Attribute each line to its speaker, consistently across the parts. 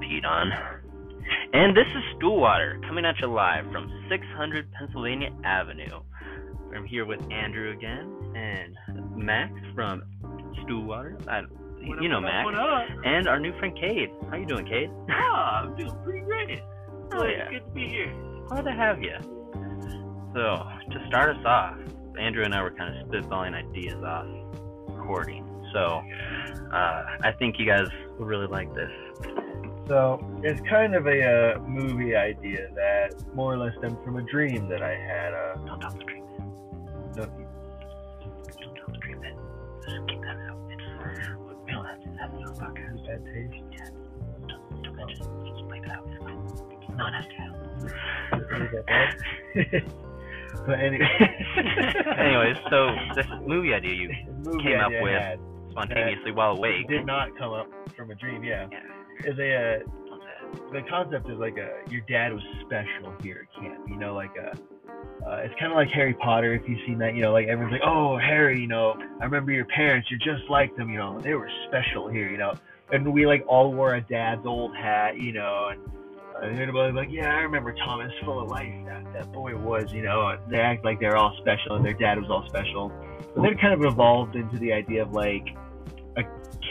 Speaker 1: peed on. And this is Stoolwater coming at you live from 600 Pennsylvania Avenue. I'm here with Andrew again and Max from Stoolwater. I, you know Max.
Speaker 2: What up?
Speaker 1: And our new friend Cade. How you doing, Cade?
Speaker 2: Ah, I'm doing pretty great.
Speaker 1: Oh,
Speaker 2: Really
Speaker 1: yeah.
Speaker 2: Good to be here.
Speaker 1: Glad to have you. So, to start us off, Andrew and I were kind of spitballing ideas off recording. So, uh, I think you guys will really like this.
Speaker 3: So it's kind of a uh, movie idea that more or less stemmed from a dream that I had. Uh,
Speaker 1: Don't talk the treatment.
Speaker 3: no-
Speaker 1: Don't talk the treatment. Just keep that out. It's, we don't have to have it on podcast.
Speaker 3: bad taste.
Speaker 1: Don't, don't mention it. Just leave it out. It's fine. No one has to have
Speaker 3: but anyway,
Speaker 1: it. Anyways, so this movie idea you
Speaker 3: movie
Speaker 1: came up
Speaker 3: idea I
Speaker 1: with-
Speaker 3: had
Speaker 1: spontaneously while awake.
Speaker 3: did not come up from a dream. Yeah,
Speaker 1: Yeah.
Speaker 3: is a uh,
Speaker 1: What's that?
Speaker 3: the concept is like a your dad was special here at camp. You know, like a uh, it's kind of like Harry Potter. If you've seen that, you know, like everyone's like, oh Harry, you know, I remember your parents. You're just like them. You know, they were special here. You know, and we like all wore a dad's old hat. You know, and. uh, And everybody's like, yeah, I remember Thomas, full of life, that, that boy was, you know. and They act like they're all special and their dad was all special. And then it kind of evolved into the idea of like a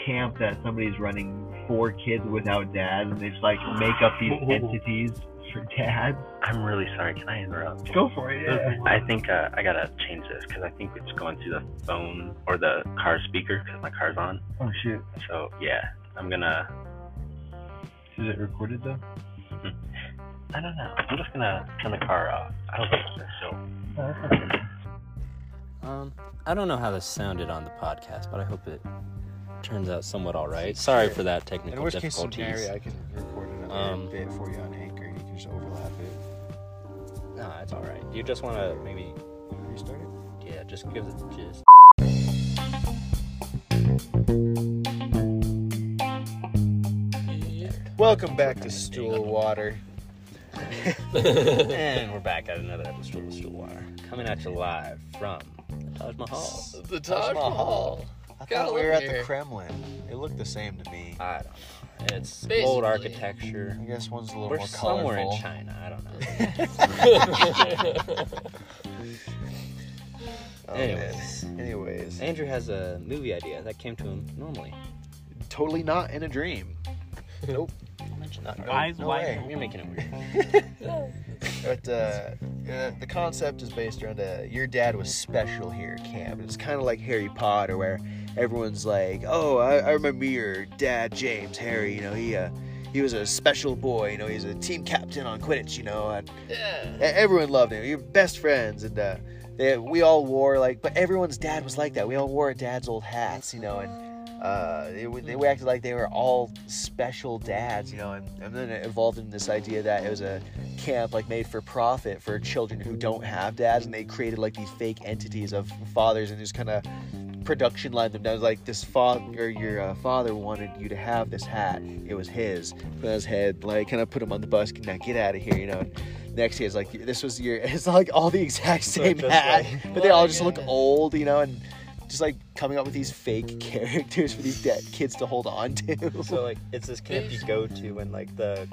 Speaker 3: camp that somebody's running for kids without dad, and they just like make up these
Speaker 2: Whoa.
Speaker 3: entities for dads.
Speaker 1: I'm really sorry. Can I interrupt?
Speaker 3: Go for it.
Speaker 1: I think uh, I gotta change this because I think it's going to the phone or the car speaker because my car's on.
Speaker 3: Oh shoot.
Speaker 1: So yeah, I'm gonna.
Speaker 3: Is it recorded though?
Speaker 1: I don't know. I'm just gonna turn the car off. I don't think it's so.
Speaker 3: Uh-huh.
Speaker 4: Um, I don't know how this sounded on the podcast, but I hope it turns out somewhat all right. Sorry for that
Speaker 5: In
Speaker 4: technical
Speaker 5: worst case scenario,
Speaker 4: difficulties.
Speaker 5: I can record another
Speaker 4: Um,
Speaker 5: bit for you on Anchor, and you can just overlap it.
Speaker 4: No, it's all right. You just want to maybe,
Speaker 5: Restart it.
Speaker 4: yeah, just give it the gist.
Speaker 5: Welcome back to Stool Water.
Speaker 4: and we're back at another episode of Stool Water, coming at you live from the Taj Mahal.
Speaker 6: The Taj Mahal.
Speaker 5: I
Speaker 6: Gotta
Speaker 5: thought we were at
Speaker 6: look here.
Speaker 5: the Kremlin. It looked the same to me.
Speaker 4: I don't know. It's old
Speaker 6: Basically.
Speaker 4: architecture.
Speaker 5: I guess one's a little
Speaker 4: We're
Speaker 5: more
Speaker 4: somewhere
Speaker 5: colorful.
Speaker 4: in China. I don't know.
Speaker 5: Oh,
Speaker 4: Anyways.
Speaker 5: man. Anyways,
Speaker 4: Andrew has a movie idea that came to him normally.
Speaker 5: totally not in a dream. Nope. Not, no,
Speaker 2: Wise,
Speaker 5: no
Speaker 2: wise
Speaker 5: way.
Speaker 4: You're making it weird.
Speaker 5: But uh, uh, the concept is based around uh, your dad was special here at camp. It's kind of like Harry Potter, where everyone's like, "Oh, I, I remember your dad, James Harry. You know, he uh, he was a special boy. You know, he's a team captain on Quidditch. You know, and
Speaker 6: Yeah.
Speaker 5: e- everyone loved him. You're best friends, and uh, they, we all wore like, but everyone's dad was like that. We all wore our dad's old hats, you know, and." Uh, they, they acted like they were all special dads, you know, and, and then it evolved into this idea that it was a camp like made for profit for children who don't have dads and they created like these fake entities of fathers and just kind of production lined them down like this father your uh, father wanted you to have this hat it was his put it on his head like kind of put him on the bus now get out of here you know next he is like this was your it's like all the exact same
Speaker 4: just
Speaker 5: hat but they all just look
Speaker 6: yeah.
Speaker 5: old you know and just like coming up with these fake characters for these dead kids to hold on to
Speaker 4: So like it's this camp you
Speaker 6: Basically.
Speaker 4: go to and like the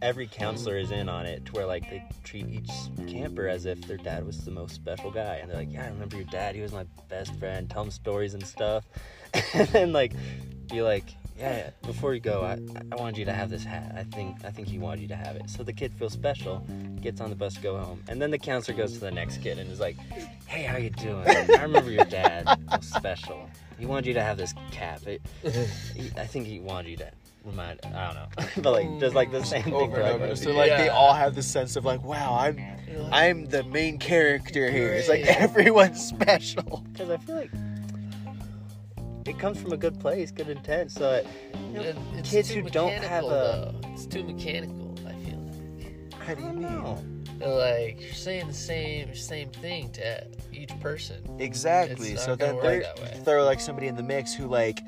Speaker 4: every counselor is in on it to where like they treat each camper as if their dad was the most special guy and they're like, Yeah, I remember your dad, he was my best friend, tell him stories and stuff. and then like be like, Yeah, before you go, I, I wanted you to have this hat. I think I think he wanted you to have it. So the kid feels special, gets on the bus to go home, and then the counselor goes to the next kid and is like, Hey, how you doing? I remember your dad was special. He wanted you to have this cap. It, he, I think he wanted you to remind. I don't know, but like just like the same thing.
Speaker 5: over
Speaker 4: like,
Speaker 5: and over. So
Speaker 4: every-
Speaker 5: like they
Speaker 6: Yeah.
Speaker 5: all have this sense of like, wow, I'm I'm the main character here. It's like
Speaker 6: Great.
Speaker 5: everyone's special.
Speaker 4: because I feel like it comes from a good place, good intent. So uh, you know,
Speaker 6: It- it's
Speaker 4: kids
Speaker 6: too
Speaker 4: who don't have
Speaker 6: mechanical,
Speaker 4: a.
Speaker 6: though. It's too mechanical. I feel like.
Speaker 5: How do you
Speaker 4: I don't know.
Speaker 6: They're like you're saying the same same thing to each person.
Speaker 5: Exactly.
Speaker 6: It's
Speaker 5: So
Speaker 6: not gonna
Speaker 5: then
Speaker 6: work
Speaker 5: they
Speaker 6: that way.
Speaker 5: throw like somebody in the mix who like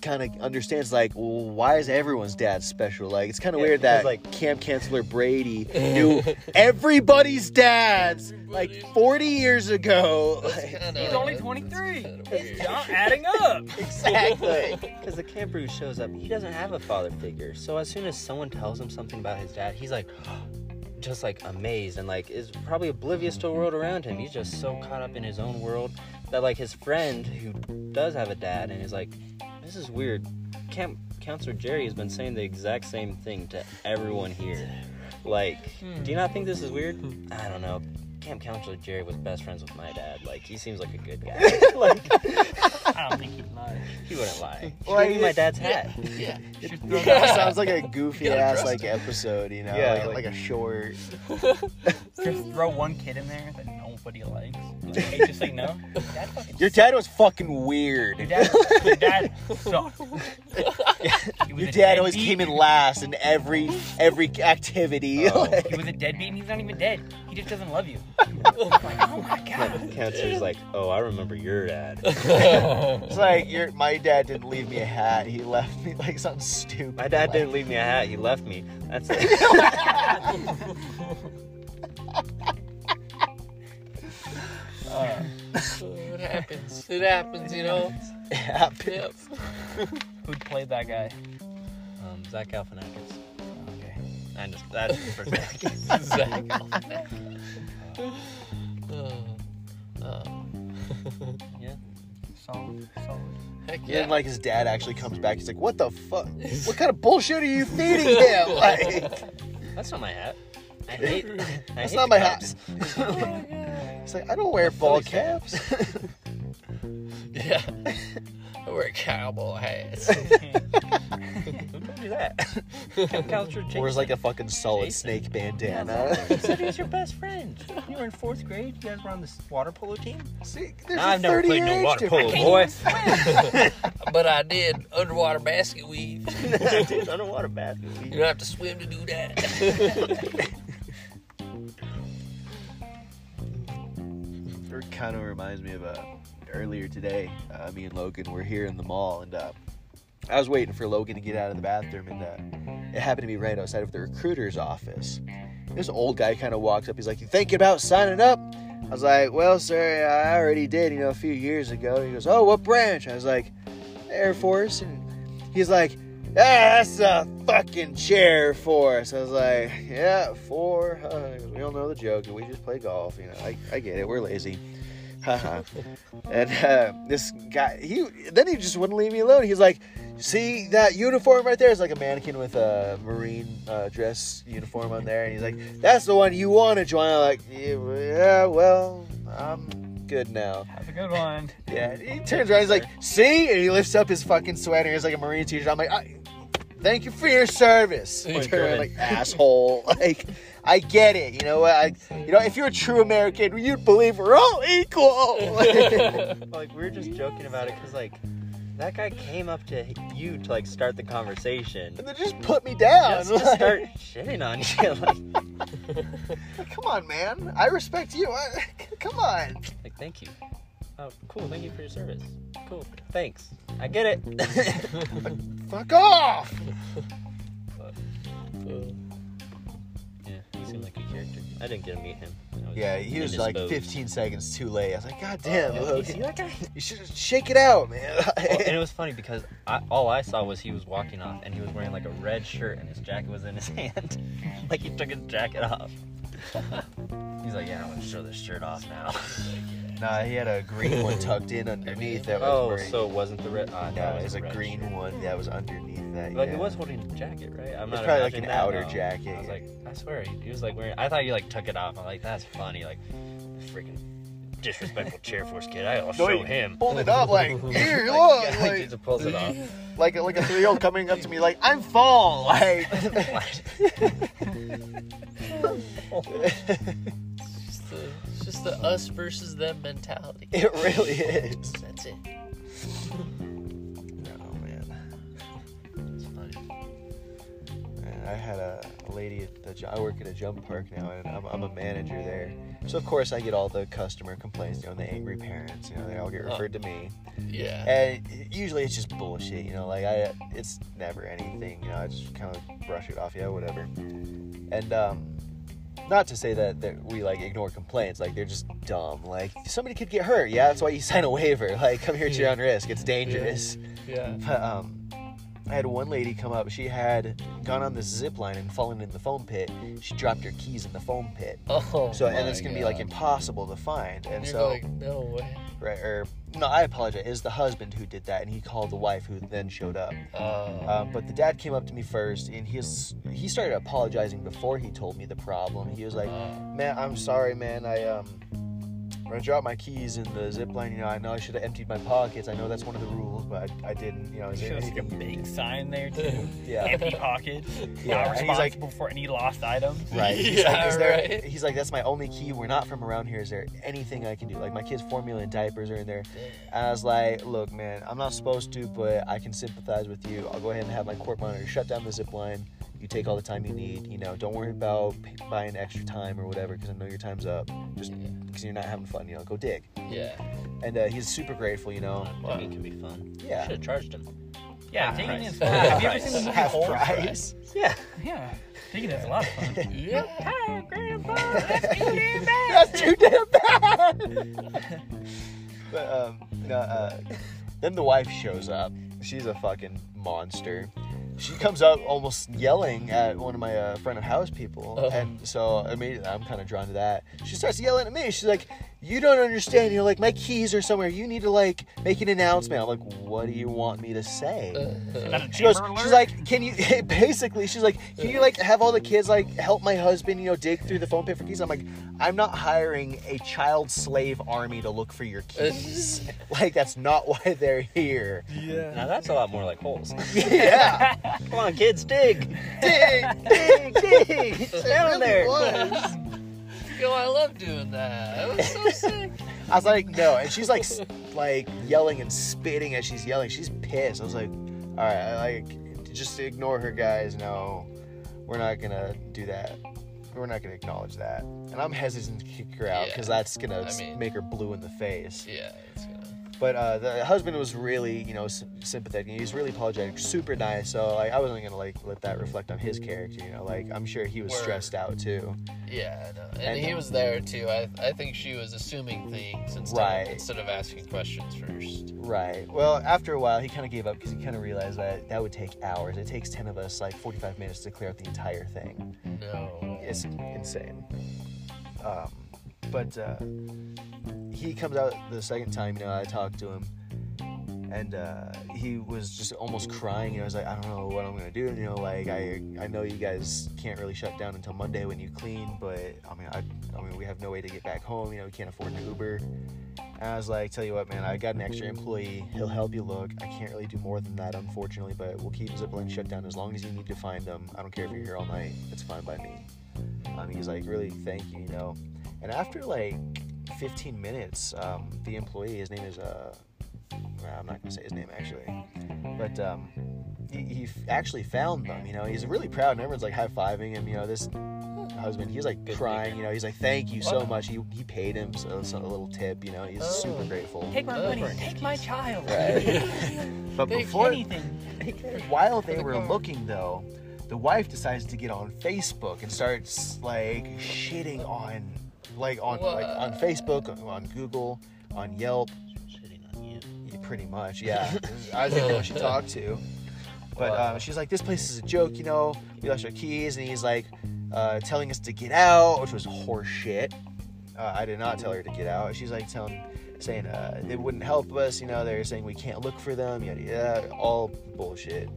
Speaker 5: kind of understands like well, why is everyone's dad special? Like it's kind of
Speaker 4: Yeah,
Speaker 5: weird
Speaker 4: because,
Speaker 5: that
Speaker 4: like-
Speaker 5: like camp counselor Brady knew everybody's dads like 40 years ago. Like,
Speaker 6: Kinda,
Speaker 2: He's only
Speaker 6: that's
Speaker 2: 23.
Speaker 6: kinda weird.
Speaker 2: It's not adding up.
Speaker 5: exactly.
Speaker 4: Because the camper who shows up, he doesn't have a father figure. So as soon as someone tells him something about his dad, he's like, just like amazed and like is probably oblivious to the world around him. He's just so caught up in his own world that like his friend who does have a dad and is like, this is weird. Camp counselor Jerry has been saying the exact same thing to everyone here. Like,
Speaker 2: Hmm.
Speaker 4: do you not think this is weird? I don't know. Camp counselor Jerry was best friends with my dad. Like, he seems like a good guy. like,
Speaker 2: I don't think he's lying.
Speaker 4: he wouldn't lie. He
Speaker 5: Well,
Speaker 4: gave me
Speaker 5: I-
Speaker 4: my dad's hat.
Speaker 6: Yeah.
Speaker 2: Should throw
Speaker 5: It
Speaker 2: that
Speaker 5: sounds like a goofy
Speaker 6: gotta
Speaker 5: ass like
Speaker 6: trust
Speaker 5: episode, you know,
Speaker 4: Yeah,
Speaker 5: like, like
Speaker 4: like- mm.
Speaker 5: a short.
Speaker 2: Just throw one kid in there that nobody likes. Like, hey, just say no. Dad fucking
Speaker 5: Your dad was fucking weird.
Speaker 2: Your dad, your dad sucked. He was
Speaker 5: Your
Speaker 2: a
Speaker 5: dad always
Speaker 2: deadbeat.
Speaker 5: came in last in every every activity.
Speaker 4: Oh.
Speaker 5: Like,
Speaker 2: He was a deadbeat and he's not even dead. He just doesn't love you. Like, oh my god.
Speaker 4: Counselor's like, oh, I remember your dad.
Speaker 5: it's like your my dad didn't leave me a hat. He left me like something stupid.
Speaker 4: My dad
Speaker 5: like-
Speaker 4: didn't leave me a hat. He left me. That's it.
Speaker 6: it happens. It happens, you know? Yep.
Speaker 2: Who played that guy?
Speaker 4: um, Zach Galifianakis.
Speaker 2: Okay.
Speaker 4: I just that's the first thing.
Speaker 6: Zach Galifianakis. Uh, uh,
Speaker 2: Solid. Solid.
Speaker 6: heck
Speaker 5: And
Speaker 6: yeah.
Speaker 5: then like his dad actually comes back. He's like, "What the fuck? What kind of bullshit are you feeding him? Like,
Speaker 4: That's not my hat. I hate. I
Speaker 5: that's
Speaker 4: hate
Speaker 5: not
Speaker 4: the
Speaker 5: my
Speaker 4: cops.
Speaker 5: hat." He's like, "I don't wear ball caps."
Speaker 6: yeah. I wear cowboy hats.
Speaker 4: Don't do that. Camp Counselor Jason.
Speaker 5: Wears like a fucking solid
Speaker 4: Jason.
Speaker 5: snake bandana.
Speaker 4: He said he was your best friend. You were in fourth grade. You guys were on this water polo team.
Speaker 5: See, there's
Speaker 4: I've
Speaker 5: a
Speaker 4: never
Speaker 5: 30
Speaker 4: played
Speaker 5: year
Speaker 4: no
Speaker 5: age
Speaker 4: water
Speaker 5: difference.
Speaker 4: polo, boy.
Speaker 6: but I did underwater basket weave.
Speaker 4: I did underwater basket.
Speaker 6: You don't have to swim to do that.
Speaker 5: It kind of reminds me of uh, earlier today. Uh, me and Logan were here in the mall, and uh, I was waiting for Logan to get out of the bathroom, and uh, it happened to be right outside of the recruiter's office. This old guy kind of walks up. He's like, "You thinking about signing up?" I was like, "Well, sir, I already did, you know, a few years ago." He goes, "Oh, what branch?" I was like, "Air Force," and he's like, "Ah, that's a fucking chair force." I was like, "Yeah, four. huh?" He goes, we all know the joke, and we just play golf. You know, I, I get it. We're lazy." Haha. and uh, this guy, he then he just wouldn't leave me alone. He's like, "See that uniform right there? It's like a mannequin with a marine uh, dress uniform on there." And he's like, "That's the one you want to join." I'm like, "Yeah, well, I'm good now."
Speaker 2: That's a good one.
Speaker 5: Yeah, he turns around. He's like, "See?" And he lifts up his fucking sweater. He's like a Marine T-shirt. I'm like, I, "Thank you for your service."
Speaker 6: Thanks,
Speaker 5: Turn around,
Speaker 6: Jordan.
Speaker 5: like asshole. Like, I get it. You know what? I, you know, if you're a true American, you'd believe we're all equal.
Speaker 4: Like we were just joking about it because like that guy came up to you to like start the conversation.
Speaker 5: and they just put me down.
Speaker 4: Just to
Speaker 5: Like,
Speaker 4: start shitting on you. Like,
Speaker 5: come on, man. I respect you. I, come on.
Speaker 4: Like, thank you. Oh, cool. Thank you for your service. Cool. Thanks. I get it.
Speaker 5: Fuck off.
Speaker 4: yeah, he seemed like a character. I didn't get to meet him. I
Speaker 5: Yeah, he was like
Speaker 4: indisposed.
Speaker 5: 15 seconds too late. I was like, God damn,
Speaker 4: Oh, Yeah, you see
Speaker 5: Logan.
Speaker 4: that guy?
Speaker 5: You should shake it out, man.
Speaker 4: Oh, and it was funny because I, all I saw was he was walking off, and he was wearing like a red shirt, and his jacket was in his hand. like he took his jacket off. He's like, yeah, I'm gonna show this shirt off now.
Speaker 5: nah, he had a green one tucked in underneath. That was
Speaker 4: oh,
Speaker 5: Marine.
Speaker 4: so it wasn't the red? Uh,
Speaker 5: No,
Speaker 4: it
Speaker 5: it's
Speaker 4: was
Speaker 5: a
Speaker 4: red
Speaker 5: green
Speaker 4: shirt.
Speaker 5: one that was underneath that.
Speaker 4: Like
Speaker 5: yeah.
Speaker 4: it was holding a jacket, right? I'm
Speaker 5: It's
Speaker 4: not
Speaker 5: probably like an
Speaker 4: imagining that
Speaker 5: outer
Speaker 4: now.
Speaker 5: jacket.
Speaker 4: I was like, I swear, he, he was like wearing. I thought you like took it off. I'm like, that's funny. Like, freaking disrespectful chair force kid. I'll show
Speaker 5: he
Speaker 4: him.
Speaker 5: Fold it up like here,
Speaker 4: Like,
Speaker 5: look,
Speaker 4: yeah, he
Speaker 5: like,
Speaker 4: just pulls it off.
Speaker 5: like a, like a three year old coming up to me like I'm full, like
Speaker 6: It's just the, it's just the us versus them mentality.
Speaker 5: it really is.
Speaker 6: That's it.
Speaker 5: Oh man,
Speaker 6: It's funny.
Speaker 5: Yeah, I had a, a lady at the jo- I work at a jump park now, and I'm, I'm a manager there. So of course I get all the customer complaints, you know, the angry parents, you know, they all get referred to me.
Speaker 6: Yeah.
Speaker 5: And usually it's just bullshit, you know. Like I, it's never anything, you know. I just kind of brush it off, yeah, whatever. And um, not to say that that we like ignore complaints, like they're just dumb. Like somebody could get hurt, yeah. That's why you sign a waiver. Like come here at your own risk. It's dangerous.
Speaker 6: Yeah.
Speaker 5: But um, I had one lady come up. She had gone on this zip line and fallen in the foam pit. She dropped her keys in the foam pit.
Speaker 6: Oh.
Speaker 5: So and
Speaker 6: my
Speaker 5: it's gonna be like
Speaker 6: God.
Speaker 5: impossible to find. And
Speaker 6: You're
Speaker 5: so
Speaker 6: like, no way.
Speaker 5: right or no i apologize it was the husband who did that and he called the wife who then showed up
Speaker 6: Uh,
Speaker 5: um, but the dad came up to me first and he, was, he started apologizing before he told me the problem he was like man i'm sorry man i um I dropped my keys in the zip line. You know, I know I should have emptied my pockets. I know that's one of the rules, but I, I didn't. You know, is
Speaker 2: She
Speaker 5: there
Speaker 2: has like a
Speaker 5: anything you
Speaker 2: big
Speaker 5: did?
Speaker 2: sign there too.
Speaker 5: Yeah,
Speaker 2: Empty pocket.
Speaker 5: Yeah,
Speaker 2: Not
Speaker 5: and he's like-
Speaker 2: responsible for any lost items.
Speaker 5: right. He's
Speaker 6: Yeah,
Speaker 5: like, is there,
Speaker 6: right.
Speaker 5: He's like, that's my only key. We're not from around here. Is there anything I can do? Like my kids' formula and diapers are in there. And I was like, look, man, I'm not supposed to, but I can sympathize with you. I'll go ahead and have my court monitor shut down the zip line. You take all the time you need. You know, don't worry about p- buying extra time or whatever because I know your time's up. Just because you're not having fun, you know, go dig.
Speaker 6: yeah.
Speaker 5: And uh, he's super grateful, you know.
Speaker 4: I mean, it can be fun.
Speaker 5: Yeah.
Speaker 4: Should have charged him.
Speaker 2: Yeah,
Speaker 4: Half
Speaker 2: taking
Speaker 4: price.
Speaker 2: is fun. Have you ever
Speaker 4: Half
Speaker 2: seen the movie
Speaker 5: Half
Speaker 2: Holes?
Speaker 5: price. Yeah.
Speaker 2: Yeah, taking is a lot of fun.
Speaker 6: Yeah.
Speaker 5: That's too damn bad. but um, no, uh, then the wife shows up. She's a fucking monster. She comes up almost yelling at one of my uh, friend of house people,
Speaker 6: Oh.
Speaker 5: and so immediately I'm kind of drawn to that. She starts yelling at me. She's like, "You don't understand. You're like my keys are somewhere. You need to like make an announcement." I'm like, "What do you want me to say?"
Speaker 2: Not a
Speaker 5: She goes,
Speaker 2: Amber
Speaker 5: she's
Speaker 2: Alert?
Speaker 5: like, can you, basically, she's like, can you like have all the kids like help my husband, you know, dig through the phone pit for keys? I'm like, I'm not hiring a child slave army to look for your
Speaker 2: Uh,
Speaker 5: keys. like, that's not why they're here.
Speaker 4: Now that's a lot more like holes.
Speaker 5: yeah.
Speaker 4: Come on, kids, dig.
Speaker 5: Dig, dig, dig. It's
Speaker 4: Down there.
Speaker 6: Yo, I love doing that. That was so sick.
Speaker 5: I was like, no. And she's like, s- like yelling and spitting as she's yelling. She's pissed. I was like, all right, I like, just ignore her, guys. No, we're not gonna do that. We're not gonna acknowledge that. And I'm hesitant to kick her out because
Speaker 6: Yeah.
Speaker 5: that's gonna
Speaker 6: I
Speaker 5: s-
Speaker 6: mean-
Speaker 5: make her blue in the face.
Speaker 6: Yeah. It's gonna...
Speaker 5: But uh, the husband was really, you know, s- sympathetic. He was really apologetic, super nice. So like, I wasn't gonna like let that reflect on his character. You know, like I'm sure he was
Speaker 6: Word.
Speaker 5: stressed out too.
Speaker 6: Yeah. I know. And,
Speaker 5: And-
Speaker 6: he was there too. I, I think she was assuming things instead
Speaker 5: Right.
Speaker 6: of, instead of asking questions first.
Speaker 5: Right. Well, after a while, he kind of gave up because he kind of realized that that would take hours. It takes 10 of us like 45 minutes to clear out the entire thing.
Speaker 6: No.
Speaker 5: It's insane. Um, but uh, he comes out the second time, you know, I talked to him. And uh, he was just almost crying. You know, I was like, I don't know what I'm gonna do. You know, like I, I know you guys can't really shut down until Monday when you clean, but I mean, I, I mean, we have no way to get back home. You know, we can't afford an Uber. And I was like, tell you what, man, I got an extra employee. He'll help you look. I can't really do more than that, unfortunately, but we'll keep Zipline shut down as long as you need to find them. I don't care if you're here all night. It's fine by me. Um, he's like, really, thank you, you know. And after like 15 minutes, um, the employee, his name is, uh, well, I'm not going to say his name actually, but um, he, he f- actually found them, you know. He's really proud, and everyone's like high fiving him, you know. This husband, he's like
Speaker 4: Good
Speaker 5: crying, you know. He's like, thank you so much. He, he paid him so, so- a little tip, you know. He's
Speaker 6: Oh.
Speaker 5: super grateful.
Speaker 2: Take my
Speaker 6: Oh,
Speaker 2: money.
Speaker 6: right.
Speaker 2: Take my child.
Speaker 5: Right. but
Speaker 6: Take
Speaker 5: before,
Speaker 2: Anything.
Speaker 5: while they
Speaker 6: the
Speaker 5: were
Speaker 6: car.
Speaker 5: looking though, the wife decides to get on Facebook and starts like shitting on, like on like on Facebook, on Google, on Yelp,
Speaker 4: Shitting on you.
Speaker 5: yeah, pretty much, yeah. I don't even know who she talked to. But um, she's like, this place is a joke, you know. We lost our keys, and he's like, uh, telling us to get out, which was horse shit. Uh, I did not tell her to get out. She's like telling, saying uh, they wouldn't help us, you know. They're saying we can't look for them, yada yada, all bullshit.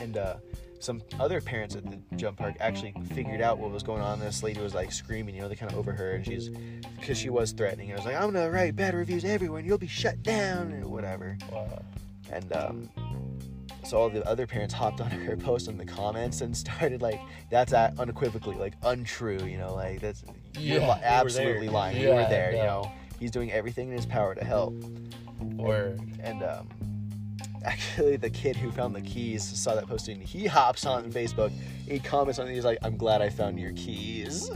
Speaker 5: And uh, some other parents at the jump park actually figured out what was going on. This lady was like screaming, you know. They kind of overheard, and she's because she was threatening. I was like, I'm gonna write bad reviews everywhere, and you'll be shut down, and whatever.
Speaker 6: Wow.
Speaker 5: And um, so all the other parents hopped on her post in the comments and started like, that's uh, unequivocally like untrue, you know, like that's you're li-
Speaker 6: Yeah, you were
Speaker 4: there.
Speaker 5: absolutely lying. you were
Speaker 6: Yeah,
Speaker 5: there, you
Speaker 6: yeah.
Speaker 5: know. He's doing everything in his power to help.
Speaker 6: Or
Speaker 5: And um, actually, the kid who found the keys saw that posting. He hops on Facebook he comments on it. He's like, "I'm glad I found your keys."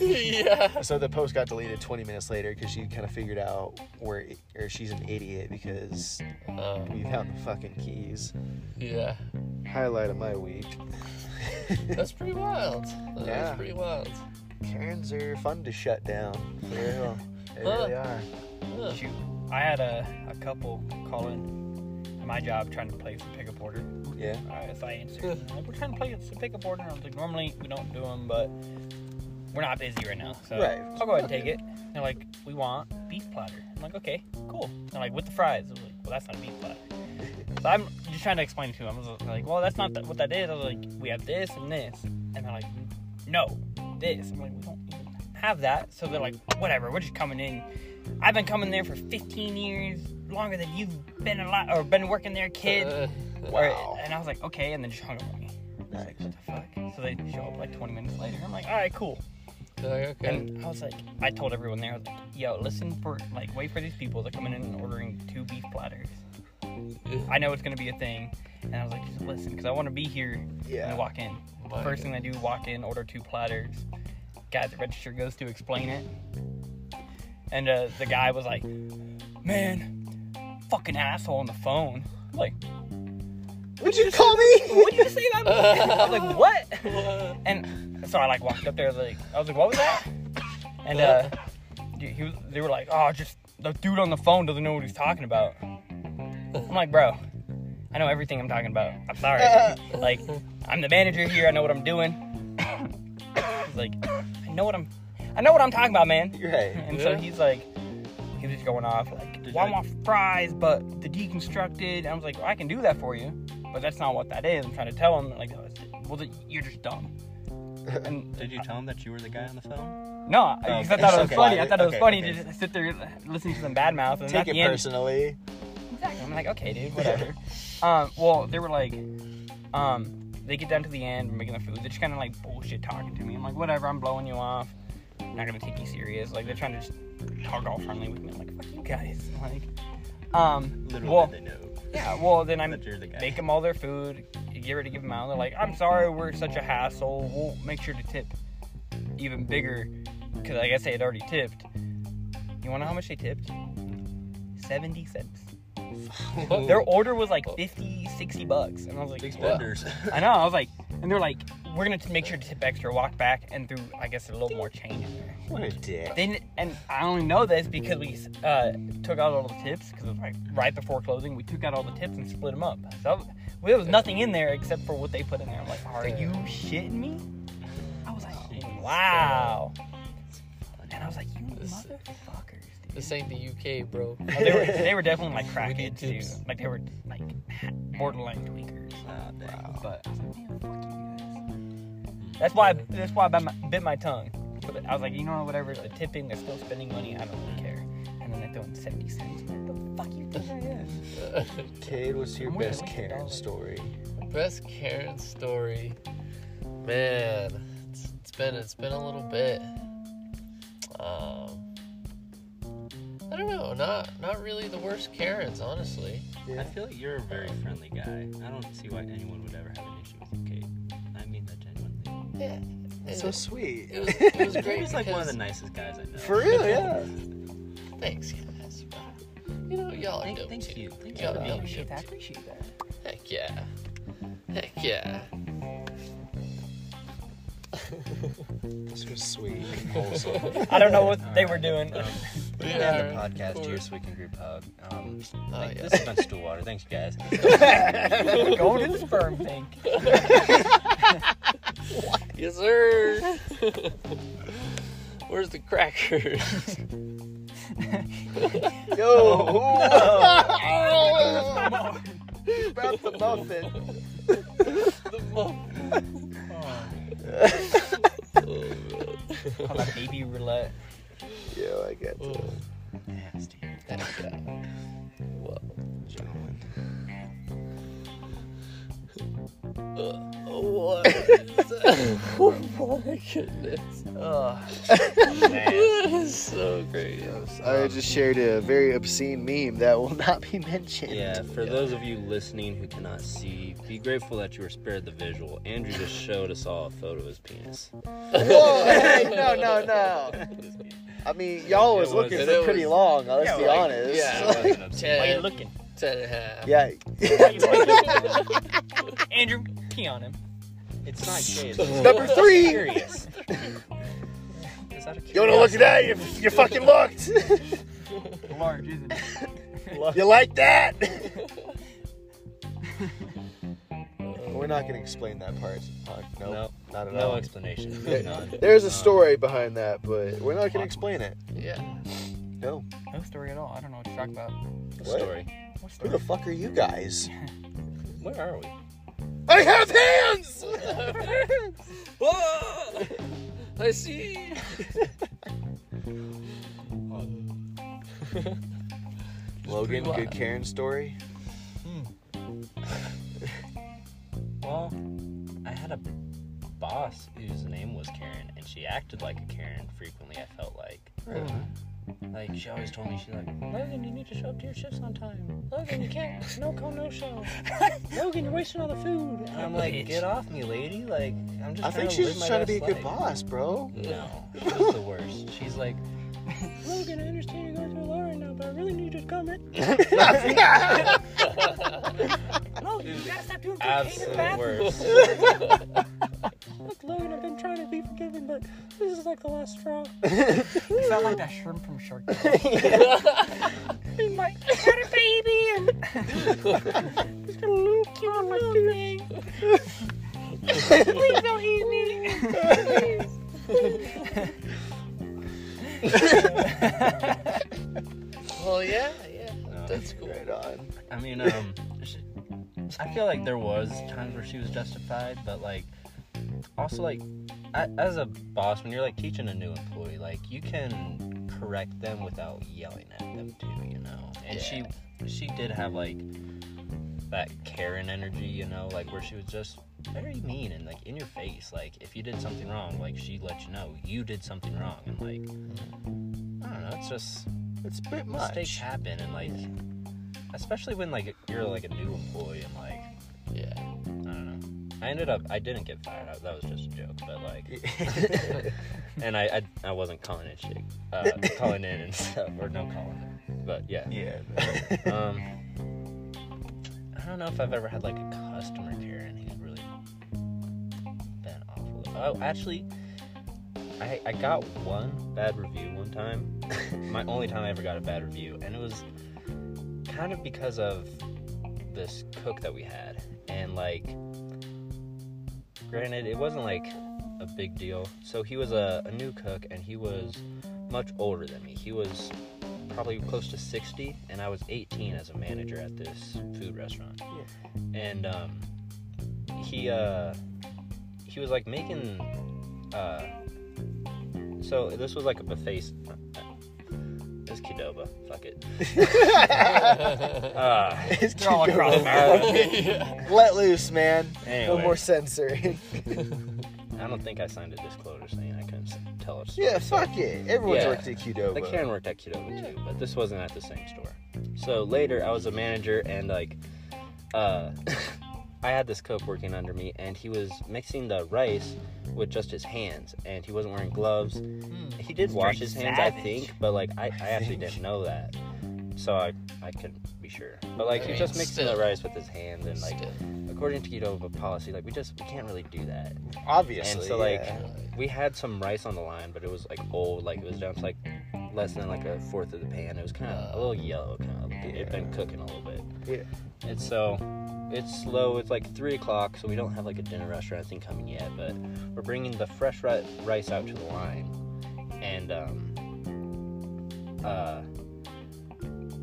Speaker 6: yeah.
Speaker 5: So the post got deleted 20 minutes later because she kind of figured out where, or she's an idiot because
Speaker 6: Um,
Speaker 5: we found the fucking keys.
Speaker 6: yeah.
Speaker 5: Highlight of my week.
Speaker 6: That's pretty wild. That's
Speaker 5: Yeah.
Speaker 6: pretty wild.
Speaker 5: Karens are fun to shut down. For real. They really are.
Speaker 6: Huh.
Speaker 2: Shoot, I had a, a couple calling my job trying to play some pickup order.
Speaker 5: Yeah.
Speaker 2: Alright, so I answered. and they're like, we're trying to play some pickup order. And I was like, normally we don't do them, but we're not busy right now, so
Speaker 5: Right.
Speaker 2: I'll go ahead and take it. And they're like, we want beef platter. I'm like, okay, cool. And they're like, with the fries. I was like, well, that's not a beef platter. So I'm just trying to explain to them. I was like, well, that's not th- what that is. I was like, we have this and this, and they're like, no, this. I'm like, we don't even have that. So they're like, whatever, we're just coming in. I've been coming there for 15 years, longer than you've been alive or been working there, kid.
Speaker 6: Uh,
Speaker 2: Or-
Speaker 5: Wow.
Speaker 2: and I was like, okay, and then just hung up on me. I was like, what the fuck? So they show up like 20 minutes later. I'm like, all right, cool.
Speaker 6: okay. okay.
Speaker 2: And I was like, I told everyone there, I was like, yo, listen for, like, wait for these people. They're coming in and ordering two beef platters. I know it's going to be a thing. And I was like, just listen, because I want to be here when I
Speaker 5: Yeah.
Speaker 2: walk in.
Speaker 6: My
Speaker 2: First thing I do, walk in, order two platters. Guy at the register goes to explain it. And uh, the guy was like, man, fucking asshole on the phone. I'm like,
Speaker 5: Would you call me?
Speaker 2: what did you say that? I was like, what? And so I like walked up there, like I was like, what was that? And uh, he he was, they were like, oh, just the dude on the phone doesn't know what he's talking about. I'm like, bro, I know everything I'm talking about. I'm sorry. like, I'm the manager here. I know what I'm doing. he's like, I know what I'm, I know what I'm talking about, man.
Speaker 5: You're right.
Speaker 2: And
Speaker 6: Yeah.
Speaker 2: so he's like, he was just going off like,
Speaker 1: Did
Speaker 2: well, I
Speaker 1: you-
Speaker 2: want fries, but the deconstructed. And I was like, well, I can do that for you, but that's not what that is. I'm trying to tell him like, "Oh, it's- well, th- you're just dumb. And
Speaker 4: Did you tell him that you were the guy on the phone?
Speaker 2: no, because I thought it was
Speaker 5: okay.
Speaker 2: funny. I thought it was
Speaker 4: Okay,
Speaker 2: funny
Speaker 4: okay.
Speaker 2: to just sit there listening to them bad mouth and
Speaker 5: Take
Speaker 2: at
Speaker 5: it
Speaker 2: the end,
Speaker 5: personally.
Speaker 2: Exactly. I'm like, okay, dude, whatever. um, well, they were like, um, they get down to the end, we're making the food. They're just kind of like bullshit talking to me. I'm like, whatever, I'm blowing you off. I'm not gonna take you serious. Like they're trying to just talk all friendly with me. I'm like, fuck you guys. Like, um,
Speaker 4: Little
Speaker 2: well,
Speaker 4: did they know
Speaker 2: yeah, well, then I'm
Speaker 4: that you're the guy.
Speaker 2: make them all their food, get ready to give them out. They're like, I'm sorry, we're such a hassle. We'll make sure to tip even bigger because, like I say, it already tipped. You want to know how much they tipped? 70 cents. Their order was like 50, 60 bucks. And I was like,
Speaker 4: Big
Speaker 2: "What?"
Speaker 4: spenders.
Speaker 2: I know. I was like, and they're like, we're going to make sure to tip extra, walk back, and threw, I guess, a little more change in there.
Speaker 5: What a dick.
Speaker 2: Then, and I only know this because we uh, took out all the tips because it was like right before closing. We took out all the tips and split them up. So there was nothing in there except for what they put in there. I'm like, are you shitting me? I was
Speaker 6: Oh,
Speaker 2: like, wow. And I was like, you
Speaker 6: This-
Speaker 2: motherfuckers, dude.
Speaker 6: This ain't the UK, bro.
Speaker 2: But they were they were definitely like crackheads
Speaker 6: need
Speaker 2: too.
Speaker 6: tips.
Speaker 2: Like they were like borderline tweakers.
Speaker 4: Ah,
Speaker 2: But I was like, man, fuck you guys. That's why that's why I bit my, bit my tongue. But I was like, you know what, whatever, the tipping, they're still spending money, I don't really care. And then they throw in 70 cents. What the fuck you think I am?
Speaker 5: Cade, what's your
Speaker 2: I'm worth
Speaker 5: best
Speaker 2: at least a
Speaker 5: Karen
Speaker 2: dollar.
Speaker 5: story?
Speaker 6: Best Karen story, man. It's, it's been it's been a little bit. Um, I don't know. Not not really the worst Karens, honestly.
Speaker 4: I feel like you're a very friendly guy. I don't see why anyone would ever have an issue with you, Kate. I mean that genuinely.
Speaker 6: Yeah.
Speaker 5: So
Speaker 6: It,
Speaker 5: sweet.
Speaker 6: it was it was great.
Speaker 4: He's like one of the
Speaker 6: because-
Speaker 4: nicest guys I know.
Speaker 5: For real, yeah.
Speaker 6: Thanks, guys. You know y'all are
Speaker 4: Thank,
Speaker 6: dope
Speaker 4: thank
Speaker 6: too.
Speaker 4: you. Thank you.
Speaker 6: Y'all,
Speaker 4: for
Speaker 6: y'all
Speaker 4: being
Speaker 6: are
Speaker 4: here.
Speaker 6: dope
Speaker 2: I
Speaker 6: too.
Speaker 2: appreciate that.
Speaker 6: Heck yeah. Heck yeah.
Speaker 5: This was sweet and wholesome.
Speaker 2: I don't know what they were doing.
Speaker 4: Um,
Speaker 6: We
Speaker 4: we're gonna end the
Speaker 6: are, of
Speaker 4: podcast here
Speaker 6: course.
Speaker 4: so we can group hug. Um,
Speaker 6: Oh,
Speaker 4: thank-
Speaker 6: yeah.
Speaker 4: This has been Stillwater. Thanks, guys.
Speaker 2: Go to the sperm tank.
Speaker 6: Yes, sir. Where's the crackers?
Speaker 5: Yo! He brought the muffin.
Speaker 6: the mom.
Speaker 2: Call that baby roulette.
Speaker 5: Yo, I got
Speaker 6: Oh,
Speaker 4: Nasty.
Speaker 6: heck yeah.
Speaker 5: Gentlemen.
Speaker 6: Uh, what? oh my goodness.
Speaker 4: Oh.
Speaker 6: That is so great.
Speaker 5: I just shared a very obscene meme that will not be mentioned.
Speaker 4: Yeah, for those of you listening who cannot see, be grateful that you were spared the visual. Andrew just showed us all a photo of his penis.
Speaker 5: Whoa, hey, no, no, no. I mean, y'all was
Speaker 4: It
Speaker 5: looking
Speaker 4: was-
Speaker 5: for
Speaker 6: it
Speaker 5: pretty
Speaker 6: was-
Speaker 5: long. Let's
Speaker 2: yeah,
Speaker 5: be
Speaker 2: like,
Speaker 5: honest.
Speaker 6: yeah,
Speaker 5: Like,
Speaker 4: It wasn't
Speaker 2: Why you
Speaker 6: Ten,
Speaker 2: looking?
Speaker 6: ten and a half.
Speaker 5: yeah.
Speaker 2: Why you looking? Andrew, pee on him. It's not gay. It's
Speaker 5: Number three.
Speaker 2: curious. Is that a
Speaker 5: You wanna look at that? You, you fucking looked.
Speaker 2: large, isn't it?
Speaker 5: you like that? We're not gonna explain that part. Fuck, Nope,
Speaker 4: No.
Speaker 5: not at
Speaker 4: No
Speaker 5: all.
Speaker 4: explanation. Moving on.
Speaker 5: There's a story behind that, but we're not gonna explain it.
Speaker 6: Yeah.
Speaker 5: No.
Speaker 2: No story at all. I don't know what you're talking about.
Speaker 4: The
Speaker 5: What?
Speaker 4: Story.
Speaker 2: What
Speaker 5: Who
Speaker 2: story?
Speaker 5: the fuck are you guys?
Speaker 4: Where are we?
Speaker 5: I have hands.
Speaker 6: Whoa! I see.
Speaker 5: Logan,
Speaker 6: pretty
Speaker 5: good
Speaker 6: wild.
Speaker 5: Karen story.
Speaker 4: Well, I had a boss whose name was Karen, and she acted like a Karen frequently. I felt like. Like she always told me, she's like, Logan, you need to show up to your shifts on time. Logan, you can't. No call, no show. Logan, you're wasting all the food. And I'm like,
Speaker 2: Bitch.
Speaker 4: get off me, lady. Like, I'm just.
Speaker 5: I
Speaker 4: trying
Speaker 5: think
Speaker 4: to
Speaker 5: she's
Speaker 4: live
Speaker 5: just
Speaker 4: my
Speaker 5: trying to be a
Speaker 4: best
Speaker 5: good
Speaker 4: life." Mm.
Speaker 5: boss, bro.
Speaker 4: No, she's the worst. She's like, Logan, I understand you're going through a lot right now, but I really need you to come in.
Speaker 2: No, you gotta stop doing cocaine in the
Speaker 4: Absolute
Speaker 2: bathroom.
Speaker 4: worst.
Speaker 2: Look, Logan, I've been trying to be forgiving, but this is like the last straw. you sound like that shrimp from Shark Tank. Be my I had a baby and he's gonna look you on my thing. Please don't eat me. Please.
Speaker 6: Well, yeah, yeah.
Speaker 4: No.
Speaker 6: That's cool.
Speaker 5: Right on.
Speaker 4: I mean, um, sh I feel like there was times where she was justified, but like, also like, a- as a boss, when you're like teaching a new employee, like you can correct them without yelling at them too, you know. And she, she did have like that Karen energy, you know, like where she was just very mean and like in your face. Like if you did something wrong, like she let you know you did something wrong, and like, I don't know, it's just
Speaker 5: It's a bit
Speaker 4: mistakes
Speaker 5: much.
Speaker 4: happen and like especially when like you're like a new employee and like
Speaker 6: Yeah.
Speaker 4: i don't know i ended up i didn't get fired I- that was just a joke but like and i i, I wasn't calling it shit uh, calling in and stuff or no calling in but yeah
Speaker 5: yeah.
Speaker 4: um i don't know if i've ever had like a customer care and he's really been awful oh actually I, I got one bad review one time. My only time I ever got a bad review, and it was kind of because of this cook that we had. And like, granted, it wasn't like a big deal. So he was a, a new cook, and he was much older than me. He was probably close to 60, and I was 18 as a manager at this food restaurant. And um, he uh, he was like making. Uh, so this was like a buffet. It's Qdoba. Fuck it. uh,
Speaker 2: They're all across America.
Speaker 6: yeah.
Speaker 5: Let loose, man. No
Speaker 4: anyway,
Speaker 5: more censoring.
Speaker 4: I don't think I signed a disclosure saying I couldn't s- tell a story.
Speaker 5: yeah,
Speaker 4: so-
Speaker 5: fuck it. Everyone's
Speaker 4: Yeah.
Speaker 5: worked at Qdoba.
Speaker 4: Like Karen worked at Qdoba too, but this wasn't at the same store. So later, I was a manager, and like, uh, I had this cook working under me, and he was mixing the rice with just his hands, and he wasn't wearing gloves. He did wash
Speaker 2: Straight
Speaker 4: his hands, I
Speaker 2: savage.
Speaker 4: think, but like, I, I actually didn't know that, so I I couldn't be sure. But like,
Speaker 6: I
Speaker 4: he
Speaker 6: mean,
Speaker 4: just mixed the
Speaker 6: still.
Speaker 4: rice with his hands, and like,
Speaker 6: Still.
Speaker 4: according to Qdoba policy, like we just we can't really do that.
Speaker 5: Obviously.
Speaker 4: And so like
Speaker 5: yeah.
Speaker 4: we had some rice on the line, but it was like old, like it was down to like less than like a fourth of the pan. It was kind of a little yellow, kind of. It had been cooking a little bit. Yeah. And so it's slow. It's like three o'clock, so we don't have like a dinner rush or anything coming yet. But we're bringing the fresh ri- rice out to the line, and um, uh,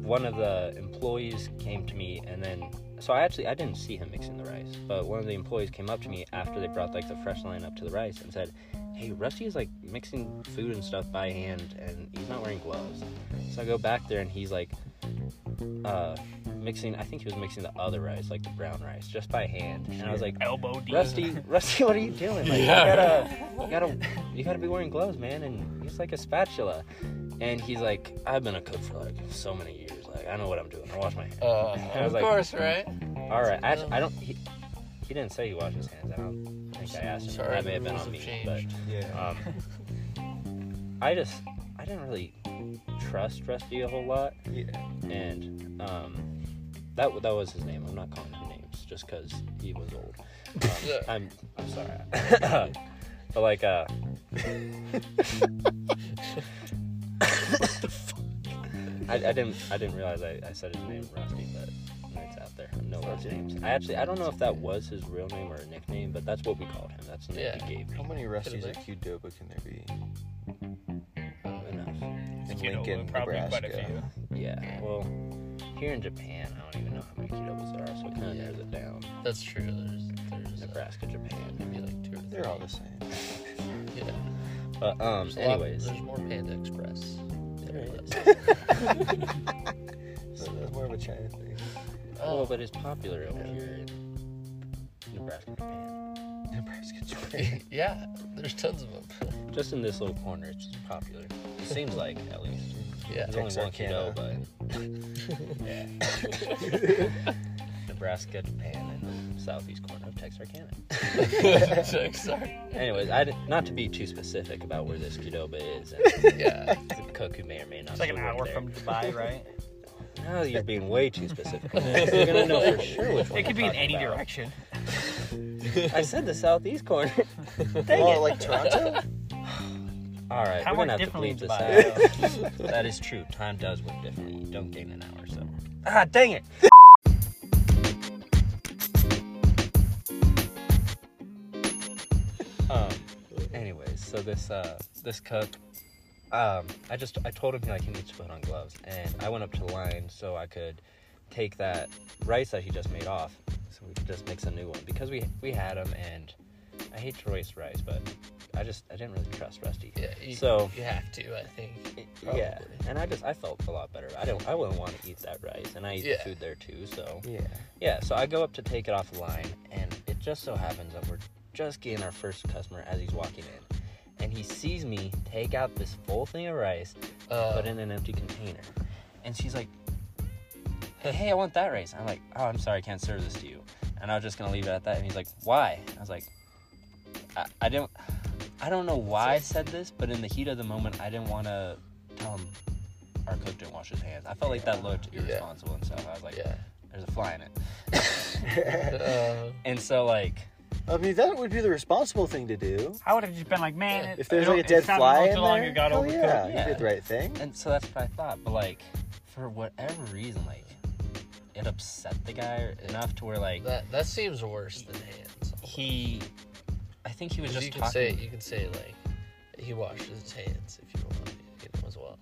Speaker 4: one of the employees came to me, and then so I actually I didn't see him mixing the rice, but one of the employees came up to me after they brought like the fresh line up to the rice and said, "Hey, Rusty is like mixing food and stuff by hand, and he's not wearing gloves." So I go back there, and he's like uh, mixing. I think he was mixing the other rice, like the brown rice, just by hand. And I was like,
Speaker 2: Elbow deep.
Speaker 4: Rusty, Rusty, what are you doing? Like,
Speaker 6: Yeah.
Speaker 4: you gotta, you gotta, you gotta be wearing gloves, man. And he's like a spatula, and he's like, I've been a cook for like so many years. Like, I know what I'm doing. I wash my hands.
Speaker 6: Uh,
Speaker 4: I was
Speaker 6: of
Speaker 4: like- "Hmm."
Speaker 6: course, right?
Speaker 4: All right, actually, I don't. He, he didn't say he washed his hands. I don't think I asked him.
Speaker 6: Sorry,
Speaker 4: that
Speaker 6: the
Speaker 4: may have been
Speaker 6: rules
Speaker 4: on me,
Speaker 6: have
Speaker 4: but
Speaker 6: changed.
Speaker 5: Yeah.
Speaker 4: um, I just I didn't really trust Rusty a whole lot,
Speaker 5: Yeah.
Speaker 4: and um, that wa- that was his name. I'm not calling him names just because he was old. Um,
Speaker 6: Yeah.
Speaker 4: I'm I'm sorry, but like uh, I, I didn't I didn't realize I, I said his name Rusty, but it's out there. No last names. I actually I don't know if that was his real name or a nickname, but that's what we called him. That's the name
Speaker 6: Yeah.
Speaker 4: he gave me.
Speaker 5: How many Rusties
Speaker 6: been.
Speaker 5: at Qdoba can there be
Speaker 4: Enough.
Speaker 5: in
Speaker 2: Kiddo,
Speaker 5: Lincoln,
Speaker 2: probably
Speaker 5: Nebraska?
Speaker 2: quite a few.
Speaker 4: Yeah, well, here in Japan, I don't even know how many kettlebells there are, so it kind of narrows it down.
Speaker 6: That's true. There's, there's uh,
Speaker 4: Nebraska, Japan.
Speaker 6: maybe like two or three.
Speaker 5: They're all the same.
Speaker 6: Yeah.
Speaker 4: But um,
Speaker 6: There's a lot-
Speaker 4: anyways,
Speaker 6: there's more Panda Express.
Speaker 4: There is.
Speaker 5: So uh, that's more of a China thing.
Speaker 4: oh, but it's popular over here in Nebraska, Japan.
Speaker 5: Nebraska, Japan.
Speaker 6: yeah, there's tons of them.
Speaker 4: Just in this little corner, it's just popular. It seems like, at least.
Speaker 6: Yeah.
Speaker 4: There's only one kiddo, but yeah. Nebraska, Japan, and the southeast corner of Texarkana.
Speaker 6: Sorry, sorry.
Speaker 4: Anyways, I d- not to be too specific about where this Qdoba is, and
Speaker 6: Yeah.
Speaker 4: the cook who may or may not.
Speaker 2: It's like an
Speaker 4: still work
Speaker 2: hour
Speaker 4: there.
Speaker 2: from Dubai, right?
Speaker 4: Now you're being way too specific. You're gonna know for sure which one.
Speaker 2: it could be
Speaker 4: I'm
Speaker 2: in any
Speaker 4: talking about.
Speaker 2: direction.
Speaker 4: I said the southeast corner.
Speaker 5: oh, like Toronto?
Speaker 4: All right,
Speaker 2: Time
Speaker 4: we're gonna have
Speaker 2: works
Speaker 4: to
Speaker 2: differently in
Speaker 4: bleep this
Speaker 2: Dubai.
Speaker 4: out. that is true. Time does work differently. You don't gain an hour, so. Ah, dang it! um. Anyways, so this uh this cook, um, I just I told him he like he needs to put on gloves, and I went up to the line so I could take that rice that he just made off, so we could just mix a new one because we we had him and. I hate to waste rice, but I just I didn't really trust Rusty.
Speaker 6: Yeah. You,
Speaker 4: So-
Speaker 6: you have to, I think.
Speaker 4: Yeah,
Speaker 6: Probably.
Speaker 4: and I just I felt a lot better. I don't I wouldn't want to eat that rice, and I eat
Speaker 6: Yeah.
Speaker 4: the food there too. So
Speaker 5: Yeah.
Speaker 4: yeah, so I go up to take it off the line, and it just so happens that we're just getting our first customer as he's walking in, and he sees me take out this full thing of rice,
Speaker 6: Uh,
Speaker 4: put in an empty container, and she's like, "Hey, I want that rice." I'm like, "Oh, I'm sorry, I can't serve this to you," and I was just gonna leave it at that. And he's like, "Why?" I was like, "I, I don't." I don't know why I said this, but in the heat of the moment, I didn't want to tell him our cook didn't wash his hands. I felt like that looked
Speaker 6: Yeah.
Speaker 4: irresponsible and stuff. I was like,
Speaker 6: Yeah.
Speaker 4: "There's a fly in it,"
Speaker 6: Uh,
Speaker 4: and so like,
Speaker 5: I mean, that would be the responsible thing to do.
Speaker 2: I would have just been like, man, it-
Speaker 5: If there's
Speaker 2: it-
Speaker 5: like a
Speaker 2: it
Speaker 5: dead
Speaker 2: sounded
Speaker 5: fly
Speaker 2: not
Speaker 5: in
Speaker 2: too long
Speaker 5: there,
Speaker 2: ago, got
Speaker 5: hell
Speaker 2: overcooked.
Speaker 5: yeah,
Speaker 4: Yeah.
Speaker 5: you did the right thing.
Speaker 4: and so that's what I thought. But like, for whatever reason, like, it upset the guy enough to where like
Speaker 6: that that seems worse than hands.
Speaker 4: he, I think he was
Speaker 6: 'Cause
Speaker 4: just
Speaker 6: you can
Speaker 4: talking.
Speaker 6: say you can say like he washes his hands if you want you know, as well.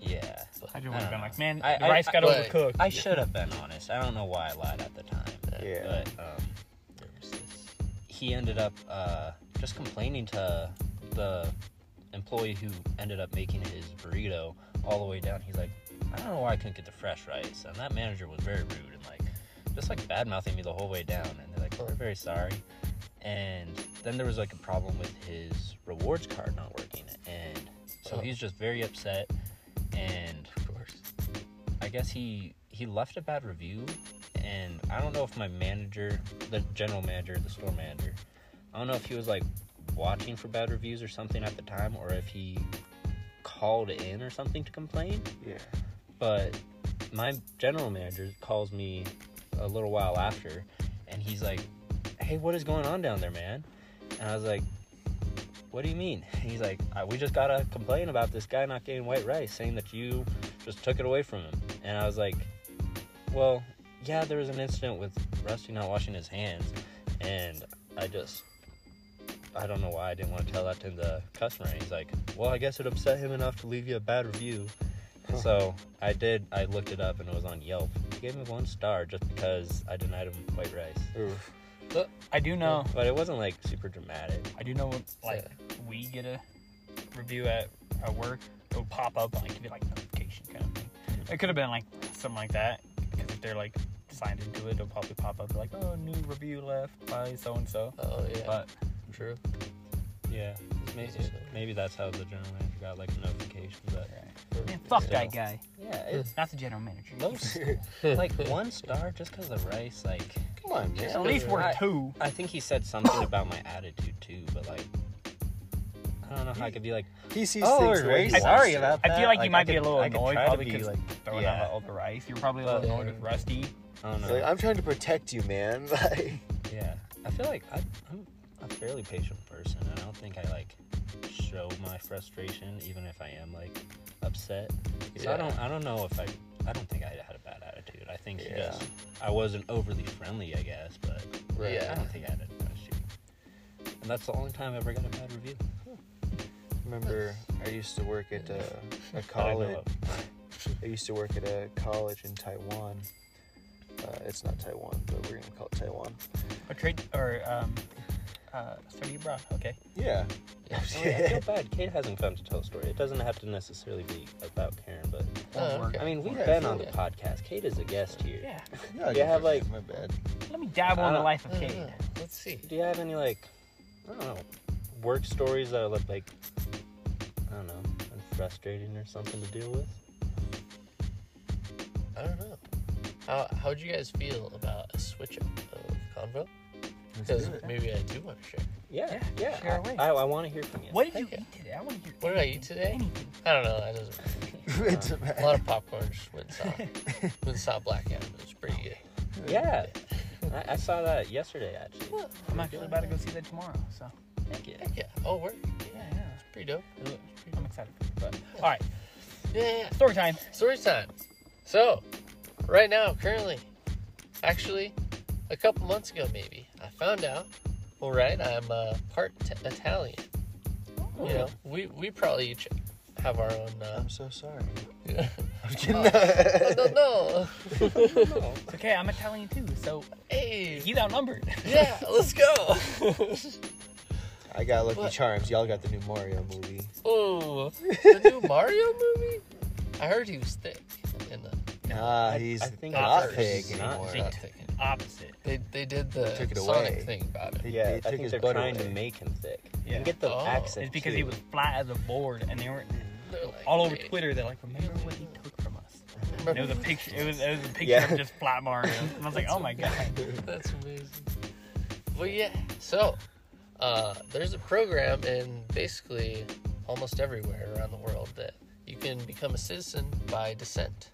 Speaker 4: yeah,
Speaker 2: I
Speaker 6: But,
Speaker 2: just would have been like, man,
Speaker 4: I-
Speaker 2: the
Speaker 4: I-
Speaker 2: rice got
Speaker 6: I-
Speaker 2: overcooked.
Speaker 4: I should have been honest. I don't know why I lied at the time.
Speaker 5: Yeah.
Speaker 4: But um,
Speaker 6: there's this-
Speaker 4: he ended up uh, just complaining to the employee who ended up making his burrito all the way down. He's like, I don't know why I couldn't get the fresh rice. And that manager was very rude and like, just like bad mouthing me the whole way down. And they're like, "Oh, we're very sorry. And then there was like a problem with his rewards card not working. And so
Speaker 6: Oh.
Speaker 4: he was just very upset. And
Speaker 6: Of course.
Speaker 4: I guess he he left a bad review, and I don't know if my manager, the general manager, the store manager, I don't know if he was like watching for bad reviews or something at the time, or if he called in or something to complain.
Speaker 5: Yeah.
Speaker 4: But my general manager calls me a little while after, and he's like, "Hey, what is going on down there, man?" And I was like. What do you mean? He's like, "Uh, we just got a complaint about this guy not getting white rice, saying that you just took it away from him. And I was like, well, yeah, there was an incident with Rusty not washing his hands, and I just, I don't know why I didn't want to tell that to the customer. And he's like, well, I guess it upset him enough to leave you a bad review. And so I did. I looked it up, and it was on Yelp. He gave me one star just because I denied him white rice.
Speaker 5: Oof.
Speaker 2: I do know.
Speaker 4: But it wasn't like super dramatic.
Speaker 2: I do know, like, we get a review at, at work. It would pop up, like, give you, like, notification kind of thing. It could have been, like, something like that. Because if they're like signed into it, it'll probably pop up like, oh, new review left by so and so.
Speaker 6: Oh yeah,
Speaker 2: But
Speaker 6: true.
Speaker 2: yeah,
Speaker 6: Maybe-
Speaker 4: Maybe that's how the general manager got like a notification that
Speaker 2: man, fuck that guy.
Speaker 4: yeah, it's
Speaker 2: Not the general manager.
Speaker 4: most like one star just because of race. Like
Speaker 6: Come on, man.
Speaker 2: At least we're
Speaker 4: I-
Speaker 2: two.
Speaker 4: I think he said something about my attitude too, but like I don't know how I could be like
Speaker 5: He sees
Speaker 4: Oh,
Speaker 5: things the way
Speaker 4: race.
Speaker 5: he wants
Speaker 4: Sorry
Speaker 5: to.
Speaker 4: about
Speaker 2: I
Speaker 4: that.
Speaker 2: feel like, you might
Speaker 4: I
Speaker 2: be a
Speaker 4: could-
Speaker 2: little
Speaker 4: I could
Speaker 2: annoyed
Speaker 4: try to
Speaker 2: probably
Speaker 4: be,
Speaker 2: because
Speaker 4: like,
Speaker 2: throwing
Speaker 4: yeah.
Speaker 2: out all the rice. You're probably a little
Speaker 6: Yeah.
Speaker 2: annoyed with Rusty.
Speaker 4: I don't
Speaker 5: It's
Speaker 4: know.
Speaker 5: like, I'm trying to protect you, man. Like,
Speaker 4: yeah, I feel like I, I'm a fairly patient person. and I don't think I like show my frustration, even if I am like upset. So I
Speaker 6: Yeah.
Speaker 4: don't. I don't know if I. I don't think I had a bad attitude. I think he
Speaker 6: Yeah.
Speaker 4: just. I wasn't overly friendly, I guess, but
Speaker 6: Right.
Speaker 4: I don't think I had a bad attitude. And that's the only time I ever got a bad review.
Speaker 5: remember, I used to work at uh, a
Speaker 4: that I know
Speaker 5: college.
Speaker 4: of.
Speaker 5: I used to work at a college in Taiwan. Uh, it's not Taiwan, but we're gonna call it Taiwan.
Speaker 2: Or trade or um, uh, study abroad. Okay.
Speaker 5: Yeah.
Speaker 4: Oh, yeah, I feel bad. Kate hasn't come to tell a story. It doesn't have to necessarily be about Karen, but
Speaker 6: Oh, okay.
Speaker 4: I mean, we've
Speaker 5: Yeah,
Speaker 4: been
Speaker 5: sure.
Speaker 4: on the podcast. Kate is a guest here.
Speaker 2: Yeah.
Speaker 5: Yeah,
Speaker 4: You have, like-
Speaker 5: my bad.
Speaker 2: Let me dabble in the
Speaker 4: Uh,
Speaker 2: life of
Speaker 6: I don't
Speaker 2: Cade.
Speaker 6: know. Mm-hmm. Let's see.
Speaker 4: Do you have any like, I don't know, work stories that are like, like, I don't know, frustrating or something to deal with?
Speaker 6: I don't know. How how'd you guys feel about a switch up of convo? Because maybe I do want to share.
Speaker 4: Yeah,
Speaker 2: Yeah,
Speaker 4: yeah.
Speaker 2: share away.
Speaker 4: I, I, want to hear from you.
Speaker 2: What did you
Speaker 6: Okay.
Speaker 2: eat today? I want to hear
Speaker 6: What did I eat today?
Speaker 2: anything.
Speaker 6: I don't know. That doesn't. Uh,
Speaker 5: it's a
Speaker 6: A lot of popcorn just went saw. went saw Black Adam. It was pretty good.
Speaker 4: Yeah, I, I saw that yesterday actually.
Speaker 2: I'm actually about to go see that tomorrow. So
Speaker 4: Thank you.
Speaker 6: Heck yeah. Oh, work.
Speaker 2: yeah,
Speaker 6: Yeah. It's pretty dope.
Speaker 2: yeah. I'm excited. But all right,
Speaker 6: Yeah.
Speaker 2: story time.
Speaker 6: Story time. So, right now, currently, actually, a couple months ago, maybe, I found out. Well, right, I'm uh, part t- Italian.
Speaker 2: Oh.
Speaker 6: You know, we we probably each have our own. Uh,
Speaker 5: I'm so sorry.
Speaker 6: I'm no, no.
Speaker 2: It's okay. I'm Italian too. So
Speaker 6: Hey.
Speaker 2: he's outnumbered.
Speaker 6: Yeah, let's go.
Speaker 5: I got Lucky
Speaker 6: What?
Speaker 5: Charms. Y'all got the new Mario movie.
Speaker 6: Oh, the new Mario movie. I heard he was thick. In the,
Speaker 5: Nah,
Speaker 4: I-
Speaker 5: he's
Speaker 4: I think
Speaker 5: not
Speaker 6: it's-
Speaker 5: big
Speaker 4: it's not
Speaker 5: anymore.
Speaker 6: he's not thick.
Speaker 2: Opposite.
Speaker 6: They they did the
Speaker 5: They took it
Speaker 6: Sonic
Speaker 5: away.
Speaker 6: thing about it.
Speaker 5: They-
Speaker 4: Yeah,
Speaker 5: they
Speaker 4: I
Speaker 5: took
Speaker 4: think
Speaker 5: his
Speaker 4: they're
Speaker 5: butt
Speaker 4: trying to
Speaker 5: away.
Speaker 4: make him thick.
Speaker 2: Yeah.
Speaker 4: And get the
Speaker 6: Oh.
Speaker 4: accent.
Speaker 2: It's because he
Speaker 4: too.
Speaker 2: was flat as a board, and they were
Speaker 6: They're like,
Speaker 2: all over
Speaker 6: hey,
Speaker 2: Twitter. They're like, "Remember what he took from us?" And
Speaker 6: remember-
Speaker 2: it was a picture. It was, it was a picture
Speaker 5: Yeah.
Speaker 2: of just flat Mario. And I was like, "Oh my god."
Speaker 6: That's amazing. But yeah, so uh, there's a program in basically almost everywhere around the world that you can become a citizen by descent.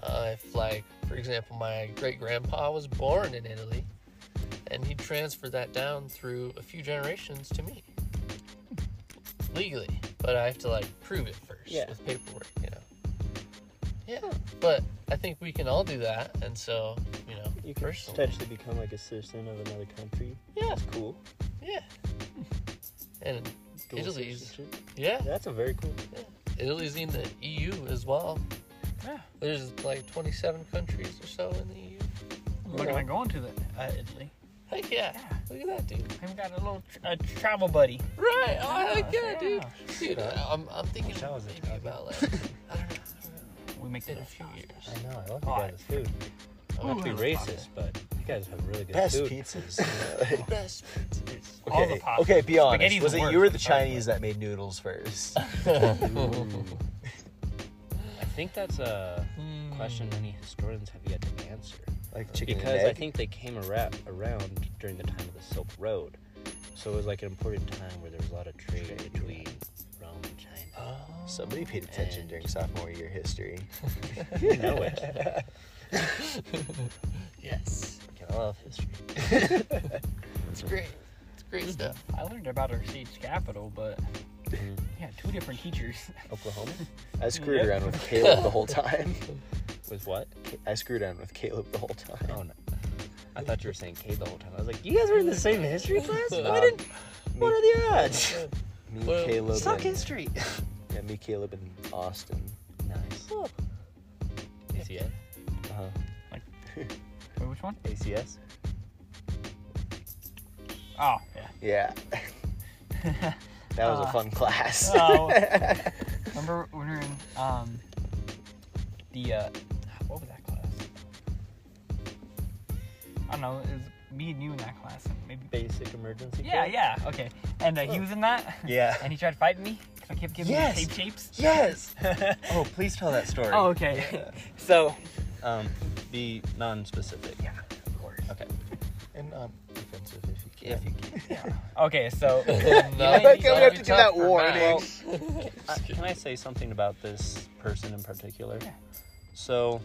Speaker 6: Uh, if, like, for example, my great grandpa was born in Italy, and he transferred that down through a few generations to me legally, but I have to like prove it first
Speaker 4: Yeah.
Speaker 6: with paperwork, you know. Yeah, but I think we can all do that, and so you know,
Speaker 4: You could
Speaker 6: personally,
Speaker 4: potentially become like a citizen of another country.
Speaker 6: Yeah.
Speaker 4: That's cool.
Speaker 6: Yeah. And
Speaker 4: Dual
Speaker 6: Italy's-
Speaker 4: citizenship.
Speaker 6: yeah,
Speaker 4: That's a very cool.
Speaker 6: Italy's in the EU as well.
Speaker 2: Yeah.
Speaker 6: There's like 27 countries or so in the EU.
Speaker 2: Looking like going to the uh, Italy.
Speaker 6: Heck yeah. Look at that, dude.
Speaker 2: I've got a little tr a travel buddy.
Speaker 6: Right. Oh, heck yeah,
Speaker 2: yeah.
Speaker 6: dude. Dude, I'm, I'm thinking
Speaker 4: I was
Speaker 6: maybe
Speaker 4: Italian.
Speaker 6: about like, I don't know, I don't know,
Speaker 2: We make
Speaker 6: in a
Speaker 2: it.
Speaker 6: few years. Oh,
Speaker 4: I know. I love
Speaker 2: Oh,
Speaker 4: you
Speaker 2: I-
Speaker 4: guys' food. I'm
Speaker 2: Ooh,
Speaker 4: not to
Speaker 2: I
Speaker 4: be
Speaker 2: love
Speaker 4: racist, but you guys have really good
Speaker 5: Best
Speaker 4: food.
Speaker 5: pizzas. you know, like-
Speaker 6: Best pizzas.
Speaker 2: All the
Speaker 5: Okay,
Speaker 2: pasta.
Speaker 5: okay, be honest.
Speaker 2: Spaghetti's
Speaker 5: was
Speaker 2: the
Speaker 5: it
Speaker 2: worst,
Speaker 5: you or the
Speaker 2: by the
Speaker 5: Chinese that made noodles first?
Speaker 4: I think that's a
Speaker 6: Hmm.
Speaker 4: question many historians have yet to answer.
Speaker 5: like chicken
Speaker 4: Because
Speaker 5: and
Speaker 4: I
Speaker 5: egg?
Speaker 4: think they came ara- around during the time of the Silk Road. So it was like an important time where there was a lot of trade between Rome and China.
Speaker 6: Oh.
Speaker 5: Somebody paid attention
Speaker 4: And-
Speaker 5: during sophomore year history.
Speaker 4: You know it.
Speaker 6: Yes.
Speaker 4: I love history.
Speaker 6: It's great. It's great stuff.
Speaker 2: I learned about our state's capital, but
Speaker 4: Mhm.
Speaker 5: Mm-hmm.
Speaker 2: yeah, two different teachers.
Speaker 4: Oklahoma?
Speaker 5: I screwed
Speaker 2: Yep.
Speaker 5: around with Caleb the whole time.
Speaker 4: Was what?
Speaker 5: I screwed around with Caleb the whole time.
Speaker 4: Oh no. I thought you were saying Cade the whole time. I was like, you guys were in the same history class? Why
Speaker 5: Nah,
Speaker 4: didn't,
Speaker 5: me,
Speaker 4: what are the odds?
Speaker 5: me,
Speaker 6: Well,
Speaker 5: Caleb,
Speaker 4: Suck
Speaker 5: and,
Speaker 4: history.
Speaker 5: Yeah, me, Caleb, and Austin.
Speaker 4: Nice. ACS?
Speaker 5: Uh-huh.
Speaker 2: Wait, which one?
Speaker 5: ACS.
Speaker 2: Oh, yeah.
Speaker 5: Yeah, that was
Speaker 2: Uh,
Speaker 5: a fun class.
Speaker 2: oh. Remember when we were in um, the uh, what was that class? I don't know, it was me and you in that class, and maybe.
Speaker 4: Basic emergency.
Speaker 2: Yeah,
Speaker 4: kit?
Speaker 2: yeah, okay. And uh, he was in that,
Speaker 4: Yeah.
Speaker 2: and he tried fighting me because I kept giving
Speaker 4: Yes.
Speaker 2: him the same shapes.
Speaker 4: Yes. oh, please tell that story.
Speaker 2: Oh, okay. So,
Speaker 4: Um, be non-specific. Yeah,
Speaker 2: of course.
Speaker 4: Okay.
Speaker 6: And um,
Speaker 4: Offensive if you can. If you can.
Speaker 2: Okay, so
Speaker 5: I
Speaker 6: Hey,
Speaker 5: like how
Speaker 6: that'll
Speaker 5: we have
Speaker 6: be
Speaker 5: to do
Speaker 6: tough
Speaker 5: that
Speaker 6: for
Speaker 5: warning.
Speaker 6: Max.
Speaker 4: Uh, can I say something about this person in particular?
Speaker 2: Yeah.
Speaker 4: So,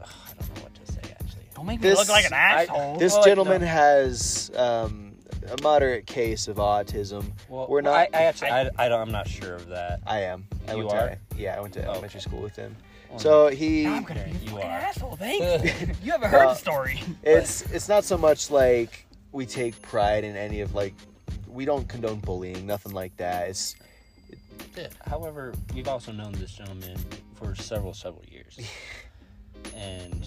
Speaker 4: Ugh, I don't know what to say actually.
Speaker 2: don't make me
Speaker 5: This
Speaker 2: look like an
Speaker 5: I-
Speaker 2: asshole.
Speaker 5: This
Speaker 2: Well, like,
Speaker 5: gentleman
Speaker 2: no.
Speaker 5: has um, a moderate case of autism.
Speaker 4: Well,
Speaker 5: We're not-
Speaker 4: I, I actually, I, I don't. I'm not sure of that.
Speaker 5: I am. I
Speaker 4: You
Speaker 5: went
Speaker 4: are?
Speaker 5: To, yeah, I went to
Speaker 4: Okay.
Speaker 5: elementary school with him.
Speaker 4: Oh,
Speaker 5: So he,
Speaker 2: I'm gonna be a
Speaker 4: You
Speaker 2: fucking
Speaker 4: are.
Speaker 2: asshole. Thanks. you haven't heard
Speaker 5: Well,
Speaker 2: the story.
Speaker 5: it's it's not so much like we take pride in any of like we don't condone bullying, nothing like that. It's
Speaker 4: However, we've also known this gentleman for several, several years. and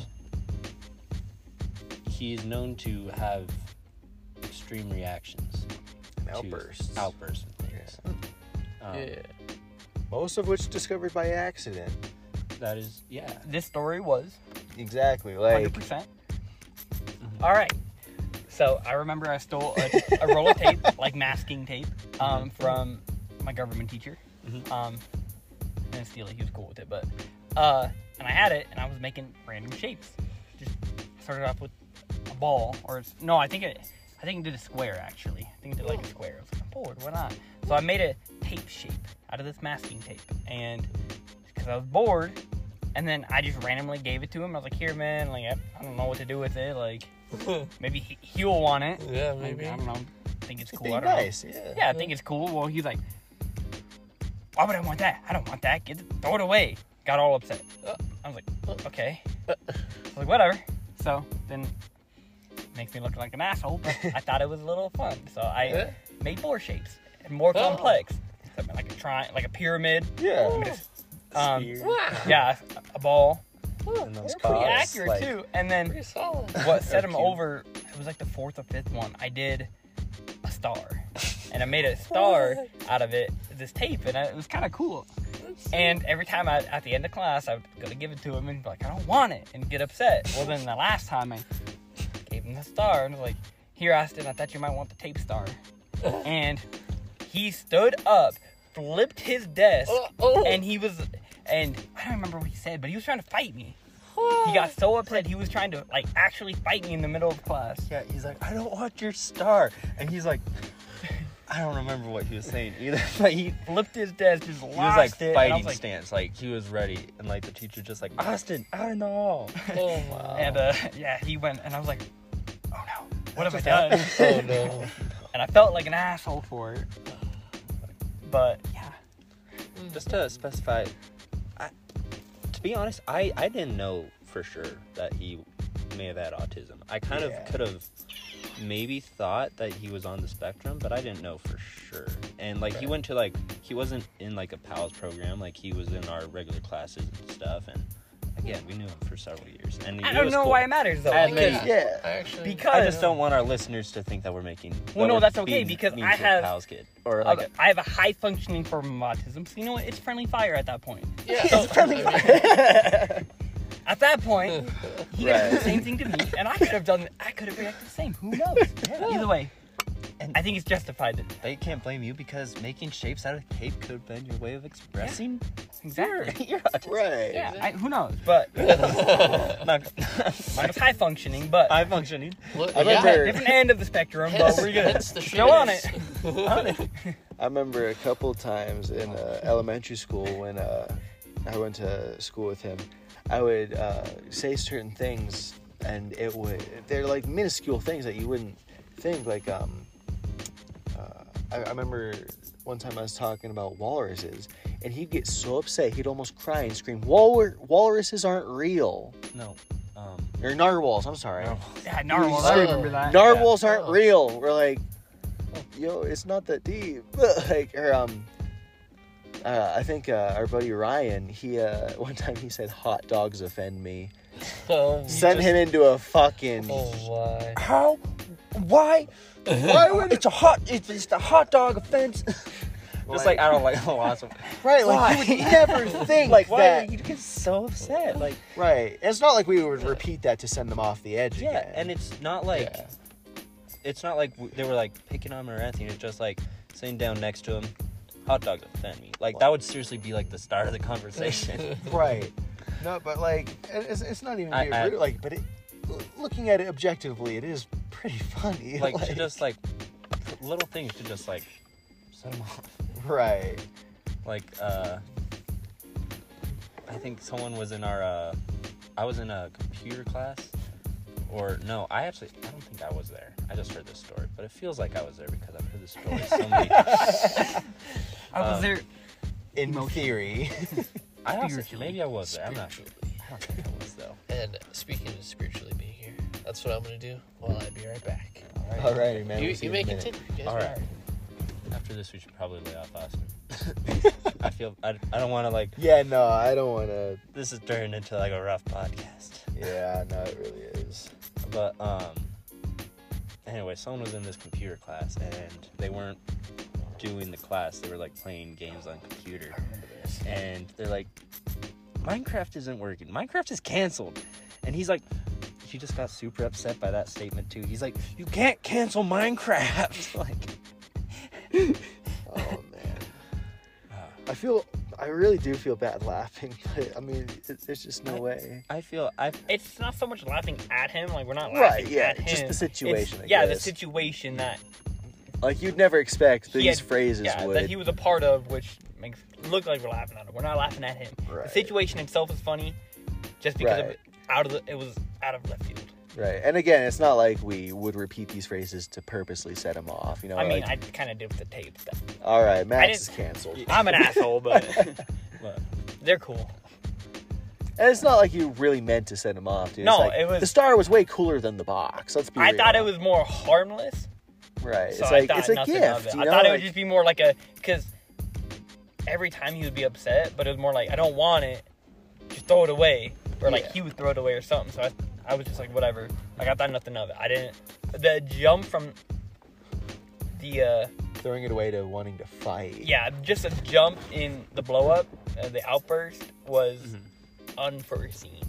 Speaker 4: he's known to have extreme reactions.
Speaker 5: an
Speaker 4: to
Speaker 5: outburst.
Speaker 4: Outbursts and things. Um,
Speaker 6: Yeah.
Speaker 5: Most of which discovered by accident.
Speaker 4: That is, yeah.
Speaker 2: This story was
Speaker 5: Exactly.
Speaker 2: hundred
Speaker 5: Like
Speaker 2: percent. All right. So I remember I stole a, a roll of tape, like masking tape, um, from my government teacher.
Speaker 4: Mhm.
Speaker 2: Um, I didn't steal it; he was cool with it. But uh, and I had it, and I was making random shapes. Just started off with a ball, or it's, no, I think it, I think it did a square actually. I think it did like a square. I was like, I'm bored. Why not? So I made a tape shape out of this masking tape, and because I was bored, and then I just randomly gave it to him. I was like, "Here, man. Like, I, I don't know what to do with it. Like, maybe he, he'll want it.
Speaker 6: yeah,
Speaker 2: Like,
Speaker 6: maybe.
Speaker 2: I don't know. Think it's cool.
Speaker 5: be
Speaker 2: I don't
Speaker 5: nice. Yeah.
Speaker 2: know. Yeah, I think it's cool. Well, he's like, "Why would I want that? I don't want that. Get throw it away." Got all upset. Uh, I was like, "Okay." I was like, "Whatever." So then, makes me look like an asshole. But I thought it was a little fun. So I
Speaker 6: Yeah.
Speaker 2: made more shapes and more
Speaker 6: Oh.
Speaker 2: complex, Something like a tri, like a pyramid.
Speaker 5: Yeah.
Speaker 2: Um,
Speaker 6: Wow.
Speaker 2: yeah, a ball.
Speaker 4: And
Speaker 2: They
Speaker 4: those
Speaker 2: were pretty
Speaker 4: balls,
Speaker 2: accurate
Speaker 4: like-
Speaker 2: too. And then
Speaker 6: Pretty solid.
Speaker 2: what set him
Speaker 4: cute.
Speaker 2: over? It was like the fourth or fifth one. I did a star, and I made a star out of it. This tape, and I, it was kind of cool. And every time I, at the end of class, I would go to give it to him and be like, I don't want it, and get upset. Well, then the last time I gave him the star and was like, Here, Austin, I thought you might want the tape star. And he stood up, flipped his desk,
Speaker 6: Oh, oh.
Speaker 2: and he was, and I don't remember what he said, but he was trying to fight me. He got so upset, he was trying to, like, actually fight me in the middle of class.
Speaker 4: Yeah, he's like, I don't want your star. And he's like, I don't remember what he was saying either, but he,
Speaker 2: Flipped his desk, just
Speaker 4: he
Speaker 2: lost
Speaker 4: was like
Speaker 2: it. and I
Speaker 4: fighting
Speaker 2: was like,
Speaker 4: stance. Like, he was ready. And like the teacher just like, Austin, out of the hall.
Speaker 6: Oh wow.
Speaker 2: And uh, yeah, he went, and I was like, oh no, what have I done?
Speaker 6: oh no.
Speaker 2: and I felt like an asshole for it. But yeah,
Speaker 4: Just to specify, I, to be honest, I, I didn't know for sure that he may have had autism. I kind
Speaker 5: Yeah.
Speaker 4: of could have maybe thought that he was on the spectrum, but I didn't know for sure. And like he went to like he wasn't in like a PALS program, like he was in our regular classes and stuff. And again, we knew him for several years. And
Speaker 2: I
Speaker 4: it
Speaker 2: don't
Speaker 4: was
Speaker 2: know
Speaker 4: cool.
Speaker 2: why it matters though.
Speaker 4: I
Speaker 2: because-
Speaker 4: admit-
Speaker 5: Yeah.
Speaker 6: I actually.
Speaker 2: Because-
Speaker 4: I just don't want our listeners to think that we're making.
Speaker 2: Well, no,
Speaker 4: we're
Speaker 2: that's okay,
Speaker 4: being
Speaker 2: because
Speaker 4: mean
Speaker 2: I
Speaker 4: to a
Speaker 2: have-
Speaker 4: PALS kid or like a,
Speaker 2: I have a high functioning form of autism, so you know what? It's friendly fire at that point.
Speaker 6: Yeah.
Speaker 2: At that point, he could have done the
Speaker 5: Right.
Speaker 2: same thing to me, and I could have done. I could have reacted the same. Who knows? Either way,
Speaker 4: And-
Speaker 2: I think it's justified.
Speaker 4: They can't blame you because making shapes out of tape could have been your way of expressing
Speaker 2: Exactly.
Speaker 4: your autism.
Speaker 5: Right.
Speaker 2: Yeah. I, who knows? But
Speaker 4: Not-
Speaker 2: mine was high functioning, but
Speaker 4: I'm functioning.
Speaker 6: Look,
Speaker 5: I
Speaker 6: yeah.
Speaker 5: remember-
Speaker 2: different end of the spectrum. But
Speaker 6: Hence-
Speaker 2: we're gonna
Speaker 6: hence the
Speaker 2: go on it.
Speaker 6: shitters.
Speaker 5: I remember a couple times in uh, elementary school when uh, I went to school with him, I would uh, say certain things, and it would they're like minuscule things that you wouldn't think. Like um, uh, I, I remember one time I was talking about walruses, and he'd get so upset he'd almost cry and scream, Walrus "Walruses aren't real."
Speaker 4: No. Um,
Speaker 5: Or narwhals. I'm sorry.
Speaker 2: Yeah, narwhal. I
Speaker 5: So-
Speaker 2: remember that.
Speaker 5: Narwhals aren't
Speaker 6: Oh.
Speaker 5: real. We're like, yo, it's not that deep. like, or, um, uh, I think uh, our buddy Ryan, he uh, one time he said, "Hot dogs offend me."
Speaker 6: Oh, you
Speaker 5: Send
Speaker 6: just-
Speaker 5: him into a fucking.
Speaker 6: Oh why?
Speaker 4: how? Why? Why would it's a hot? It's, it's the hot dog offense.
Speaker 2: Just like I don't like awesome.
Speaker 5: Right,
Speaker 4: Why?
Speaker 5: like you would never think like
Speaker 4: why
Speaker 5: that.
Speaker 4: would you get so upset? Like,
Speaker 5: Right. It's not like we would repeat that to send them off the edge
Speaker 4: yeah,
Speaker 5: again.
Speaker 4: and it's not like
Speaker 6: yeah.
Speaker 4: it's not like w- they were like picking on him or anything. It's just like sitting down next to him, hot dog offend me. Like that would seriously be like the start of the conversation.
Speaker 5: right. No, but like it's, it's not even
Speaker 4: I-
Speaker 5: being
Speaker 4: I-
Speaker 5: rude. Like, but it, l- looking at it objectively, it is pretty funny.
Speaker 4: like, to just like little things to just like set him off.
Speaker 5: right.
Speaker 4: like uh i think someone was in our uh i was in a computer class or no i actually i don't think i was there i just heard this story but it feels like i was there because i've heard this story so many
Speaker 2: I was
Speaker 4: Um,
Speaker 2: there.
Speaker 5: In theory.
Speaker 4: i honestly,
Speaker 2: Spiritually.
Speaker 4: maybe i was there i'm not sure
Speaker 6: Spiritually.
Speaker 4: i don't think i was though
Speaker 6: And speaking of spiritually being here, that's what I'm gonna do while I be right back.
Speaker 5: Alrighty, man.
Speaker 6: you
Speaker 5: we'll see
Speaker 6: you
Speaker 5: in a
Speaker 6: may
Speaker 5: minute.
Speaker 6: continue. You guys
Speaker 4: all
Speaker 6: may-
Speaker 4: right after this we should probably lay off austin i feel i, I don't want to like
Speaker 5: Yeah, no, I don't want to.
Speaker 4: this is turned into like a rough podcast
Speaker 5: Yeah, no, it really is.
Speaker 4: But um anyway, someone was in this computer class and they weren't doing the class. They were like playing games on computer. And they're like Minecraft isn't working. Minecraft is canceled. And he's like he just got super upset by that statement too. He's like, "You can't cancel Minecraft." like
Speaker 5: Oh man. I feel. I really do feel bad laughing, but I mean, it, there's just no way.
Speaker 4: I feel I
Speaker 2: It's not so much laughing at him. Like we're not laughing
Speaker 5: Right, yeah,
Speaker 2: at him.
Speaker 5: just the
Speaker 2: It's-
Speaker 5: situation, I
Speaker 2: yeah, the
Speaker 5: guess.
Speaker 2: situation that
Speaker 5: Like you'd never expect
Speaker 2: he
Speaker 5: these
Speaker 2: had-
Speaker 5: phrases
Speaker 2: yeah,
Speaker 5: would.
Speaker 2: that he was a part of, which makes it look like we're laughing at him. We're not laughing at him.
Speaker 5: Right.
Speaker 2: The situation itself is funny, just because
Speaker 5: Right.
Speaker 2: it, out of the, it was out of left field.
Speaker 5: Right. And again, it's not like we would repeat these phrases to purposely set him off. You know,
Speaker 2: I mean,
Speaker 5: like,
Speaker 2: I kind of did with the tape stuff.
Speaker 5: all right,
Speaker 2: I
Speaker 5: Max
Speaker 2: didn't-
Speaker 5: is canceled.
Speaker 2: I'm an asshole, but
Speaker 4: look,
Speaker 2: they're cool.
Speaker 5: And it's not like you really meant to set him off, dude. It's
Speaker 2: No,
Speaker 5: like,
Speaker 2: it was-
Speaker 5: The star was way cooler than the box. Let's be
Speaker 2: I
Speaker 5: real.
Speaker 2: thought it was more harmless.
Speaker 5: Right. it's
Speaker 2: So I
Speaker 5: like,
Speaker 2: thought
Speaker 5: it's a
Speaker 2: nothing of
Speaker 5: gift.
Speaker 2: it.
Speaker 5: You
Speaker 2: I
Speaker 5: know?
Speaker 2: thought it
Speaker 5: like,
Speaker 2: would just be more like a because every time he would be upset, but it was more like I don't want it, just throw it away, or like
Speaker 5: Yeah.
Speaker 2: he would throw it away or something. So I, I was just like whatever. Like I thought nothing of it. I didn't. The jump from the uh
Speaker 5: throwing it away to wanting to fight.
Speaker 2: yeah, just a jump in the blow up, uh, the outburst was
Speaker 5: Mm-hmm.
Speaker 2: unforeseen.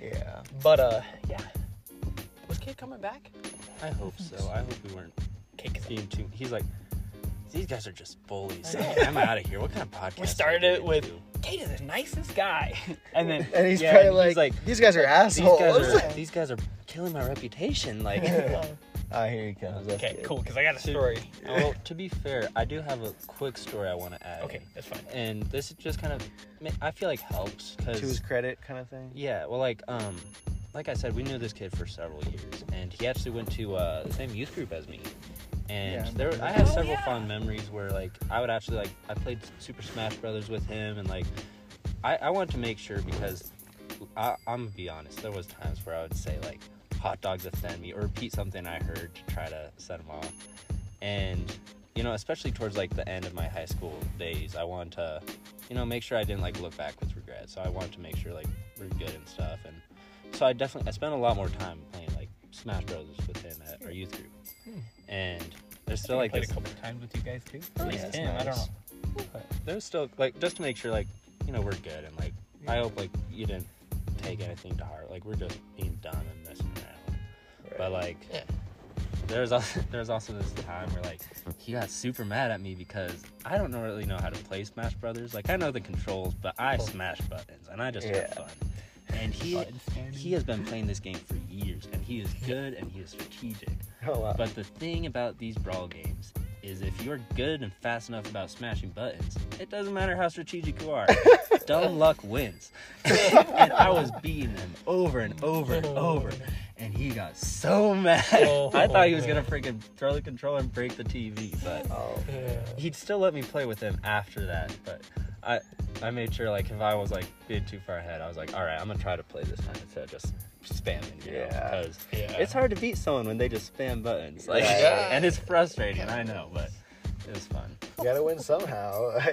Speaker 5: Yeah.
Speaker 2: But uh yeah, was Kate coming back?
Speaker 4: I hope so. I hope we weren't
Speaker 2: Kate, is-
Speaker 4: being too He's like these guys are just bullies. I'm out of here. What kind of podcast?
Speaker 2: we started it with
Speaker 4: into?
Speaker 2: Kate is the nicest guy, and then
Speaker 5: And he's
Speaker 4: Yeah,
Speaker 5: probably
Speaker 4: and
Speaker 5: like,
Speaker 4: he's like,
Speaker 5: these guys are
Speaker 4: these
Speaker 5: assholes.
Speaker 4: guys are these guys are killing my reputation. Like,
Speaker 5: Ah, here he comes. That's
Speaker 2: okay,
Speaker 5: good.
Speaker 2: cool, because I got a story.
Speaker 4: well, to be fair, I do have a quick story I want to add.
Speaker 2: Okay, that's fine.
Speaker 4: And this just kind of, ma- I feel like helps
Speaker 5: To his
Speaker 4: because
Speaker 5: credit, kind of thing.
Speaker 4: yeah, well, like um, like I said, we knew this kid for several years, and he actually went to uh, the same youth group as me. And
Speaker 5: Yeah, I
Speaker 4: there, I have several fond memories where like I would actually like I played Super Smash Brothers with him, and like I, I wanted to make sure because I, I'm gonna be honest, there was times where I would say like hot dogs offend me or repeat something I heard to try to set him off, and you know especially towards like the end of my high school days, I wanted to you know, make sure I didn't like look back with regret. So I wanted to make sure like we're good and stuff. And so I definitely I spent a lot more time playing like Smash Brothers with him at our youth group. And there's still like
Speaker 2: played
Speaker 4: this,
Speaker 2: a couple times with you guys too. At least
Speaker 5: that's
Speaker 2: him, I don't
Speaker 5: nice.
Speaker 2: know.
Speaker 4: there's still like just to make sure like you know we're good and like I hope like you didn't take anything to heart. Like we're just being dumb and messing around. But like
Speaker 6: Yeah.
Speaker 4: there's also there's also this time where like he got super mad at me because I don't know- really know how to play Smash Brothers. Like I know the controls, but I smash buttons and I just have
Speaker 5: Oh. Yeah.
Speaker 4: fun. And he he has been playing this game for years, and he is good and he is strategic.
Speaker 5: Oh, wow.
Speaker 4: But the thing about these brawl games is if you're good and fast enough about smashing buttons, it doesn't matter how strategic you are. Dumb luck wins. and I was beating him over and over and over. And he got so mad.
Speaker 6: Oh,
Speaker 4: I thought he was gonna freaking throw the controller and break the TV, but
Speaker 5: Oh.
Speaker 4: he'd still let me play with him after that. But I I made sure like if I was like being too far ahead, I was like, all right, I'm gonna try to play this time instead of just spamming. You
Speaker 5: Yeah.
Speaker 4: Know, because
Speaker 6: Yeah.
Speaker 4: it's hard to beat someone when they just spam buttons. Like,
Speaker 5: Right.
Speaker 6: Yeah.
Speaker 4: and it's frustrating. I know, but it was fun.
Speaker 5: You gotta win somehow.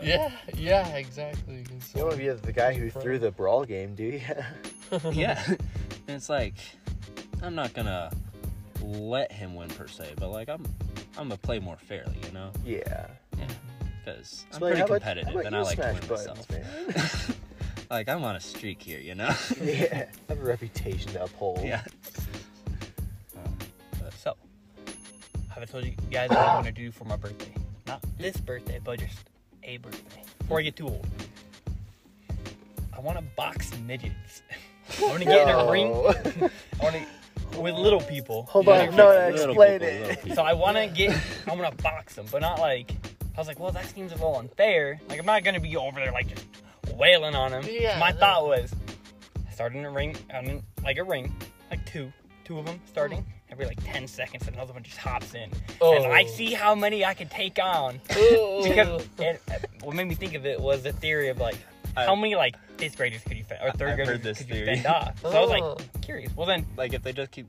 Speaker 5: Like,
Speaker 6: Yeah, yeah, exactly. It's
Speaker 5: you don't want to be the guy who threw the brawl game, do you?
Speaker 4: yeah. And it's like I'm not gonna let him win per se, but like I'm I'm gonna play more fairly. You know.
Speaker 5: yeah.
Speaker 4: Yeah. because I'm
Speaker 5: Smelly,
Speaker 4: pretty
Speaker 5: how about-
Speaker 4: competitive
Speaker 5: how about
Speaker 4: and
Speaker 5: you
Speaker 4: I like to
Speaker 5: smash
Speaker 4: win
Speaker 5: buttons,
Speaker 4: myself. like I'm on a streak here, you know.
Speaker 5: yeah, I have a reputation to uphold.
Speaker 4: yeah.
Speaker 2: Uh, So, have I told you guys what I'm gonna do for my birthday? Not this birthday, but just a birthday. Before I get too old, I want to box midgets. I want to get in a ring.
Speaker 5: No.
Speaker 2: I want to with little people.
Speaker 5: Hold
Speaker 2: You know,
Speaker 5: on,
Speaker 2: like,
Speaker 5: no, no,
Speaker 4: Little
Speaker 5: explain
Speaker 4: people,
Speaker 5: it.
Speaker 4: little people.
Speaker 2: So I want to get, I want to box them, but not like. I was like, well, that seems a little unfair. Like, I'm not gonna be over there like just wailing on them.
Speaker 6: Yeah,
Speaker 2: My
Speaker 6: no.
Speaker 2: thought was, I started in a ring, I mean, like a ring, like two, two of them
Speaker 6: Uh-huh.
Speaker 2: starting. Every like 10 seconds, another one just hops in. And I
Speaker 6: Oh.
Speaker 2: see how many I can take on. Because and, uh, what made me think of it was the theory of like,
Speaker 4: Oh. I-
Speaker 2: how many like fifth graders could you fend, or 3rd
Speaker 4: I've heard
Speaker 2: graders
Speaker 4: this
Speaker 2: could you
Speaker 4: theory.
Speaker 2: fend off? So I was
Speaker 6: Oh.
Speaker 2: like, curious. Well, then
Speaker 4: Like if they just keep,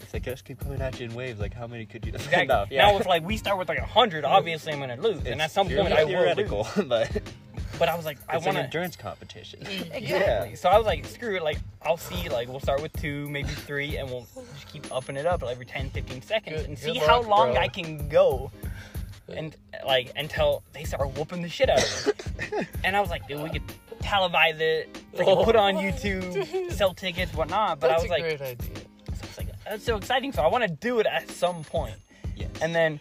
Speaker 4: if they just keep coming at you in waves, like how many could you
Speaker 2: Exactly.
Speaker 4: fend off?
Speaker 2: Now it's like we start with like a hundred. Obviously, I'm gonna lose,
Speaker 4: It's
Speaker 2: and at some
Speaker 4: purely
Speaker 2: point I will lose.
Speaker 4: theoretical, but
Speaker 2: But I was like, I
Speaker 4: it's an
Speaker 2: want to.
Speaker 4: endurance competition.
Speaker 2: Exactly. So I was like, screw it. Like I'll see. Like we'll start with two, maybe three, and we'll just keep upping it up like, every 10, 15 seconds,
Speaker 6: Good-
Speaker 2: and
Speaker 6: good
Speaker 2: see how
Speaker 6: luck,
Speaker 2: long
Speaker 6: bro.
Speaker 2: I can go. And like until they start whooping the shit out of me. and I was like, dude, we could televise it, freaking put it on YouTube, sell tickets, whatnot. But
Speaker 6: Oh. That's
Speaker 2: I was
Speaker 6: a
Speaker 2: like,
Speaker 6: great idea.
Speaker 2: I was like, that's so exciting. So I want to do it at some point.
Speaker 4: Yes.
Speaker 2: And then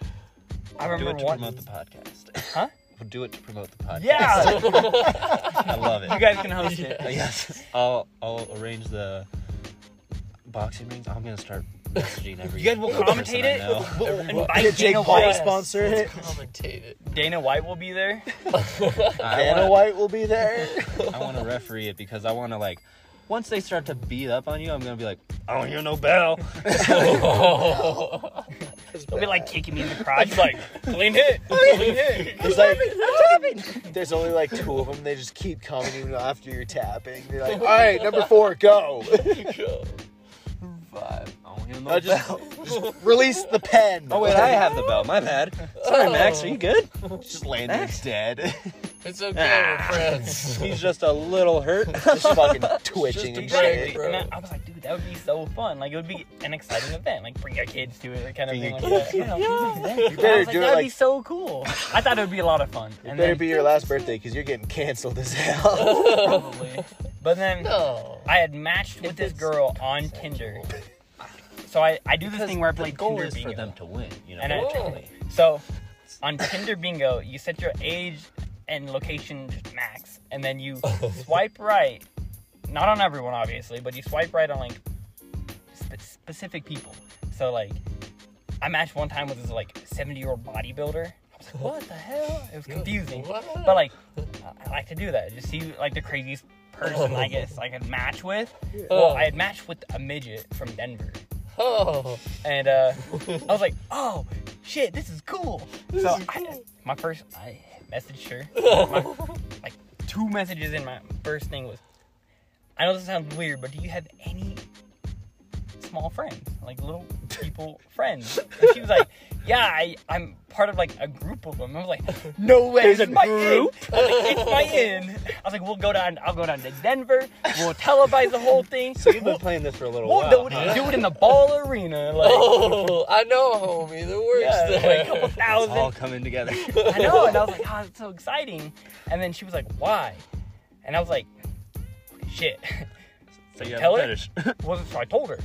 Speaker 2: I
Speaker 4: do
Speaker 2: remember
Speaker 4: it to
Speaker 2: one.
Speaker 4: promote the podcast.
Speaker 2: Huh?
Speaker 4: We'll do it to promote the podcast.
Speaker 2: Yeah, you
Speaker 4: I love it.
Speaker 2: guys can host it.
Speaker 4: Uh, yes, I'll I'll arrange the boxing rings. I'm gonna start messaging every.
Speaker 2: You guys will
Speaker 4: every person
Speaker 2: commentate
Speaker 4: I
Speaker 2: it.
Speaker 4: know.
Speaker 2: We'll
Speaker 5: Did
Speaker 2: invite
Speaker 5: Jake
Speaker 2: Dana
Speaker 5: Paul
Speaker 2: White.
Speaker 5: sponsor it?
Speaker 6: Commentate it.
Speaker 2: Dana White will be there.
Speaker 4: I
Speaker 5: Dana
Speaker 4: wanna-
Speaker 5: White will be there.
Speaker 4: I want to referee it because I want to like. Once they start to beat up on you, I'm gonna be like, I don't hear no bell.
Speaker 6: Oh.
Speaker 2: He'll be like kicking me in the crotch, like clean hit, clean hit.
Speaker 5: It's like, I'm tapping. There's only like two of them. They just keep coming even after you're tapping. They're like, all right, number four, go.
Speaker 4: I don't hear no
Speaker 5: I just,
Speaker 4: bell.
Speaker 5: just release the pen.
Speaker 4: Oh wait, I have the bell. My bad. Sorry, Max. Are you good?
Speaker 5: Just landing dead.
Speaker 6: It's okay, we're friends.
Speaker 4: He's just a little hurt.
Speaker 5: just fucking twitching and
Speaker 6: break.
Speaker 5: shit.
Speaker 2: Exactly. And I, I was like, dude, that would be so fun. Like it would be an exciting event. Like bring your kids to it, kind of
Speaker 4: Bring
Speaker 2: thing like
Speaker 4: your
Speaker 2: that. Yeah.
Speaker 5: You better
Speaker 2: I was like,
Speaker 5: do it
Speaker 2: that'd be
Speaker 5: like.
Speaker 2: so cool. I thought it would be a lot of fun.
Speaker 5: It
Speaker 2: And
Speaker 5: better
Speaker 2: then
Speaker 5: be your last birthday because you're getting canceled as hell.
Speaker 2: probably. But then
Speaker 6: No.
Speaker 2: I had matched with this girl on Tinder. So I, I do this thing where I play
Speaker 4: The goal
Speaker 2: Tinder
Speaker 4: is
Speaker 2: bingo.
Speaker 4: for them to win. You know.
Speaker 2: And I,
Speaker 6: Whoa.
Speaker 2: so on Tinder Bingo, you set your age and location just max, and then you swipe right. Not on everyone, obviously, but you swipe right on like spe- specific people. So like, I matched one time with this like seventy-year-old bodybuilder. I was like, what the hell? It was confusing.
Speaker 6: What?
Speaker 2: But like, I- I like to do that. Just see like the craziest person I guess I could match with. Well, I had matched with a midget from Denver
Speaker 6: oh.
Speaker 2: and uh, I was like, "Oh shit, this is cool." so I, my first, I messaged her. My- like two messages in, my first thing was, "I know this sounds weird, but do you have any small friends, like little people friends?" And she was like, "Yeah, I, I'm part of like a group of them." I was like, "No way, there's a my group." I was like, it's my inn. I was like, "We'll go down. I'll go down to Denver. We'll televise the whole thing."
Speaker 4: So you've been playing this for a little
Speaker 2: We'll
Speaker 4: while.
Speaker 2: do it, do it in the ball arena, like
Speaker 6: Oh, I know, homie. The works
Speaker 2: yeah,
Speaker 6: there.
Speaker 2: like a couple
Speaker 4: It's all
Speaker 2: thousand.
Speaker 4: coming together.
Speaker 2: I know, and I was like, oh, it's so exciting. And then she was like, why? And I was like, shit.
Speaker 4: so you
Speaker 2: Tell
Speaker 4: have
Speaker 2: her?
Speaker 4: to finish.
Speaker 2: Wasn't so I told her.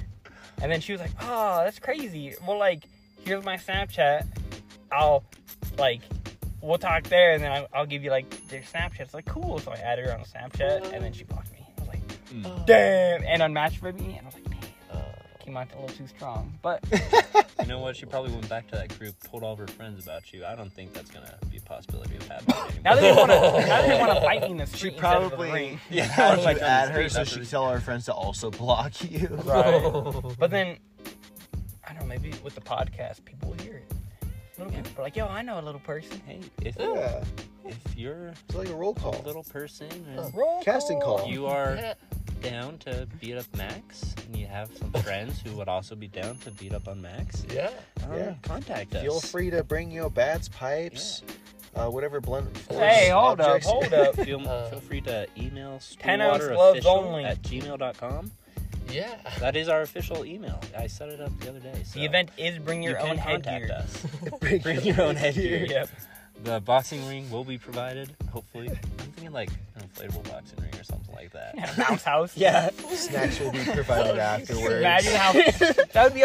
Speaker 2: And then she was like, oh, that's crazy. Well, like, here's my Snapchat. I'll like, we'll talk there, and then I'll, I'll give you like their Snapchat. It's like cool. So I added her on Snapchat, and then she blocked me. I was like, damn, and unmatched with me, and I was like, damn. Came out a little too strong, but
Speaker 4: You know what? She probably went back to that group, told all of her friends about you. I don't think that's gonna be a possibility of happening anymore.
Speaker 2: now that they want to, now that they want to fight me in the
Speaker 5: She
Speaker 2: street instead of the
Speaker 5: probably
Speaker 2: ring.
Speaker 5: yeah,
Speaker 4: I was
Speaker 5: you
Speaker 4: like on the
Speaker 5: add her
Speaker 4: street,
Speaker 5: so
Speaker 4: that's
Speaker 5: she
Speaker 4: what
Speaker 5: can
Speaker 4: she-
Speaker 5: tell her friends to also block you.
Speaker 6: Oh.
Speaker 2: Right. but then, I don't know, maybe with the podcast, people will hear it. Little people are like, yo, I know a little person.
Speaker 4: hey, if,
Speaker 5: Yeah, Oh.
Speaker 4: if you're
Speaker 5: it's like a roll
Speaker 4: a
Speaker 5: call.
Speaker 4: little person and
Speaker 2: Roll
Speaker 5: Casting call.
Speaker 4: you are
Speaker 6: Yeah.
Speaker 4: down to beat up Max, and you have some friends who would also be down to beat up on Max,
Speaker 6: Yeah.
Speaker 4: um,
Speaker 5: Yeah.
Speaker 4: contact us.
Speaker 5: Feel free to bring your bats, pipes, uh, whatever blunt. force
Speaker 2: Hey, hold up,
Speaker 5: objects-
Speaker 2: hold up.
Speaker 4: Feel,
Speaker 6: Uh,
Speaker 4: feel free to email
Speaker 2: 10 ounce gloves
Speaker 4: stoolwaterofficial
Speaker 2: only.
Speaker 4: at gmail.com.
Speaker 6: Yeah.
Speaker 4: That is our official email. I set it up the other day. So
Speaker 2: The event is bring
Speaker 4: you
Speaker 2: your
Speaker 4: can
Speaker 2: own
Speaker 4: contact
Speaker 2: headgear.
Speaker 4: us.
Speaker 5: Bring
Speaker 4: Bring your own headgear.
Speaker 2: Yep.
Speaker 4: The boxing ring will be provided, hopefully. I'm thinking like an inflatable boxing ring or something like that.
Speaker 2: bounce house.
Speaker 4: Yeah.
Speaker 5: Snacks will be provided afterwards.
Speaker 2: Imagine how that would be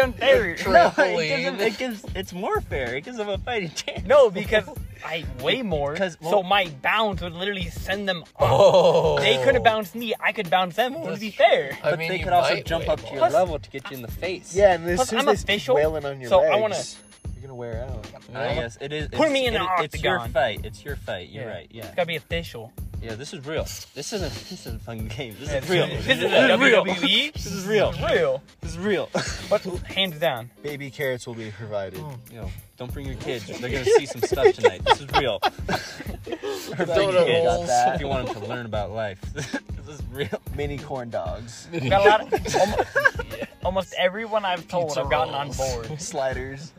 Speaker 2: unfair.
Speaker 4: it, gives
Speaker 6: Trampoline.
Speaker 4: them, it gives it's more fair. It gives them a fighting chance.
Speaker 2: No, because I weigh more.
Speaker 4: 'Cause-
Speaker 2: so my bounce would literally send them up.
Speaker 6: Oh.
Speaker 2: They could have bounced me. I could bounce them. It would
Speaker 6: That's
Speaker 2: be fair.
Speaker 6: I
Speaker 4: but
Speaker 6: mean,
Speaker 4: they
Speaker 6: you
Speaker 4: could also
Speaker 6: might
Speaker 4: jump
Speaker 6: weigh
Speaker 4: up to your
Speaker 6: more.
Speaker 4: level to get you in the face.
Speaker 5: Yeah, and as
Speaker 2: Plus,
Speaker 5: soon as
Speaker 2: I'm
Speaker 5: they
Speaker 2: official,
Speaker 5: wailing on your
Speaker 2: so I
Speaker 5: legs,
Speaker 2: wanna-
Speaker 5: you're gonna wear out.
Speaker 4: I guess it is.
Speaker 2: Put
Speaker 4: it's-
Speaker 2: me in
Speaker 4: it-
Speaker 2: an
Speaker 4: It's your
Speaker 2: octagon.
Speaker 4: fight. It's your fight. You're
Speaker 2: Yeah.
Speaker 4: right. Yeah.
Speaker 2: It's gotta be official.
Speaker 4: Yeah. This is real. This isn't. This isn't a fun game. This
Speaker 2: It's
Speaker 4: is real.
Speaker 2: This is real. WWE.
Speaker 4: This is real.
Speaker 2: E. real.
Speaker 4: This is real.
Speaker 2: But hands down.
Speaker 5: Baby carrots will be provided.
Speaker 4: Yo, don't bring your kids. They're gonna see some stuff tonight. This is real. Or bring your
Speaker 6: Donut
Speaker 4: kids
Speaker 6: holes.
Speaker 4: if you want them to learn about life. this is real.
Speaker 5: Mini corn dogs,
Speaker 2: I've Got a lot of, almost, almost everyone I've told
Speaker 6: Pizza
Speaker 2: I've gotten
Speaker 6: rolls.
Speaker 2: on board.
Speaker 5: sliders.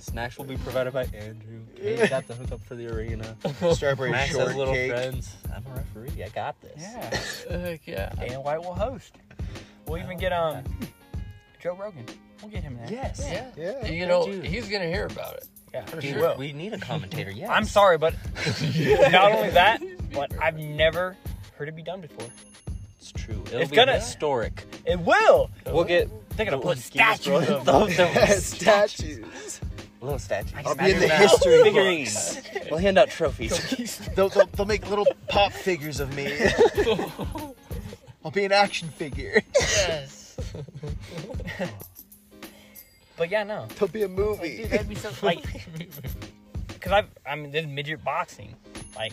Speaker 4: Snacks will be provided by Andrew. He got the hookup for the arena.
Speaker 5: Strawberry
Speaker 4: Max has little
Speaker 5: shortcake.
Speaker 4: friends. I'm a referee. I got this.
Speaker 2: Yeah.
Speaker 6: Heck yeah.
Speaker 2: Dana White will host. We'll even get um Joe Rogan. We'll get him there.
Speaker 4: Yes.
Speaker 6: Yeah.
Speaker 5: Yeah,
Speaker 6: You know,
Speaker 4: dude.
Speaker 6: he's gonna hear about it.
Speaker 2: Yeah,
Speaker 6: For
Speaker 2: he
Speaker 6: sure.
Speaker 2: will.
Speaker 4: We need a commentator. Yes.
Speaker 2: I'm sorry, but not only that, but I've never heard it be done before.
Speaker 4: It's true. It'll
Speaker 2: It's
Speaker 4: be
Speaker 2: gonna-
Speaker 4: historic.
Speaker 2: It will.
Speaker 4: We'll get
Speaker 2: They're gonna put
Speaker 4: Guinness World-
Speaker 2: statues of
Speaker 4: those- those
Speaker 5: Statues.
Speaker 4: little statues.
Speaker 5: I'll be in the
Speaker 2: Imagine that.
Speaker 5: history books.
Speaker 4: Figurines. We'll hand out trophies.
Speaker 5: They'll, they'll, they'll make little pop figures of me. I'll be an action figure.
Speaker 6: Yes.
Speaker 2: But yeah, no.
Speaker 5: There'll be a movie.
Speaker 2: Dude, that'd be so like, cause I've I mean this midget boxing, like,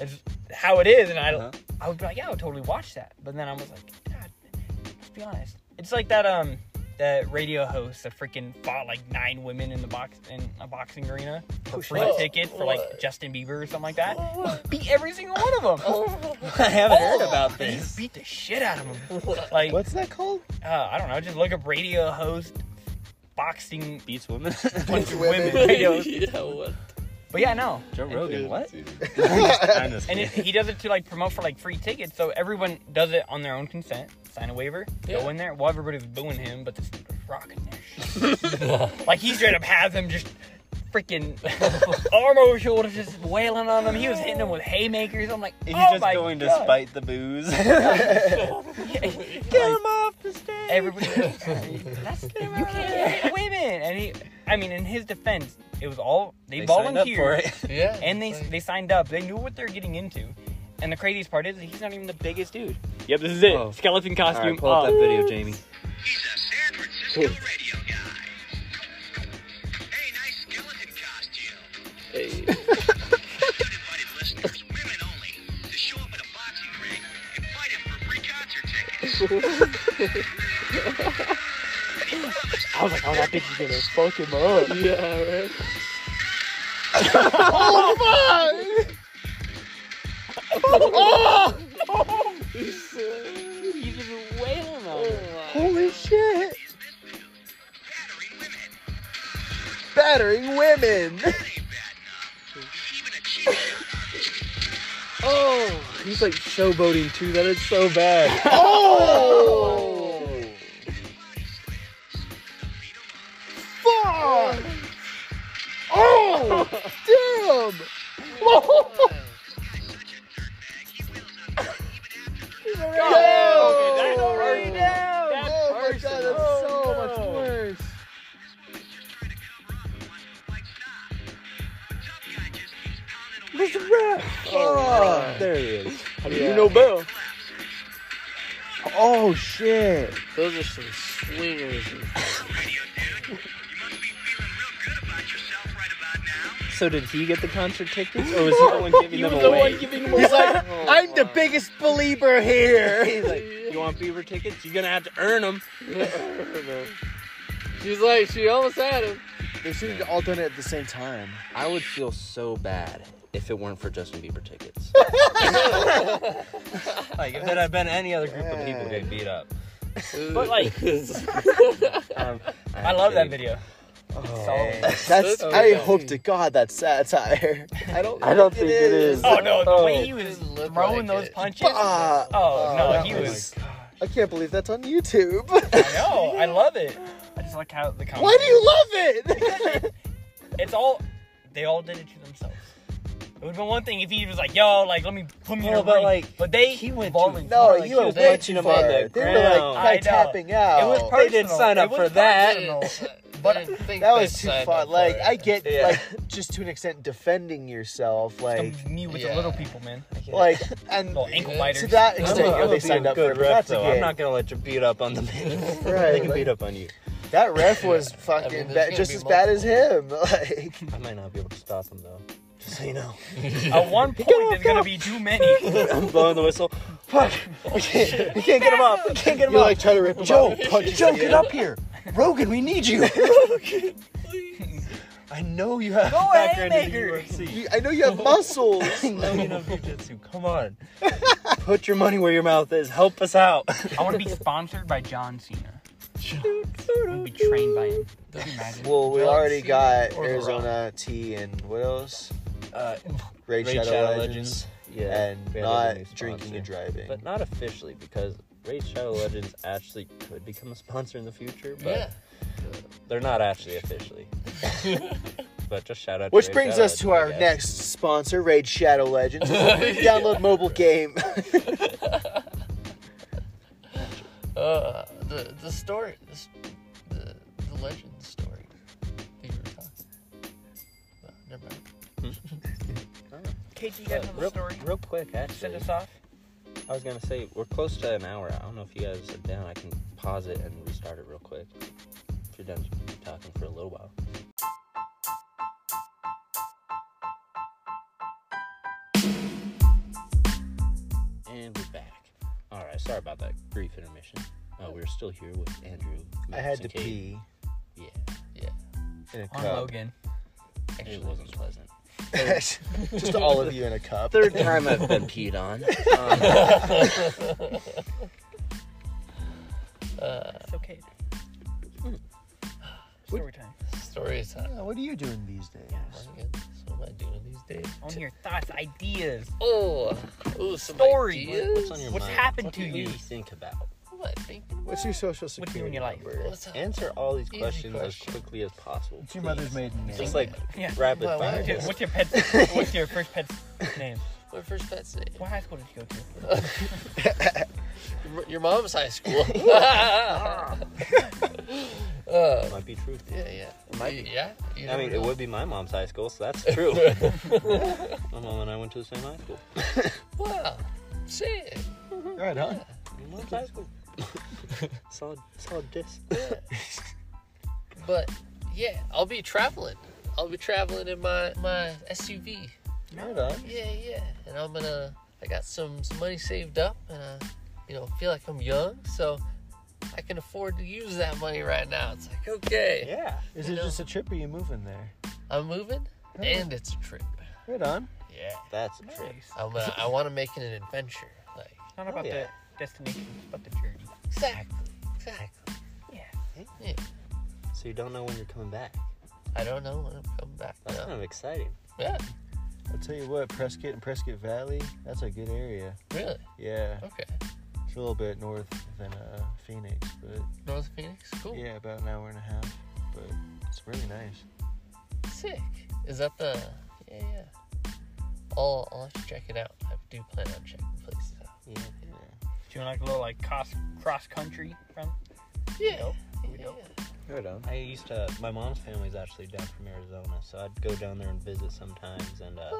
Speaker 2: it's how it is, and I
Speaker 4: Uh-huh.
Speaker 2: I would be like, yeah, I would totally watch that, but then I was like, God, let's be honest, it's like that um that radio host that freaking fought like nine women in the box in a boxing arena for free
Speaker 6: shit.
Speaker 2: ticket for
Speaker 6: What? Oh,
Speaker 2: like Justin Bieber or something like that, beat every single one of them.
Speaker 4: I haven't heard about this.
Speaker 2: Beat the shit out of them. Like,
Speaker 5: What's that called?
Speaker 2: uh, I don't know. Just look up radio host boxing
Speaker 4: Beats women.
Speaker 2: bunch of
Speaker 5: Women.
Speaker 2: women radio
Speaker 6: yeah, what?
Speaker 2: But yeah, no.
Speaker 4: Joe Rogan. What?
Speaker 5: That's
Speaker 4: I'm just
Speaker 2: And it,
Speaker 4: kidding.
Speaker 2: he does it to like promote for like free tickets, so everyone does it on their own consent. Sign a waiver,
Speaker 6: Yeah.
Speaker 2: go in there. Well, everybody's booing him, but this dude was rocking their shit. like he straight up has him just freaking arm over shoulders, just wailing on him. He was hitting him with haymakers. I'm like,
Speaker 4: He's
Speaker 2: oh
Speaker 4: just
Speaker 2: my
Speaker 4: going
Speaker 2: God.
Speaker 4: to spite the booze. Get him off the stage.
Speaker 2: Everybody, that's you can't hit women. And he, I mean, in his defense, it was all they,
Speaker 4: They signed up
Speaker 2: volunteered.
Speaker 4: for it.
Speaker 6: Yeah.
Speaker 2: and they
Speaker 6: it's like-
Speaker 2: they signed up. They knew what they're getting into. And the craziest part is that he's not even the biggest dude. Yep, this is it.
Speaker 4: Oh.
Speaker 2: Skeleton
Speaker 4: All
Speaker 2: costume.
Speaker 4: right, pull up that video, Jamie.
Speaker 7: He's a San Francisco radio guy. Hey, nice skeleton costume.
Speaker 6: Hey.
Speaker 7: Uninvited listeners, women only, to show up at a boxing ring and fight him for free concert tickets.
Speaker 2: I was like, oh, that bitch is gonna fuck him up.
Speaker 6: Yeah, right.
Speaker 5: Oh,
Speaker 2: He's just wailing on her.
Speaker 5: Holy
Speaker 7: Is
Speaker 5: shit!
Speaker 7: this dude battering women?
Speaker 5: Battering women.
Speaker 7: That ain't bad enough. Even a cheap shot.
Speaker 5: Oh, he's like showboating too. That is so bad. Oh,
Speaker 7: Body slams. Beat him up.
Speaker 5: fuck! Oh, damn!
Speaker 7: This guy's such a dirtbag. He wails on women even after they're done.
Speaker 5: Yo!
Speaker 2: that's already down. That's
Speaker 5: Oh my god, that's
Speaker 2: personal.
Speaker 5: so
Speaker 2: Oh,
Speaker 5: much
Speaker 2: no.
Speaker 5: worse.
Speaker 7: This woman's just trying to cover up and wants the fight stop. But tough guy just keeps pounding away. on her.
Speaker 5: Oh,
Speaker 4: There he is.
Speaker 2: You know Bill.
Speaker 5: oh shit!
Speaker 6: Those are some
Speaker 7: Radio
Speaker 6: swingers.
Speaker 7: dude, you must be feeling real good about yourself right about now.
Speaker 4: So did he get the concert tickets, or was he the one giving them away?
Speaker 5: He's like,
Speaker 6: Oh
Speaker 5: I'm the biggest believer here.
Speaker 4: He's like, you want Beaver tickets? You're gonna have to earn them.
Speaker 6: She's like, she almost had him.
Speaker 5: They should have all done it at the same time.
Speaker 4: I would feel so bad if it weren't for Justin Bieber tickets. like if there had been any other group of people getting beat up.
Speaker 2: But like,
Speaker 4: Um,
Speaker 2: I love that video. Oh.
Speaker 5: Man, That's. I
Speaker 6: okay.
Speaker 5: hope to God that's satire. I don't.
Speaker 4: I don't
Speaker 5: think it is.
Speaker 2: Oh no, the way
Speaker 4: Oh.
Speaker 2: he was
Speaker 6: Doesn't look like
Speaker 2: throwing those
Speaker 6: it.
Speaker 2: punches.
Speaker 5: Ah,
Speaker 2: Oh no,
Speaker 5: that
Speaker 2: he
Speaker 5: was-
Speaker 2: was
Speaker 5: I can't believe that's on YouTube.
Speaker 2: I know. I love it. I just like how the comedy.
Speaker 5: Why do you love it?
Speaker 2: It's all. They all did it to themselves. It would have been one thing if he was like, "Yo, like, let me put me in
Speaker 4: No,
Speaker 2: a
Speaker 4: but,
Speaker 2: ring."
Speaker 4: like,
Speaker 2: but they
Speaker 4: he went
Speaker 2: volunteered.
Speaker 5: no,
Speaker 4: like,
Speaker 5: you
Speaker 4: he
Speaker 5: were
Speaker 4: was
Speaker 5: punching
Speaker 4: punching
Speaker 5: them
Speaker 4: him on
Speaker 5: on
Speaker 4: the
Speaker 5: They were like
Speaker 4: ground.
Speaker 2: I
Speaker 5: kinda
Speaker 2: know.
Speaker 5: tapping out.
Speaker 2: it was personal.
Speaker 4: They didn't sign
Speaker 2: It
Speaker 4: up
Speaker 2: was
Speaker 4: for that.
Speaker 2: personal.
Speaker 6: but
Speaker 2: But-
Speaker 6: I didn't think
Speaker 5: that
Speaker 6: they
Speaker 5: was too
Speaker 6: signed up
Speaker 5: far.
Speaker 6: for
Speaker 5: Like
Speaker 6: it.
Speaker 5: I get
Speaker 4: Yeah.
Speaker 5: like just to an extent defending yourself, like
Speaker 2: Come me with
Speaker 6: Yeah.
Speaker 2: the little people, man.
Speaker 5: like and
Speaker 2: Little ankle
Speaker 6: Yeah.
Speaker 2: biters.
Speaker 5: to that
Speaker 4: I'm
Speaker 5: extent,
Speaker 4: a-
Speaker 5: you know,
Speaker 4: I'm a
Speaker 5: Oh, they
Speaker 4: be
Speaker 5: signed
Speaker 4: a
Speaker 5: up
Speaker 4: good
Speaker 5: for it, but
Speaker 4: ref,
Speaker 5: that's a
Speaker 4: though.
Speaker 5: game.
Speaker 4: I'm not gonna let you beat up on the man. they
Speaker 5: Right,
Speaker 4: can
Speaker 5: like-
Speaker 4: beat up on you.
Speaker 5: That ref was fucking
Speaker 6: there's
Speaker 5: ba-
Speaker 6: gonna
Speaker 5: just
Speaker 6: be
Speaker 5: as bad as him. Like
Speaker 4: I might not be able to stop him though. Just so you know,
Speaker 2: At one point, there's gonna be too many.
Speaker 4: I'm blowing the whistle. Fuck! We can't, we can't get him up. We can't get him
Speaker 5: you
Speaker 4: up.
Speaker 5: like try to rip him
Speaker 4: Joe,
Speaker 5: off.
Speaker 4: punch Joe, get up here. Rogan, we need you. I know you have
Speaker 2: Go
Speaker 4: a background in the
Speaker 2: haymaker.
Speaker 4: UFC.
Speaker 5: You- I know you have muscles.
Speaker 4: I know you know jujitsu. Come on. Put your money where your mouth is. Help us out.
Speaker 2: I want to be sponsored by John Cena. I want to be trained by him. Can you imagine?
Speaker 5: well, we
Speaker 6: John
Speaker 5: already
Speaker 6: Cena
Speaker 5: got
Speaker 6: or The
Speaker 5: Arizona T and what else?
Speaker 4: Uh,
Speaker 5: Raid,
Speaker 4: Raid
Speaker 5: Shadow,
Speaker 4: Shadow
Speaker 5: Legends,
Speaker 4: yeah.
Speaker 5: and
Speaker 4: we have a new
Speaker 5: not
Speaker 4: sponsor.
Speaker 5: drinking and driving.
Speaker 4: But not officially because Raid Shadow Legends actually could become a sponsor in the future, but
Speaker 6: yeah.
Speaker 4: they're not actually officially. but just shout out.
Speaker 5: Which
Speaker 4: to Raid
Speaker 5: brings
Speaker 4: Shadow
Speaker 5: us to
Speaker 4: Legends, I
Speaker 5: our
Speaker 4: guess.
Speaker 5: next sponsor, Raid Shadow Legends. Download mobile game.
Speaker 6: Uh, the the story, the s- the, the legend story that you were talking. About. Never mind.
Speaker 2: KT, you got
Speaker 4: Uh,
Speaker 2: another
Speaker 4: real,
Speaker 2: story?
Speaker 4: real quick,
Speaker 2: Send
Speaker 4: actually,
Speaker 2: us off.
Speaker 4: I was gonna say we're close to an hour. I don't know if you guys are down. I can pause it and restart it real quick. If you're done talking for a little while. And we're back. All right. Sorry about that brief intermission. Uh, we're still here with Andrew.
Speaker 5: I
Speaker 4: Max,
Speaker 5: had
Speaker 4: and
Speaker 5: to
Speaker 4: Kate.
Speaker 5: pee
Speaker 4: Yeah,
Speaker 5: in a
Speaker 2: On
Speaker 5: cup.
Speaker 2: Logan.
Speaker 4: it wasn't pleasant.
Speaker 5: Just all of you in a cup.
Speaker 4: Third time I've been peed on. Um,
Speaker 2: It's okay.
Speaker 4: Hmm.
Speaker 2: Story time.
Speaker 6: Story is time.
Speaker 5: Yeah, what are you doing these days?
Speaker 6: Once again, So what am I doing these days?
Speaker 2: I want to hear thoughts, ideas.
Speaker 6: Oh, ooh, some
Speaker 2: Story.
Speaker 6: ideas.
Speaker 4: what's on your
Speaker 2: What's
Speaker 4: mind?
Speaker 2: happened
Speaker 4: What
Speaker 2: to
Speaker 4: do
Speaker 2: you?
Speaker 4: think about?
Speaker 6: What? Thinking
Speaker 5: What's
Speaker 6: about?
Speaker 5: your social
Speaker 2: What's
Speaker 5: security
Speaker 2: new in your life?
Speaker 5: number?
Speaker 6: What's up?
Speaker 4: Answer all these
Speaker 6: Easy
Speaker 4: questions
Speaker 6: question.
Speaker 4: as quickly as possible.
Speaker 5: What's your mother's
Speaker 4: please.
Speaker 5: maiden name?
Speaker 4: Just like
Speaker 2: Yeah.
Speaker 4: rapid
Speaker 6: Well,
Speaker 4: fire.
Speaker 6: I
Speaker 2: What's your,
Speaker 6: just-
Speaker 2: what's your pet's? What's your first pet's name?
Speaker 6: My first pet's name.
Speaker 2: What high school did you go to?
Speaker 6: Your- Your mom's high school.
Speaker 4: That might be true.
Speaker 6: Yeah, yeah.
Speaker 4: might
Speaker 6: You-
Speaker 4: be.
Speaker 6: Yeah. You
Speaker 4: I mean,
Speaker 6: never
Speaker 4: it
Speaker 6: know.
Speaker 4: would be my mom's high school, so that's true. my mom and I went to the same high school.
Speaker 6: Wow. Sick.
Speaker 5: Right on.
Speaker 4: My mom's high school. solid, solid diss.
Speaker 6: But yeah, I'll be traveling. I'll be traveling in my my SUV.
Speaker 5: Right on.
Speaker 6: Yeah, yeah. And I'm gonna. I got some some money saved up, and I, you know, feel like I'm young, so I can afford to use that money right now. It's like okay,
Speaker 4: Yeah.
Speaker 5: Is
Speaker 6: You
Speaker 5: it
Speaker 6: know.
Speaker 5: just a trip or you moving there?
Speaker 6: I'm moving, and it's a trip.
Speaker 5: Right on.
Speaker 6: Yeah.
Speaker 4: That's a trip.
Speaker 6: I'm gonna, I want to make it an adventure. Like
Speaker 2: It's not about
Speaker 4: yeah.
Speaker 2: the destination, it's about the journey.
Speaker 6: exactly, exactly.
Speaker 4: So you don't know when you're coming back.
Speaker 6: I don't know when I'm coming back.
Speaker 4: That's kind
Speaker 5: Uh-huh.
Speaker 6: No.
Speaker 4: of exciting.
Speaker 6: Yeah.
Speaker 5: I'll tell you what, Prescott and Prescott Valley, that's a good area.
Speaker 6: Really?
Speaker 5: Yeah,
Speaker 6: Okay.
Speaker 5: it's a little bit north than uh, Phoenix, but
Speaker 6: North Phoenix. Cool.
Speaker 5: yeah, about an hour and a half. But it's really nice.
Speaker 6: Sick. Is that the? Yeah, yeah. I'll, I'll have to check it out. I do plan on checking places out.
Speaker 4: Yeah.
Speaker 2: Doing like a little like cross cross country from.
Speaker 6: Yeah.
Speaker 2: Nope.
Speaker 6: yeah.
Speaker 2: We don't.
Speaker 5: Right on.
Speaker 4: I used to. My mom's family's actually down from Arizona, so I'd go down there and visit sometimes. And uh,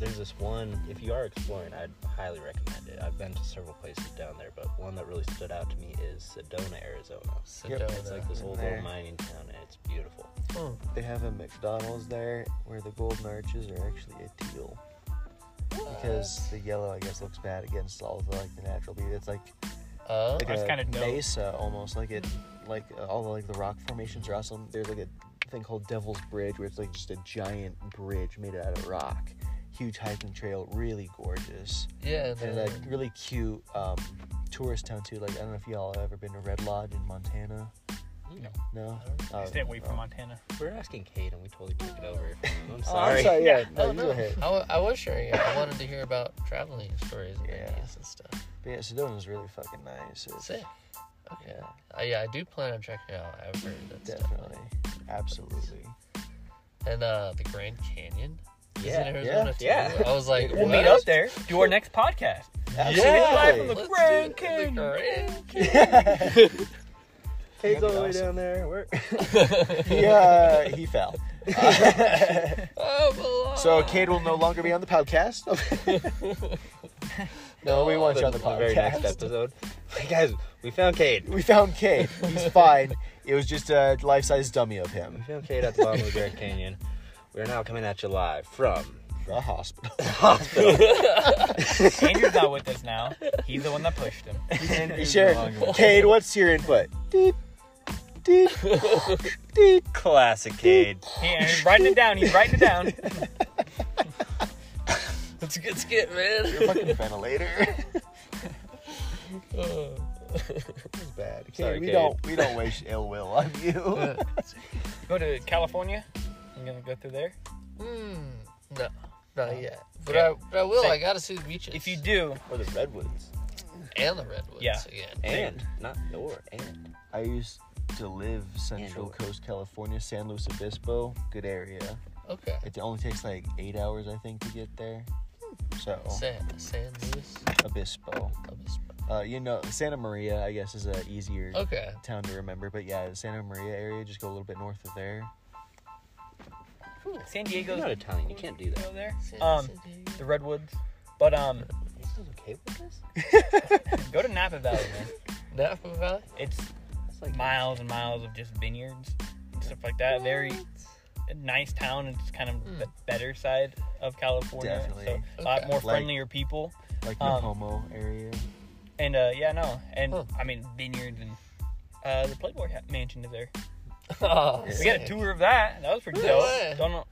Speaker 4: there's this one. If you are exploring, I'd highly recommend it. I've been to several places down there, but one that really stood out to me is Sedona, Arizona.
Speaker 6: Sedona.
Speaker 4: It's like this old
Speaker 5: There.
Speaker 4: old mining town, and it's beautiful.
Speaker 6: Hmm.
Speaker 5: They have a McDonald's there where the golden arches are actually a teal. Because the yellow, I guess, looks bad against all the like the natural beauty. It's like
Speaker 6: Oh.
Speaker 5: like
Speaker 2: That's
Speaker 5: a
Speaker 2: kinda dope.
Speaker 5: mesa almost, like it, like uh, all the like the rock formations are awesome. There's like a thing called Devil's Bridge where it's like just a giant bridge made out of rock, huge hiking trail, really gorgeous,
Speaker 6: Yeah. And
Speaker 5: and
Speaker 6: then,
Speaker 5: like really cute um, tourist town too. Like I don't know if y'all have ever been to Red Lodge in Montana. No. Oh,
Speaker 2: Stay away
Speaker 5: oh.
Speaker 2: from Montana.
Speaker 4: We're asking Kate, and we totally took it over. I'm
Speaker 5: Oh, I'm
Speaker 4: sorry.
Speaker 5: sorry. Yeah. no,
Speaker 6: No,
Speaker 5: you go
Speaker 6: no.
Speaker 5: ahead.
Speaker 6: I, wa- I was sharing it. I wanted to hear about traveling stories and
Speaker 5: Yeah.
Speaker 6: ideas and stuff.
Speaker 5: But yeah, Sedona was really fucking nice. It's,
Speaker 6: Sick. Okay.
Speaker 5: Yeah,
Speaker 6: I, yeah, I do plan on checking it out. I've heard that stuff.
Speaker 5: definitely. Absolutely.
Speaker 6: And uh, the Grand Canyon. is
Speaker 4: Yeah,
Speaker 6: in Arizona too.
Speaker 4: yeah, yeah.
Speaker 6: I was like,
Speaker 2: We'll meet up
Speaker 6: what?
Speaker 2: there. Do our next podcast. Live from
Speaker 5: Absolutely.
Speaker 2: the
Speaker 6: Let's do
Speaker 2: Grand
Speaker 6: it. The
Speaker 2: Canyon.
Speaker 6: Grand
Speaker 5: Kate's all the way
Speaker 4: awesome.
Speaker 5: down there. We're,
Speaker 6: Canyon.
Speaker 5: he, uh, he fell.
Speaker 6: Oh,
Speaker 5: so
Speaker 6: below.
Speaker 5: Kate will no longer be on the podcast. no, we want you on the
Speaker 4: very next
Speaker 5: podcast.
Speaker 4: episode. Hey guys, we found Kate.
Speaker 5: We found Kate. He's fine. It was just a life-size dummy of
Speaker 4: We
Speaker 5: him.
Speaker 4: found Kate at the bottom of the Grand Canyon. We are now coming at you live from
Speaker 5: The hospital.
Speaker 4: the hospital.
Speaker 2: Andrew's not with us now. He's the one that pushed him.
Speaker 5: Sure. Kate, what's your input? Deep. Deep.
Speaker 4: Classic Kate.
Speaker 2: He, and he's writing it down. He's writing it down.
Speaker 6: That's a good skit, man.
Speaker 5: Fucking ventilator.
Speaker 6: Oh.
Speaker 5: It's bad. Kate,
Speaker 4: Sorry,
Speaker 5: we
Speaker 4: Kate.
Speaker 5: don't we don't wish ill will on you.
Speaker 2: Go to California. I'm gonna go through there.
Speaker 6: Hmm. No, not yet. But
Speaker 2: Oh, Yeah.
Speaker 6: I, but I will.
Speaker 2: Sick.
Speaker 6: I gotta see the beaches.
Speaker 2: If you do,
Speaker 5: or the redwoods.
Speaker 6: and the redwoods
Speaker 2: Yeah.
Speaker 6: again.
Speaker 4: And not door. And
Speaker 5: I used to live Central
Speaker 4: Andor.
Speaker 5: Coast California, San Luis Obispo, good area.
Speaker 6: Okay.
Speaker 5: It only takes like eight hours, I think, to get there. So
Speaker 6: San San Luis
Speaker 5: Obispo,
Speaker 6: Obispo.
Speaker 5: uh, you know, Santa Maria, I guess, is a easier
Speaker 4: Oh.
Speaker 6: Okay.
Speaker 5: town to remember. But yeah, the Santa Maria area, just go a little bit north of there.
Speaker 4: you're
Speaker 2: San Diego's
Speaker 4: not Italian. You can't do that.
Speaker 2: go there.
Speaker 6: San,
Speaker 2: Um,
Speaker 6: San Diego.
Speaker 2: The Redwoods. But um,
Speaker 4: You still okay with this?
Speaker 2: go to Napa Valley, man.
Speaker 6: Napa Valley.
Speaker 2: It's
Speaker 4: That's like
Speaker 2: miles and miles of just vineyards and stuff like that. Very nice town. It's kind of
Speaker 4: Hmm.
Speaker 2: the better side of California.
Speaker 5: Definitely.
Speaker 2: So a lot
Speaker 6: Okay.
Speaker 2: more
Speaker 5: Like-
Speaker 2: friendlier people.
Speaker 5: Like the
Speaker 2: Um,
Speaker 5: Homo area.
Speaker 2: And uh, yeah, no, and
Speaker 6: Huh.
Speaker 2: I mean vineyards and uh, the Playboy ha- Mansion is there.
Speaker 6: Oh,
Speaker 2: We got a tour of that. That was pretty
Speaker 6: No
Speaker 2: dope.
Speaker 6: way.
Speaker 2: Don't know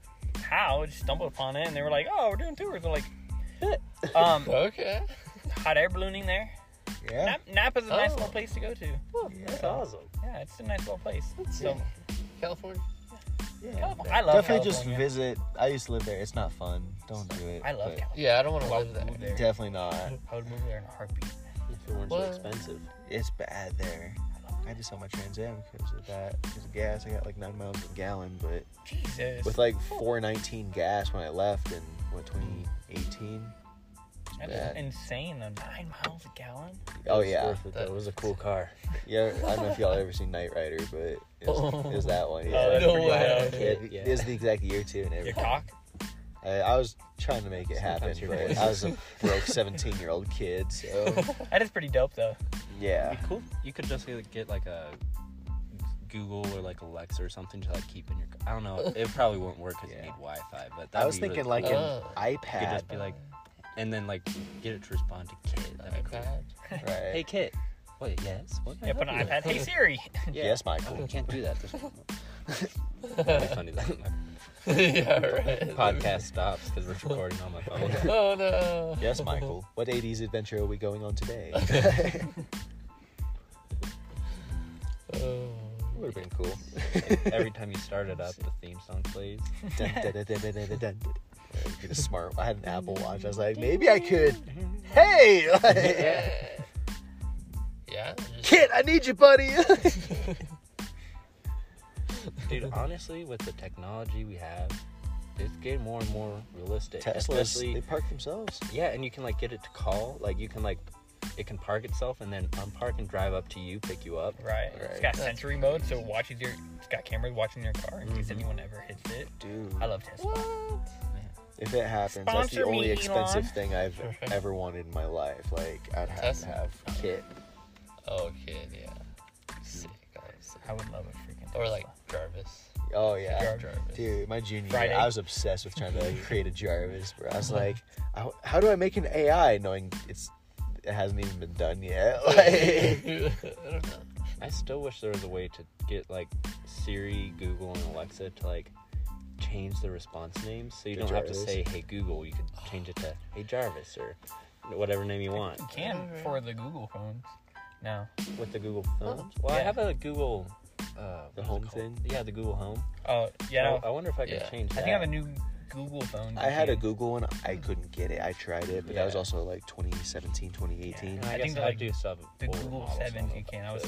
Speaker 2: how. I just stumbled upon it, and they were like, "Oh, we're doing tours." They're like, um,
Speaker 6: Okay.
Speaker 2: hot air ballooning there.
Speaker 5: Yeah.
Speaker 2: Nap- Napa's a nice
Speaker 6: Oh.
Speaker 2: little place to go to.
Speaker 4: That's awesome.
Speaker 2: Yeah, it's a nice little place. So,
Speaker 6: California.
Speaker 2: California, I love
Speaker 5: Definitely just
Speaker 2: California.
Speaker 5: visit. I used to live there. It's not fun. Don't do it.
Speaker 2: I love
Speaker 5: but
Speaker 2: California.
Speaker 6: Yeah, I don't want to
Speaker 2: I would
Speaker 6: live there.
Speaker 2: move there.
Speaker 5: Definitely not.
Speaker 2: I would move there in a heartbeat.
Speaker 4: If it weren't so
Speaker 6: What?
Speaker 4: expensive.
Speaker 5: It's bad there. I had to sell my Trans Am because of that. Because of gas, I got like nine miles a gallon, but
Speaker 2: Jesus.
Speaker 5: with like 419 gas when I left in what 2018.
Speaker 2: That's
Speaker 5: bad.
Speaker 2: insane. though. Nine miles a gallon.
Speaker 5: Oh
Speaker 4: It's
Speaker 5: yeah,
Speaker 4: worth it, though. It was a cool car.
Speaker 5: yeah. I don't know if y'all ever seen Knight Rider, but it was, it was that one. Yeah.
Speaker 2: that's
Speaker 6: Oh, No
Speaker 2: pretty
Speaker 6: way.
Speaker 2: wild.
Speaker 5: It,
Speaker 4: Yeah.
Speaker 5: it was the exact year too and
Speaker 2: Your
Speaker 5: everything.
Speaker 2: cock.
Speaker 5: I, I was trying to make it happen,
Speaker 4: Sometimes your
Speaker 5: but
Speaker 4: voice
Speaker 5: I was a broke 17 year old kid, so
Speaker 2: That is pretty dope, though.
Speaker 5: yeah.
Speaker 4: cool. You could just like, get like a Google or like Alexa or something to like keep in your. I don't know. It probably won't work because
Speaker 5: Yeah.
Speaker 4: you need Wi-Fi. But that'd
Speaker 5: I was
Speaker 4: be really
Speaker 5: thinking like
Speaker 4: cool.
Speaker 5: an
Speaker 6: Oh.
Speaker 5: iPad.
Speaker 4: you could just be like, and then like get it to respond to Kit. That'd be cool.
Speaker 6: iPad.
Speaker 5: right.
Speaker 4: Hey Kit. Wait. Yes. What can I
Speaker 2: Yeah, put
Speaker 4: help
Speaker 2: an
Speaker 4: you with?
Speaker 2: iPad. Hey Siri.
Speaker 4: Yeah.
Speaker 5: Yes,
Speaker 4: Oh, you
Speaker 5: Michael.
Speaker 4: can't do that. This That'd be funny. That
Speaker 6: yeah, right.
Speaker 4: podcast stops because we're recording on my phone.
Speaker 6: Oh no.
Speaker 5: Yes, Michael. What 80s adventure are we going on today?
Speaker 6: Oh.
Speaker 5: Would have been cool.
Speaker 4: Every time you start it up, the theme song plays.
Speaker 5: dun, dun, dun, dun, dun, dun, dun. Get a smart. I had an Apple Watch. I was like, maybe I could. Hey, like,
Speaker 6: Yeah. just-
Speaker 5: kid, I need you, buddy.
Speaker 4: Dude, honestly, with the technology we have, it's getting more and more realistic.
Speaker 5: Teslas,
Speaker 4: Especially,
Speaker 5: they park themselves.
Speaker 4: yeah, and you can like get it to call. Like you can like, it can park itself and then unpark and drive up to you, pick you up.
Speaker 2: Right. It's
Speaker 5: Right.
Speaker 2: got sensory mode, so it watches your. It's got cameras watching your car in
Speaker 6: Mm-hmm.
Speaker 2: case anyone ever hits it.
Speaker 5: Dude,
Speaker 2: I love Tesla.
Speaker 5: if it happens, that's
Speaker 2: Sponsor
Speaker 5: the only
Speaker 2: me,
Speaker 5: expensive
Speaker 2: Elon.
Speaker 5: thing I've ever wanted in my life. Like, I'd have
Speaker 6: Tesla.
Speaker 5: to have kid.
Speaker 6: Oh, kid. Yeah. Sick. Honestly.
Speaker 2: I would love a freaking.
Speaker 6: Or like
Speaker 2: Tesla.
Speaker 6: Jarvis.
Speaker 5: Oh yeah.
Speaker 2: Jarvis.
Speaker 6: Jarvis.
Speaker 5: Dude, my junior
Speaker 2: Friday. Uh-huh.
Speaker 5: year, I was obsessed with trying to like, create a Jarvis, bro. I was like, how, how do I make an AI knowing it's it hasn't even been done yet? Like,
Speaker 6: I don't know.
Speaker 4: I still wish there was a way to get like Siri, Google, and Alexa to like change the response names, so you
Speaker 5: To
Speaker 4: don't have
Speaker 5: Jarvis.
Speaker 4: to say "Hey Google." You could change it to "Hey Jarvis" or whatever name you want
Speaker 2: You can for the Google phones. No.
Speaker 4: with the Google phones. Oh, Well, I
Speaker 2: Yeah.
Speaker 4: have a Google
Speaker 5: uh,
Speaker 4: The home thing? Yeah, the Google Home.
Speaker 2: Oh yeah.
Speaker 4: I, I wonder if I could
Speaker 6: Yeah.
Speaker 4: change
Speaker 2: I
Speaker 4: that.
Speaker 2: think I have a new Google phone.
Speaker 5: I had a
Speaker 2: Yeah.
Speaker 5: Google one. I couldn't get it. I tried it, but that was
Speaker 4: Yeah.
Speaker 5: also like 2017, 2018.
Speaker 4: And I,
Speaker 2: I
Speaker 4: guess
Speaker 2: think that,
Speaker 4: I
Speaker 2: like,
Speaker 4: do sub
Speaker 2: the Google 7 you can. I was-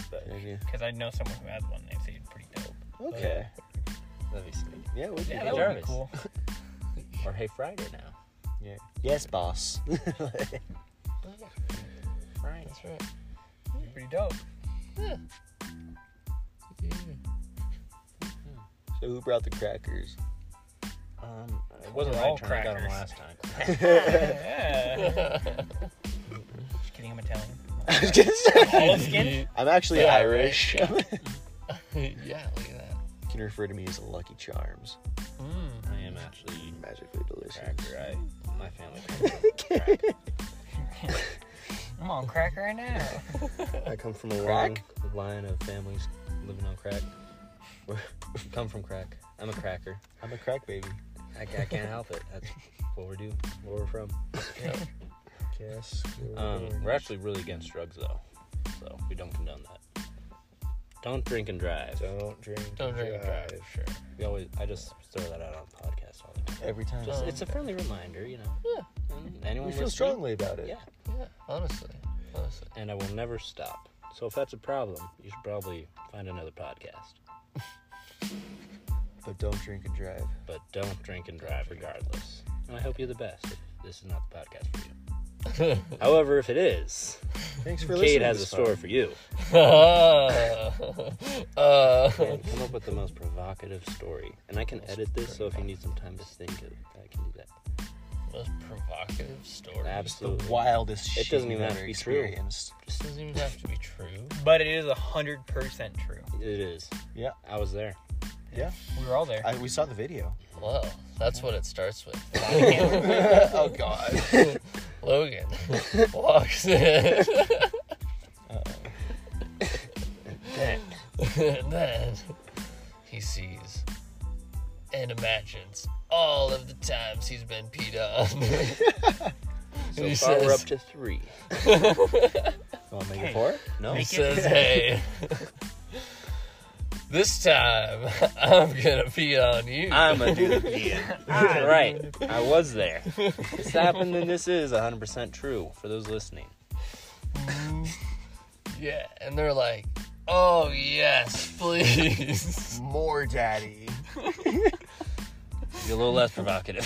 Speaker 5: Yeah.
Speaker 2: because I know someone who has one. and They say it's pretty dope.
Speaker 5: Okay.
Speaker 4: That'd be sweet.
Speaker 5: Yeah, we
Speaker 2: Yeah,
Speaker 5: can do
Speaker 2: that would
Speaker 5: that.
Speaker 4: Jarvis.
Speaker 2: be cool.
Speaker 4: Or Hey Friday now.
Speaker 5: Yes, boss.
Speaker 6: Right. That's right.
Speaker 2: pretty dope.
Speaker 6: Yeah. Yeah.
Speaker 5: so who brought the crackers?
Speaker 4: Um, it wasn't
Speaker 2: We're
Speaker 4: my
Speaker 2: all
Speaker 4: turn. I got them last time.
Speaker 2: crackers. Yeah. Just kidding. I'm Italian. Olive skin.
Speaker 5: I'm actually
Speaker 6: Yeah,
Speaker 5: Irish.
Speaker 6: yeah, look at that.
Speaker 5: You can refer to me as Lucky Charms.
Speaker 2: Mm.
Speaker 4: I am actually
Speaker 5: Magically delicious.
Speaker 4: cracker. I, my family comes from crack.
Speaker 2: I'm on crack right now.
Speaker 4: I come from a
Speaker 5: Crack?
Speaker 4: long line of families living on crack. We're, we come from crack. I'm a cracker.
Speaker 5: I'm a crack baby.
Speaker 4: I, I can't help it. That's what we're do. Where we're from.
Speaker 5: Yes.
Speaker 4: Um, we're actually really against drugs though, so we don't condone that. Don't drink and drive.
Speaker 5: Don't drink.
Speaker 6: Don't drink and drive. Sure.
Speaker 4: We always. I just throw that out on the podcast all the time.
Speaker 5: Every time.
Speaker 4: Just,
Speaker 6: Um,
Speaker 4: it's a friendly reminder, you know.
Speaker 6: Yeah.
Speaker 4: And Anyone
Speaker 5: we Oh. feel
Speaker 4: listening?
Speaker 5: strongly about it.
Speaker 4: Yeah.
Speaker 6: Yeah. Honestly. Honestly.
Speaker 4: And I will never stop. So if that's a problem, you should probably find another podcast.
Speaker 5: But don't drink and drive.
Speaker 4: But don't drink and drive regardless. And I hope you're the best. If this is not the podcast for you. However, if it is,
Speaker 5: Thanks for listening.
Speaker 4: Kate has
Speaker 5: this
Speaker 4: a
Speaker 5: far.
Speaker 4: story for you.
Speaker 6: uh,
Speaker 4: And come up with the most provocative story. And I can edit this, so if you need some time to think, of it, I can do that.
Speaker 6: most provocative story.
Speaker 5: The
Speaker 4: Absolutely.
Speaker 5: wildest shit
Speaker 4: It doesn't
Speaker 5: you've
Speaker 4: even have
Speaker 5: ever
Speaker 4: to be true.
Speaker 5: experienced.
Speaker 6: This doesn't even have to be true.
Speaker 2: But it is hundred percent true.
Speaker 4: It is.
Speaker 5: Yeah.
Speaker 4: I was there.
Speaker 2: We were all there.
Speaker 5: I, we saw the video.
Speaker 6: Well, that's what it starts with.
Speaker 5: Oh God.
Speaker 6: Logan walks in. and then he sees and imagines all of the times he's been peed on.
Speaker 4: So
Speaker 6: And
Speaker 4: far,
Speaker 6: he
Speaker 4: we're
Speaker 6: says-
Speaker 4: up to three.
Speaker 5: Want to make it four?
Speaker 4: No.
Speaker 6: he says, hey, this time I'm going to pee on you.
Speaker 4: I'm a dude again. That's right. I was there. This happened, and this is 100% true for those listening.
Speaker 6: yeah. And they're like, oh, yes, please.
Speaker 5: More daddy.
Speaker 4: Be a little less provocative.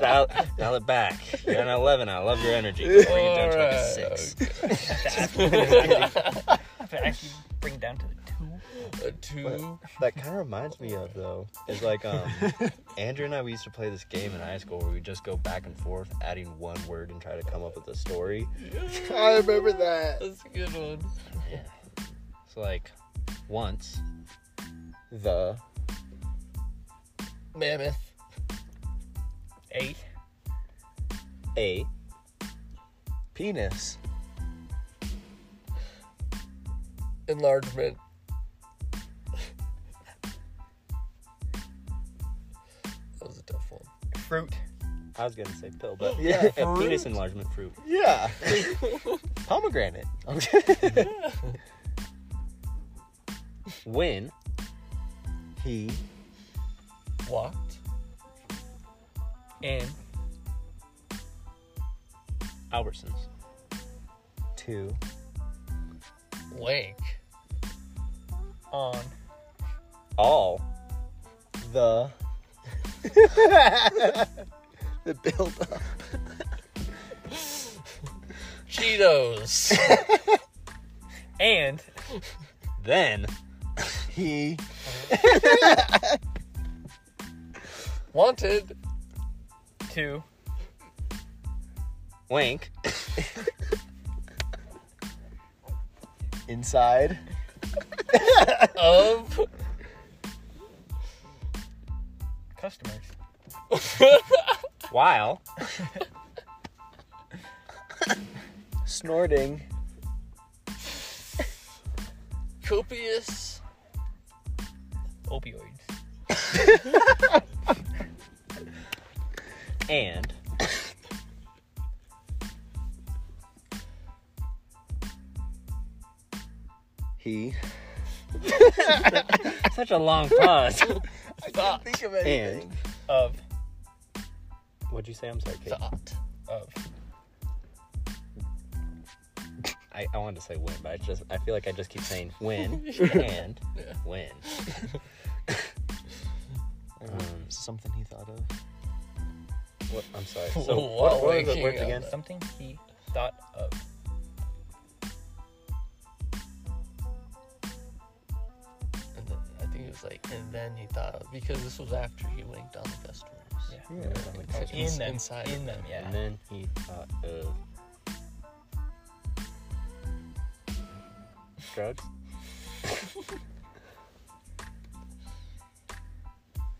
Speaker 4: dial, dial it back. You're an 11. I love your energy. Before you don't talk to
Speaker 6: Alright,
Speaker 4: six.
Speaker 2: have to actually bring down to the two.
Speaker 6: A two.
Speaker 4: That kind of reminds me of though is like um, Andrew and I we used to play this game in high school where we just go back and forth adding one word and try to come up with a story.
Speaker 5: I remember that.
Speaker 6: That's a good one.
Speaker 4: So like once
Speaker 5: The
Speaker 6: Mammoth.
Speaker 2: Eight.
Speaker 4: a
Speaker 5: penis.
Speaker 6: Enlargement. that was a tough one.
Speaker 2: Fruit.
Speaker 4: I was gonna say pill, but
Speaker 5: Yeah,
Speaker 4: yeah, a penis enlargement fruit.
Speaker 5: Yeah. Pomegranate.
Speaker 4: When
Speaker 5: he
Speaker 6: Walked.
Speaker 2: And
Speaker 4: Albertsons
Speaker 5: to
Speaker 6: Wank.
Speaker 2: on.
Speaker 4: all
Speaker 5: the the build up.
Speaker 6: Cheetos.
Speaker 2: And
Speaker 4: then
Speaker 5: He
Speaker 6: Wanted.
Speaker 2: two.
Speaker 4: wank
Speaker 5: inside
Speaker 6: Of.
Speaker 2: Customers.
Speaker 4: while
Speaker 5: snorting
Speaker 6: Copious.
Speaker 2: Opioids.
Speaker 4: and
Speaker 5: he
Speaker 4: Such a long pause.
Speaker 5: I can't think of anything.
Speaker 4: and
Speaker 2: Of.
Speaker 4: what'd you say? I'm sorry, Kate.
Speaker 6: Thought.
Speaker 2: Of.
Speaker 4: I, I wanted to say when, but I just I feel like I just keep saying when and when. Um,
Speaker 5: Something he thought of.
Speaker 4: What, I'm sorry.
Speaker 6: Whoa,
Speaker 4: So what, what are the
Speaker 6: waking
Speaker 4: words
Speaker 6: up.
Speaker 4: again?
Speaker 2: Something he thought of.
Speaker 6: And then I think it was like, and then he thought of because this was after he winked on the customers.
Speaker 2: Yeah.
Speaker 6: It's
Speaker 2: In them.
Speaker 6: inside
Speaker 2: In them,
Speaker 4: And
Speaker 2: yeah.
Speaker 4: then he thought of drugs.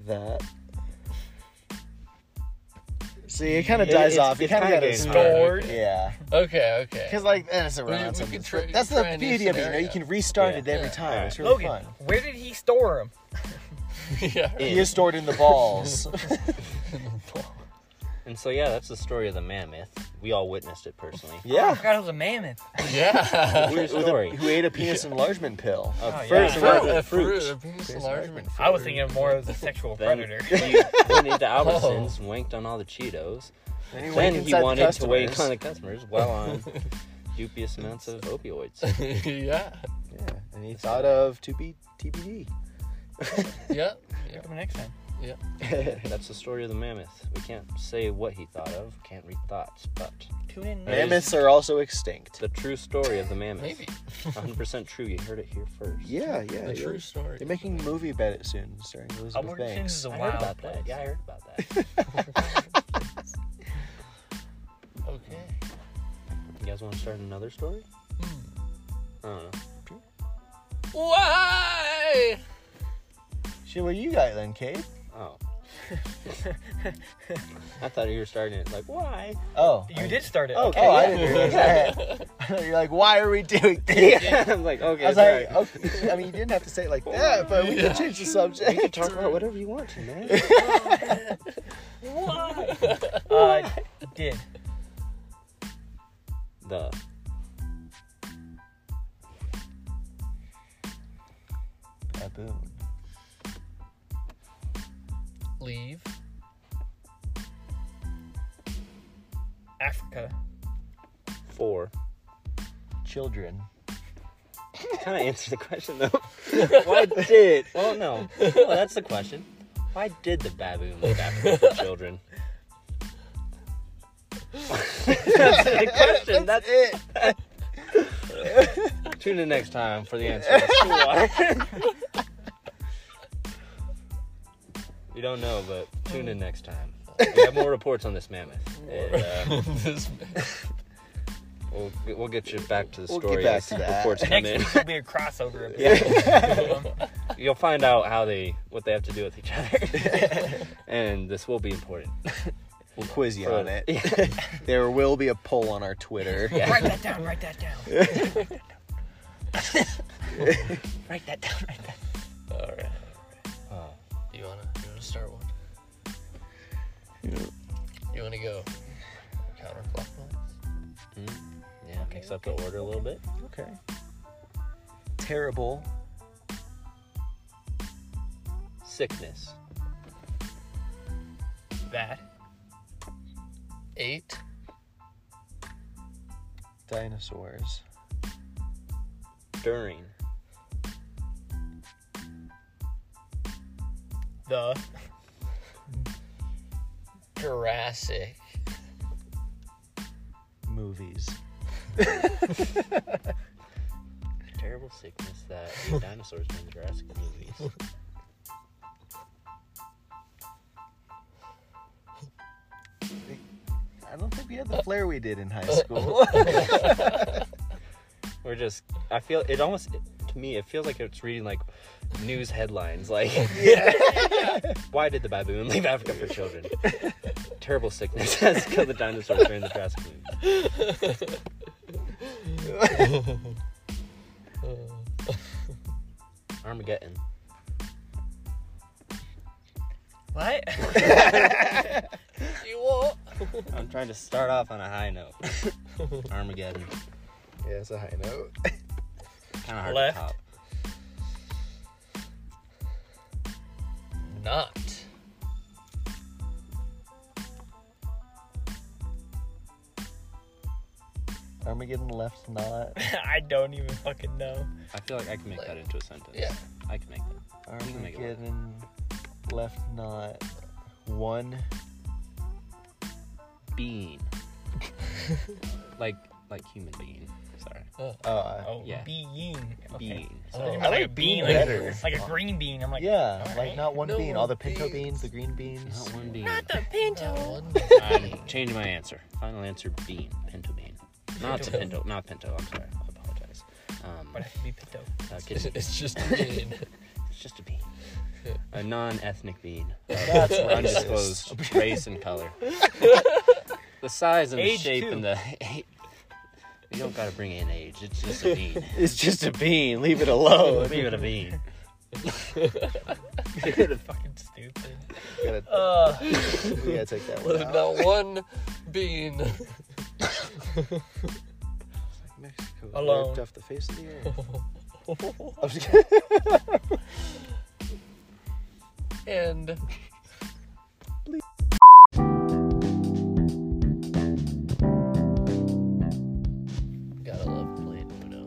Speaker 5: That. See, it kind of
Speaker 4: It-
Speaker 5: dies
Speaker 4: it's-
Speaker 5: off. You
Speaker 4: it's
Speaker 5: kind of
Speaker 4: kinda
Speaker 5: got to
Speaker 4: getting
Speaker 5: start.
Speaker 6: hard.
Speaker 5: Yeah.
Speaker 6: Okay, okay.
Speaker 5: Because, like, then it's around
Speaker 6: we
Speaker 5: something.
Speaker 6: could try-
Speaker 5: that's
Speaker 6: try
Speaker 5: the
Speaker 6: a new
Speaker 5: beauty of it, you know? You
Speaker 6: scenario.
Speaker 5: can restart
Speaker 4: Yeah.
Speaker 5: it every
Speaker 6: Yeah.
Speaker 5: time. It's really
Speaker 2: Logan,
Speaker 5: fun.
Speaker 2: where did he store him?
Speaker 6: yeah.
Speaker 5: He is stored in the balls.
Speaker 4: And so yeah, that's the story of the mammoth. We all witnessed it personally.
Speaker 2: I
Speaker 5: yeah.
Speaker 2: forgot it was a mammoth.
Speaker 6: Yeah.
Speaker 4: True story.
Speaker 5: Who ate a penis enlargement pill.
Speaker 4: A
Speaker 2: Oh, yeah.
Speaker 4: first
Speaker 2: Fruit,
Speaker 4: round
Speaker 6: a
Speaker 4: of fruit.
Speaker 6: fruit, a penis enlargement
Speaker 2: I was thinking more of a sexual
Speaker 4: Then
Speaker 2: predator.
Speaker 4: he went into Albertsons, winked on all the Cheetos.
Speaker 5: Then
Speaker 4: then
Speaker 5: went
Speaker 4: he
Speaker 5: inside the
Speaker 4: wanted to wait
Speaker 5: customers.
Speaker 4: on the customers while on dubious amounts of opioids.
Speaker 6: yeah.
Speaker 5: Yeah. And he thought of to be TBD.
Speaker 6: Yeah.
Speaker 2: Pick him next time.
Speaker 4: That's the story of the mammoth. We can't say what he thought of, can't read thoughts, but
Speaker 2: Tune in. next-
Speaker 5: Mammoths are also extinct.
Speaker 4: the true story of the mammoth.
Speaker 6: Maybe.
Speaker 4: 100% true. You heard it here first.
Speaker 5: Yeah, yeah.
Speaker 6: The
Speaker 5: yeah.
Speaker 6: true story.
Speaker 5: They're making a movie about it soon, starring Elizabeth
Speaker 2: Upward Chin
Speaker 5: Banks.
Speaker 2: is a
Speaker 4: I heard
Speaker 2: wild
Speaker 4: about
Speaker 2: place.
Speaker 4: that. Yeah, I heard about that.
Speaker 6: Okay.
Speaker 4: you guys want to start another story? I don't know.
Speaker 6: Why?
Speaker 5: Shit, what you got then, Kate?
Speaker 4: Oh. I thought you were starting it like, why?
Speaker 5: Oh.
Speaker 2: You did start it.
Speaker 5: Oh,
Speaker 2: okay.
Speaker 5: oh, I didn't realize that. You're like, why are we doing this?
Speaker 4: Yeah. I'm like, okay.
Speaker 5: I was
Speaker 4: sorry.
Speaker 5: like, okay. I mean, you didn't have to say it like that, but we can change the subject.
Speaker 4: You can talk about whatever you want to, man.
Speaker 2: Uh, did.
Speaker 4: the
Speaker 5: Baboon.
Speaker 6: Leave.
Speaker 2: Africa.
Speaker 4: four.
Speaker 5: Children.
Speaker 4: Kind of answer the question though. Why did? Well, no. Well, that's the question. Why did the baboon look after the children? that's the question. That's, it. Tune in next time for the answer. as to why. we don't know, but tune in next time. We have more reports on this mammoth. And, uh,
Speaker 6: this man.
Speaker 4: we'll, we'll get you back to the
Speaker 5: We'll get
Speaker 4: story
Speaker 5: back
Speaker 4: as
Speaker 5: to that.
Speaker 4: reports come
Speaker 2: Next
Speaker 4: in.
Speaker 2: week will be a crossover episode.
Speaker 4: you'll find out how they what they have to do with each other and this will be important
Speaker 5: We'll quiz you
Speaker 4: For-
Speaker 5: on it. There will be a poll on our Twitter.
Speaker 2: Write that down. Write that down. write that down. Write that.
Speaker 6: All right. you wanna you wanna start one? You wanna go counterclockwise?
Speaker 4: yeah mix up the order a little bit
Speaker 5: Okay. Terrible.
Speaker 4: sickness
Speaker 2: Bad.
Speaker 6: Eight.
Speaker 5: Dinosaurs.
Speaker 4: during
Speaker 2: The.
Speaker 6: Jurassic.
Speaker 5: Movies.
Speaker 4: terrible sickness that the dinosaurs in the Jurassic movies
Speaker 5: I don't think we had the flair we did in high school.
Speaker 4: we're just I feel it almost to me it feels like it's reading like news headlines like why did the baboon leave Africa for children terrible sickness has killed the dinosaurs during the Jurassic movies Armageddon
Speaker 2: What?
Speaker 6: You what?
Speaker 4: I'm trying to start off on a high note. Armageddon.
Speaker 5: yeah, it's a high note.
Speaker 4: Kind of hard
Speaker 2: Left.
Speaker 4: to top.
Speaker 6: not.
Speaker 5: Armageddon left not.
Speaker 2: I don't even fucking know.
Speaker 4: I feel like I can make that into a sentence.
Speaker 6: Yeah.
Speaker 4: I can make that. You can make it work.
Speaker 5: Armageddon left not. One.
Speaker 4: Bean. like like human bean. Sorry.
Speaker 5: Uh,
Speaker 2: Oh,
Speaker 4: Yeah.
Speaker 2: bean. Okay.
Speaker 4: Bean.
Speaker 6: Oh,
Speaker 2: I
Speaker 6: I
Speaker 2: like, a
Speaker 5: like bean
Speaker 2: bean, like,
Speaker 5: better.
Speaker 2: like a green bean. I'm like,
Speaker 5: yeah,
Speaker 2: all
Speaker 5: like
Speaker 2: right.
Speaker 5: not one
Speaker 6: No
Speaker 5: bean. All the
Speaker 6: one
Speaker 5: pinto
Speaker 6: beans.
Speaker 5: beans, the green beans.
Speaker 4: Not one bean.
Speaker 2: not the pinto.
Speaker 6: Not one
Speaker 4: I'm changing my answer. Final answer bean. Pinto bean. Not the pinto. Not pinto. I'm sorry. I apologize. Um,
Speaker 2: But it has to be pinto.
Speaker 4: uh, kidney bean.
Speaker 6: it's just mean.
Speaker 4: It's just a bean. A non-ethnic bean.
Speaker 5: That's racist.
Speaker 4: undisclosed race and color. the size and the
Speaker 2: Age,
Speaker 4: shape
Speaker 2: too.
Speaker 4: and the. You don't gotta bring in age. It's just a bean.
Speaker 5: It's just a bean. Leave it alone.
Speaker 4: Leave it a bean.
Speaker 2: Fucking stupid.
Speaker 5: we, gotta,
Speaker 2: Uh,
Speaker 5: we gotta take that one.
Speaker 6: Not
Speaker 5: Out.
Speaker 6: one bean.
Speaker 5: Mexico
Speaker 2: Alone.
Speaker 5: wiped off the face of the earth. Oh, I'm just
Speaker 6: and gotta love playing Uno.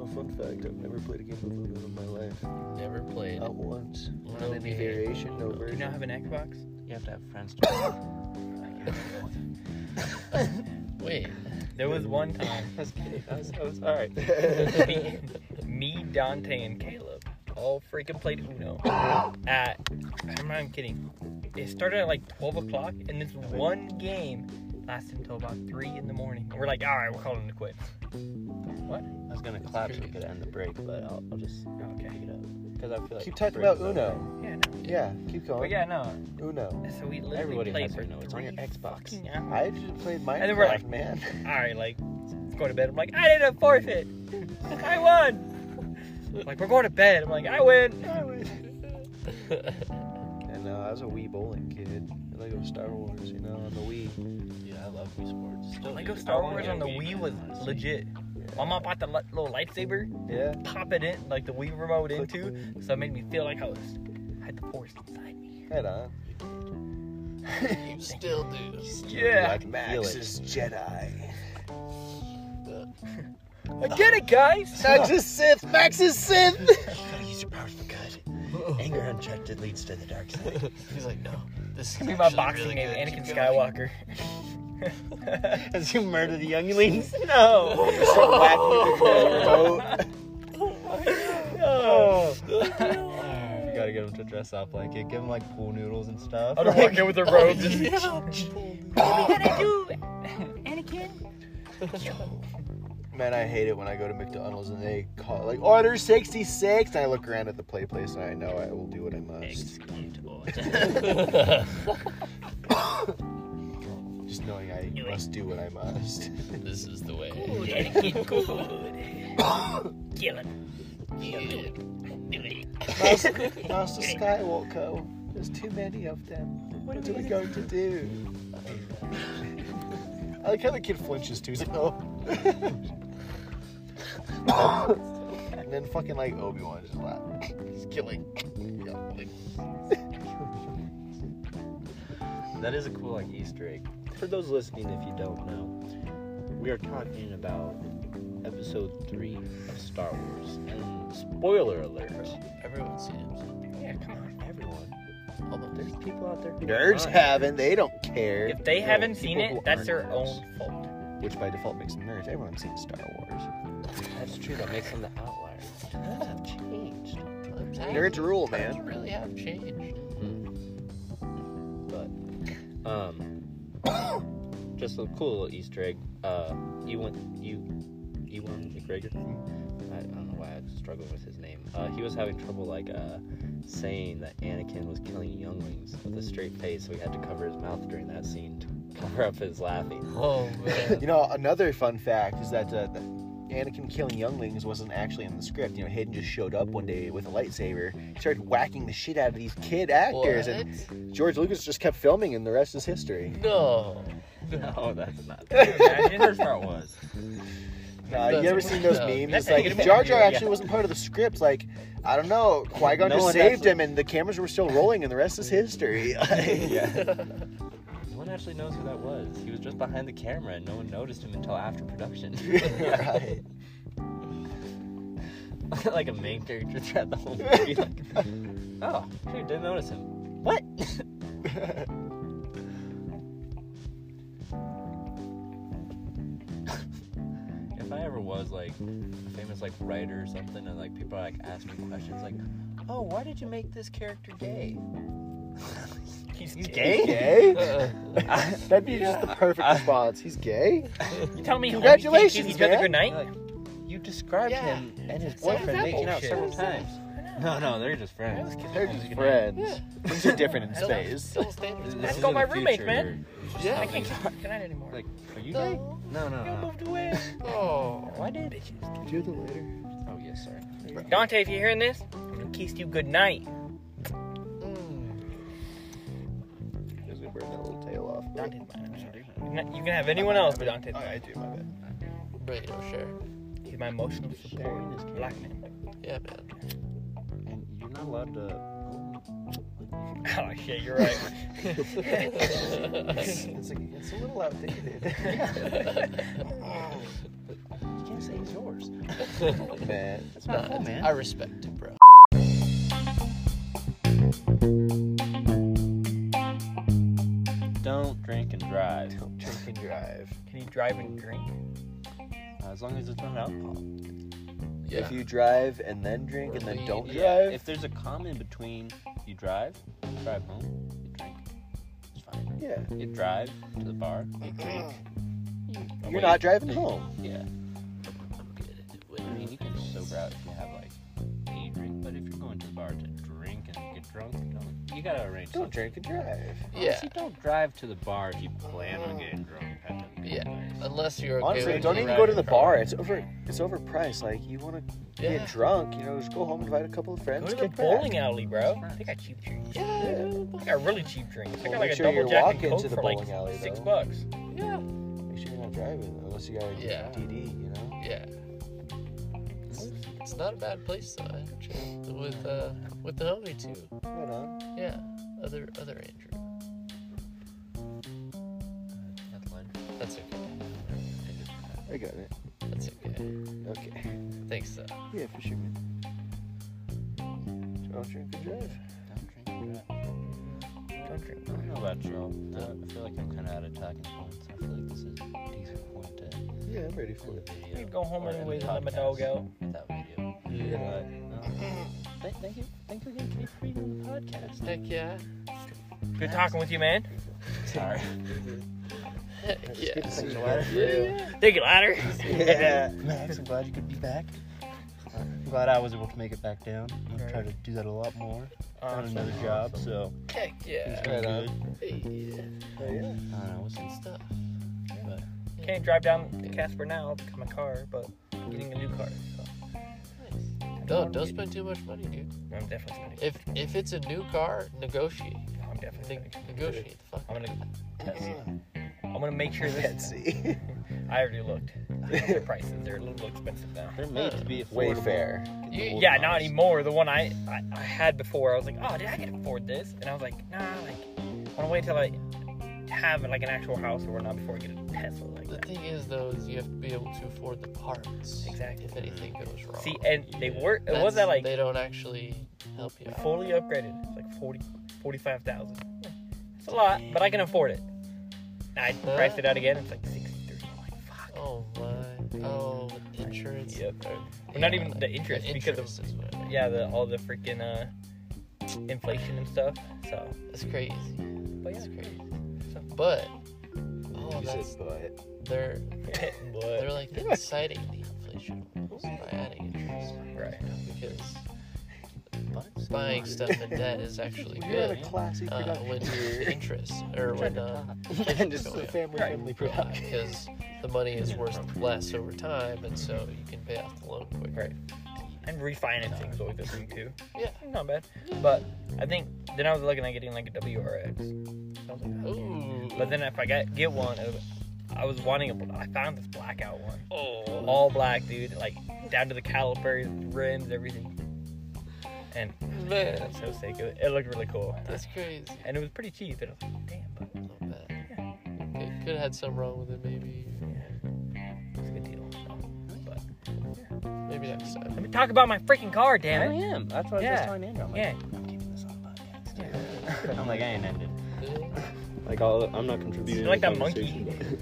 Speaker 5: Oh, fun fact, I've never played a game of Uno in my life.
Speaker 6: Never played.
Speaker 5: Not once. Not
Speaker 6: Uno
Speaker 5: any
Speaker 6: game.
Speaker 5: variation, no
Speaker 2: do you
Speaker 5: version.
Speaker 2: not have an Xbox?
Speaker 4: You have to have friends to play.
Speaker 6: Wait,
Speaker 2: There was one time.
Speaker 4: I was kidding. I was, I was all right.
Speaker 2: me, me, Dante, and Caleb all freaking played Uno at. I'm not even kidding. It started at like 12 o'clock, and this one game lasted until about 3 in the morning. And we're like, all right, we're calling it quits. What?
Speaker 4: I was gonna clap so we could end the break, but I'll, I'll just
Speaker 2: Okay.
Speaker 4: pick it up because I feel like
Speaker 5: Keep talking
Speaker 4: break's
Speaker 5: about
Speaker 4: over.
Speaker 5: Uno.
Speaker 2: Yeah, no.
Speaker 5: Yeah, keep
Speaker 2: But
Speaker 5: going.
Speaker 2: yeah, no.
Speaker 5: Uno.
Speaker 2: So we literally
Speaker 4: Everybody
Speaker 2: played
Speaker 4: has
Speaker 2: for
Speaker 4: Uno. It's on your
Speaker 2: three
Speaker 4: Xbox.
Speaker 2: fucking hours.
Speaker 5: I just played Minecraft,
Speaker 2: then we're like-
Speaker 5: man.
Speaker 2: All right, like, let's go to bed. I'm like, I didn't forfeit. I won. Like, we're going to bed. I'm like, I win.
Speaker 5: and uh, I was a Wii bowling kid. I like it was Star Wars, you know, on the Wii.
Speaker 4: Yeah, I love Wii Sports. Still
Speaker 2: Lego
Speaker 4: do.
Speaker 2: Star
Speaker 4: I wanna
Speaker 2: Wars
Speaker 4: get
Speaker 2: on the
Speaker 4: a
Speaker 2: Wii
Speaker 4: man,
Speaker 2: was
Speaker 4: honestly.
Speaker 2: legit. My mom bought the li- little lightsaber,
Speaker 5: Yeah.
Speaker 2: pop it in, like the Wii remote into, so it made me feel like I was, I had the force inside me.
Speaker 5: Head on.
Speaker 6: you still do.
Speaker 2: Yeah.
Speaker 5: Max is Jedi.
Speaker 2: I get it, guys.
Speaker 5: Max is Sith. Max is Sith.
Speaker 4: Gotta use your powers for good. Anger unchecked leads to the dark side.
Speaker 6: He's like, no, this is
Speaker 2: Give me
Speaker 6: actually
Speaker 2: my boxing
Speaker 6: really
Speaker 2: name,
Speaker 6: good.
Speaker 2: Anakin
Speaker 6: Keep going.
Speaker 2: Skywalker.
Speaker 4: As you murder the younglings.
Speaker 2: No.
Speaker 4: Oh.
Speaker 2: No.
Speaker 4: You gotta get them to dress up like it. Give them like pool noodles and stuff.
Speaker 2: I don't walk in with the robes. and-
Speaker 5: Man, I hate it when I go to McDonald's and they call like order 66 and I look around at the play place and I know I will do what I must. Just knowing I must do what I must.
Speaker 6: This is the way.
Speaker 2: Anakin, good. Kill him.
Speaker 6: Yeah.
Speaker 5: Master, Master Skywalker, there's too many of them. What are we going to do? I like how the kid flinches too. He's like, oh. and then fucking like Obi Wan just laugh. He's killing.
Speaker 4: That is a cool like Easter egg. For those listening, if you don't know, we are talking about episode three of Star Wars. And spoiler alert,
Speaker 6: Everyone's seen him.
Speaker 2: Yeah, come on.
Speaker 4: everyone,
Speaker 6: Almost.
Speaker 4: there's people out there who
Speaker 5: Nerds
Speaker 4: aren't,
Speaker 5: haven't. They don't care.
Speaker 2: If they
Speaker 5: No,
Speaker 2: haven't seen
Speaker 5: people who
Speaker 2: it, that's
Speaker 5: aren't
Speaker 2: their
Speaker 5: nerds.
Speaker 2: own fault.
Speaker 5: Which by default makes them nerds. Everyone's seen Star Wars.
Speaker 4: That's true. That makes them the outlier. Times have changed,
Speaker 5: Nerds rule, man.
Speaker 6: You really have changed.
Speaker 4: but um, just a cool little Easter egg. Uh, Ewan, you, Ewan McGregor.
Speaker 2: Mm-hmm.
Speaker 4: I, I don't know why I was struggling with his name. Uh, he was having trouble like uh, saying that Anakin was killing younglings with a straight face, so he had to cover his mouth during that scene to cover up his laughing.
Speaker 6: Oh man.
Speaker 5: You know, another fun fact is that uh, the Anakin killing younglings wasn't actually in the script. You know, Hayden just showed up one day with a lightsaber, started whacking the shit out of these kid actors,
Speaker 6: What?
Speaker 5: and George Lucas just kept filming, and the rest is history.
Speaker 6: No.
Speaker 4: No, that's not.
Speaker 2: Imagine.
Speaker 4: part was.
Speaker 5: Nah, Uh, you ever seen those
Speaker 6: No.
Speaker 5: memes?
Speaker 2: That's
Speaker 5: It's
Speaker 2: how you
Speaker 5: like
Speaker 2: get
Speaker 5: Jar
Speaker 2: him.
Speaker 5: Jar
Speaker 2: Yeah.
Speaker 5: actually wasn't part of the script. Like, I don't know, Qui Gon
Speaker 4: No
Speaker 5: just
Speaker 4: one
Speaker 5: saved
Speaker 4: actually-
Speaker 5: him, and the cameras were still rolling, and the rest is history. Like,
Speaker 4: No one actually knows who that was. He was just behind the camera and no one noticed him until after production.
Speaker 5: right.
Speaker 4: like a main character throughout the whole movie. Like, oh, shoot, didn't notice him. What? if I ever was like a famous like writer or something, and like people are like asking me questions like, "Oh, why did you make this character gay?"
Speaker 2: He's,
Speaker 4: He's
Speaker 2: gay.
Speaker 5: He's gay?
Speaker 6: Uh,
Speaker 5: That'd be just the perfect response. He's gay?
Speaker 2: You tell me. homies
Speaker 5: Congratulations,
Speaker 2: kiss each other
Speaker 5: man.
Speaker 2: good night.
Speaker 4: Like, you described
Speaker 6: Yeah.
Speaker 4: him and his
Speaker 6: What is
Speaker 4: boyfriend
Speaker 6: that
Speaker 4: making out
Speaker 6: bullshit?
Speaker 4: several times. No, no, they're just friends.
Speaker 5: They're just friends. Things are different in space.
Speaker 6: double standards.
Speaker 4: This
Speaker 6: man.
Speaker 2: Let's go
Speaker 4: isn't
Speaker 2: my
Speaker 4: the
Speaker 2: roommates,
Speaker 4: future.
Speaker 2: man.
Speaker 6: Yeah.
Speaker 2: I can't kiss her good night anymore.
Speaker 4: Like, are you gay?
Speaker 6: No.
Speaker 4: No, no,
Speaker 2: you
Speaker 4: no.
Speaker 2: moved away.
Speaker 6: Oh.
Speaker 2: Why did bitches?
Speaker 5: Do the later.
Speaker 4: Oh, yes, sorry.
Speaker 2: Dante, if you're hearing this, I'm gonna kiss you good night.
Speaker 6: Mm.
Speaker 5: Just gonna burn that little tail off.
Speaker 2: Dante's mine. I'm sorry. Not- You can have anyone else, but Dante's
Speaker 5: Oh,
Speaker 2: mine.
Speaker 5: I do, my bad.
Speaker 6: Radio share.
Speaker 2: He's my emotional support. Black man.
Speaker 6: Yeah, man.
Speaker 4: And you're not allowed to.
Speaker 2: Oh shit, you're right.
Speaker 5: It's, it's, a, it's a little outdated.
Speaker 4: You can't say it's yours.
Speaker 5: Man.
Speaker 4: That's not cool,
Speaker 6: Uh, I
Speaker 4: man.
Speaker 6: respect it, bro.
Speaker 4: Don't drink and drive.
Speaker 5: Drink and drive.
Speaker 2: Can you drive and drink?
Speaker 4: Uh, As long as it's not alcohol.
Speaker 6: Yeah.
Speaker 5: If you drive and then drink and then don't
Speaker 6: Yeah,
Speaker 5: drive,
Speaker 4: If there's a common between you drive, drive home, you drink. It's fine.
Speaker 5: yeah,
Speaker 4: You drive to the bar, you drink. Oh,
Speaker 5: you're
Speaker 4: wait.
Speaker 5: not driving home.
Speaker 4: Yeah. I mean, you can sober out if you have like a drink, but if you're going to the bar to drink and get drunk, don't, you gotta arrange.
Speaker 5: Don't
Speaker 4: something.
Speaker 5: drink and drive.
Speaker 6: Yeah.
Speaker 4: Honestly, don't drive to the bar if you plan on getting drunk. at that
Speaker 6: Yeah.
Speaker 4: place.
Speaker 6: Unless you're okay
Speaker 5: Honestly,
Speaker 6: with
Speaker 5: don't
Speaker 6: me
Speaker 5: even go to
Speaker 6: riding
Speaker 5: the
Speaker 6: car.
Speaker 5: bar. It's over. It's overpriced. Like you want to
Speaker 6: Yeah.
Speaker 5: get drunk, you know, just go home, invite a couple of friends.
Speaker 2: Go to the
Speaker 5: get
Speaker 2: bowling alley, bro. They got cheap drinks.
Speaker 6: Yeah.
Speaker 2: They got really cheap drinks. They
Speaker 5: Well,
Speaker 2: got
Speaker 5: make
Speaker 2: like a
Speaker 5: sure
Speaker 2: double
Speaker 5: you're
Speaker 2: jack and
Speaker 5: walking
Speaker 2: coke
Speaker 5: to the
Speaker 2: for like
Speaker 5: bowling alley,
Speaker 2: six
Speaker 5: though.
Speaker 2: bucks.
Speaker 6: Yeah.
Speaker 5: Make sure you're not driving unless you got a
Speaker 6: Yeah.
Speaker 5: DD. You know.
Speaker 6: Yeah. It's, it's not a bad place though. Actually. With uh, with the homie too.
Speaker 5: Right on.
Speaker 6: Yeah. Other other Andrew.
Speaker 4: At lunch,
Speaker 6: That's okay.
Speaker 4: I just-
Speaker 5: I got it.
Speaker 6: That's okay.
Speaker 5: Okay.
Speaker 6: Thanks though.
Speaker 5: Yeah, for sure. Man. Don't drink and drive.
Speaker 4: Don't drink and drive.
Speaker 2: Don't drink.
Speaker 4: I don't know about y'all. but I feel like I'm kind of out of talking points. I feel like this is a decent point to end
Speaker 5: Yeah, I'm ready for
Speaker 4: the
Speaker 5: it.
Speaker 4: video.
Speaker 2: We could go home
Speaker 4: or end
Speaker 2: anyways
Speaker 4: the
Speaker 2: and let my dog
Speaker 4: podcast Mm-hmm.
Speaker 2: go.
Speaker 4: with That video. But, um, th- thank you. Thank you again, Kate, for being on the podcast.
Speaker 6: Heck yeah.
Speaker 2: Good talking with you, man.
Speaker 4: Sorry.
Speaker 6: Heck yeah.
Speaker 5: See you later.
Speaker 2: Dig it, ladder.
Speaker 5: Yeah.
Speaker 4: Max, I'm glad you could be back. I'm glad I was able to make it back down. I'm gonna try to do that a lot more. on
Speaker 2: Awesome,
Speaker 4: another job, so
Speaker 6: Heck yeah.
Speaker 4: it's been
Speaker 5: Right
Speaker 4: good.
Speaker 6: Hey,
Speaker 5: Oh, yeah.
Speaker 4: I don't know. What's in
Speaker 6: Stuff.
Speaker 4: but
Speaker 2: Can't drive down to Casper now because my car, but I'm getting a new car. So
Speaker 6: Don't don't spend too much money, dude.
Speaker 2: I'm definitely spending.
Speaker 6: If if it's a new car, negotiate.
Speaker 2: I'm definitely
Speaker 6: Ne-
Speaker 2: spending.
Speaker 6: negotiate. The fuck.
Speaker 2: I'm gonna.
Speaker 4: that's
Speaker 2: I'm gonna make sure this.
Speaker 5: Etsy.
Speaker 2: I already looked. The prices they're a little expensive now.
Speaker 4: they're made to be affordable.
Speaker 5: Wayfair.
Speaker 4: Get the
Speaker 6: You-
Speaker 4: old
Speaker 2: Yeah, not
Speaker 4: ones.
Speaker 2: anymore. The one I, I, I had before, I was like, oh, did I can afford this? And I was like, nah, like, I want to wait till I have like an actual house or whatnot before I get a Tesla like
Speaker 6: The
Speaker 2: that.
Speaker 6: thing is, though, is you have to be able to afford the parts.
Speaker 2: Exactly.
Speaker 6: If anything goes wrong.
Speaker 2: See, and they were it
Speaker 6: That's-
Speaker 2: was that like
Speaker 6: they don't actually help you out.
Speaker 2: fully upgraded. It's like 40, 45,000. It's a lot, but I can afford it. And I priced it out again. It's like sixty three. I'm like, fuck.
Speaker 6: Oh my. Oh, with insurance.
Speaker 2: Yep.
Speaker 6: Yeah,
Speaker 2: Well, not even the interest, because of
Speaker 6: interest is what it is.
Speaker 2: yeah, the all the freaking uh inflation and stuff. So,
Speaker 6: That's crazy.
Speaker 2: but yeah,
Speaker 6: That's crazy.
Speaker 2: So-
Speaker 6: But oh,
Speaker 5: You
Speaker 6: that's
Speaker 5: said butt.
Speaker 6: they're
Speaker 2: but
Speaker 6: they're like inciting the inflation by adding interest
Speaker 2: right.
Speaker 6: because buying stuff in debt is actually
Speaker 5: We're in
Speaker 6: good.
Speaker 5: a classy
Speaker 6: Uh,
Speaker 5: production
Speaker 6: when
Speaker 5: here.
Speaker 6: interest or when uh,
Speaker 5: and just
Speaker 6: Oh,
Speaker 5: a
Speaker 6: yeah.
Speaker 5: family
Speaker 2: Right.
Speaker 5: friendly production.
Speaker 6: because the money is worth less over time, and so you can pay off the loan quicker.
Speaker 2: Right. And refinancing is always a thing too.
Speaker 6: Yeah.
Speaker 2: Not bad. But I think then I was looking at getting like a WRX. So I was like, "Oh, yeah."
Speaker 6: Ooh.
Speaker 2: But then if I get get one, it would- I was wanting a. I found this blackout one,
Speaker 6: Oh,
Speaker 2: all black, dude, like down to the calipers, rims, everything. And
Speaker 6: oh, Man.
Speaker 2: I'm so sick. It, it looked really cool,
Speaker 6: that's crazy.
Speaker 2: and it was pretty cheap. And I was like, damn, but
Speaker 6: I bet. It could have had something wrong with it, maybe.
Speaker 2: it was a good deal. So, but
Speaker 6: Maybe next time.
Speaker 2: let me talk about my freaking car, damn it.
Speaker 4: am. That's what
Speaker 2: Yeah.
Speaker 4: telling Andrew. I'm
Speaker 2: Yeah.
Speaker 4: I'm keeping this on podcast. I'm like, I ain't ended.
Speaker 6: Yeah.
Speaker 4: Like, all, I'm not contributing.
Speaker 2: You're like
Speaker 4: to the
Speaker 2: that monkey.
Speaker 4: conversation.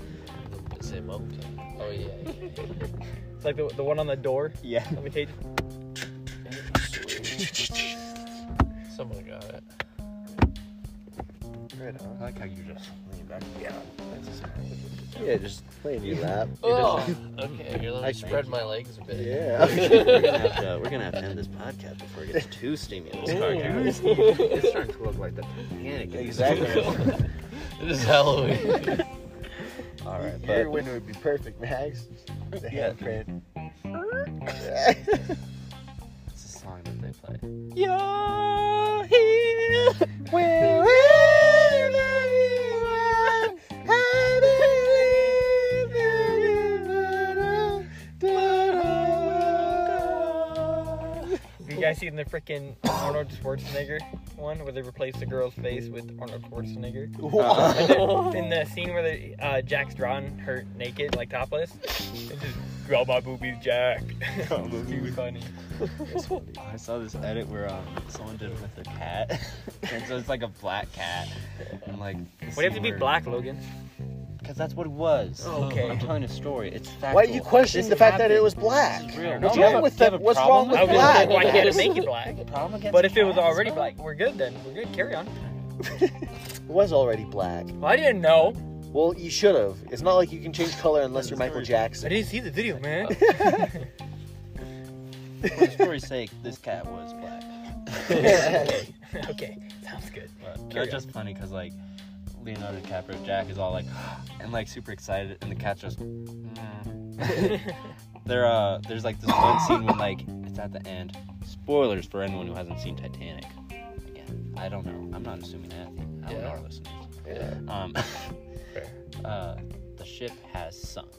Speaker 6: Is it monkey? Oh, yeah. yeah, yeah.
Speaker 2: It's like the, the one on the door.
Speaker 4: Yeah.
Speaker 2: Let me take.
Speaker 6: Someone got it.
Speaker 4: I like how you just lean back. Yeah. Yeah, just playing your lap.
Speaker 6: Oh, okay. Here, let me
Speaker 4: I-
Speaker 6: spread my legs a bit.
Speaker 4: Yeah. we're, gonna have to, we're gonna have to end this podcast before it gets too stimulus. it's starting to look like the panic.
Speaker 5: Exactly.
Speaker 6: It is Halloween.
Speaker 4: All right,
Speaker 5: Your
Speaker 4: but
Speaker 5: window would be perfect, Max. The
Speaker 4: Yeah.
Speaker 5: handprint.
Speaker 6: it's a song that they play.
Speaker 4: You're here. Where
Speaker 2: You guys seen the freaking Arnold Schwarzenegger one where they replaced the girl's face with Arnold Schwarzenegger? in the scene where the, uh, Jack's drawing her naked, like topless, it's just grab my boobies, Jack. Too funny.
Speaker 4: I saw this edit where um, someone did it with their cat, and so it's like a black cat. And like,
Speaker 2: Why do you have to be black, Logan? Oh,
Speaker 4: Because that's what it was.
Speaker 2: Okay.
Speaker 4: I'm telling a story. It's factual.
Speaker 5: Why are you questioning
Speaker 4: This
Speaker 5: the fact that it
Speaker 4: happened.
Speaker 5: was black?
Speaker 4: This is real.
Speaker 5: What's
Speaker 4: Do you
Speaker 5: wrong
Speaker 4: have-
Speaker 5: with
Speaker 4: do you
Speaker 5: that?
Speaker 4: have a
Speaker 5: What's wrong
Speaker 4: problem with
Speaker 5: with
Speaker 2: I was just
Speaker 5: black?
Speaker 2: like, why you had to
Speaker 5: Max?
Speaker 2: make it black?
Speaker 4: Problem against
Speaker 2: But if it was
Speaker 4: cats?
Speaker 2: already black, we're good then. We're good. Carry on.
Speaker 5: It was already black.
Speaker 2: Well, I didn't know.
Speaker 5: Well, you should have. It's not like you can change color unless you're Michael
Speaker 2: I
Speaker 5: Jackson.
Speaker 2: didn't see the video, man.
Speaker 4: For the story's sake, this cat was black.
Speaker 2: okay. okay. Sounds good.
Speaker 4: But
Speaker 2: Carry
Speaker 4: that's just funny because like Leonardo DiCaprio Jack is all like and like super excited, and the cat's just. "Mm." there, uh, there's like this one scene when like it's at the end. Spoilers for anyone who hasn't seen Titanic. Again, I don't know. I'm not assuming anything. I don't know
Speaker 6: Yeah.
Speaker 4: our listeners. Um, uh, the ship has sunk.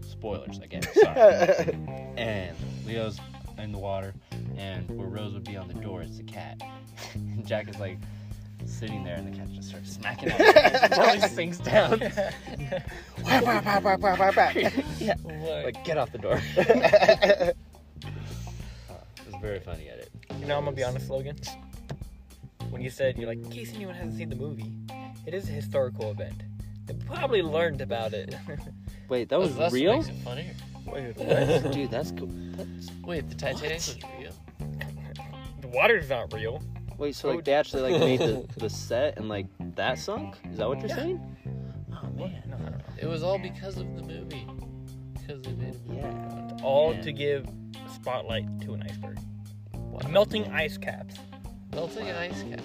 Speaker 4: Spoilers again. Sorry and Leo's in the water, and where Rose would be on the door is the cat. And Jack is like sitting there, and the cat just starts smacking at him. Slowly sinks down. yeah, like get off the door. It was a very funny edit.
Speaker 2: You know, I'm gonna be honest, Logan. When you said you're like, in case anyone hasn't seen the movie, it is a historical event. They probably learned about it.
Speaker 4: Wait, that was
Speaker 6: That's what
Speaker 4: real,
Speaker 6: makes it funnier.
Speaker 2: Wait,
Speaker 4: dude. That's cool. That's...
Speaker 6: Wait, the Titanic was real?
Speaker 2: the water's not real.
Speaker 4: Wait, so
Speaker 2: Oh,
Speaker 4: like they actually like made the, the set and like that sunk? Is that what you're
Speaker 2: Yeah.
Speaker 4: saying? Oh man.
Speaker 2: No, no, no.
Speaker 6: It was all because of the movie. Because they made a movie.
Speaker 4: Yeah.
Speaker 2: All
Speaker 4: Yeah.
Speaker 2: to give spotlight to an iceberg. Melting ice caps.
Speaker 6: Melting ice caps.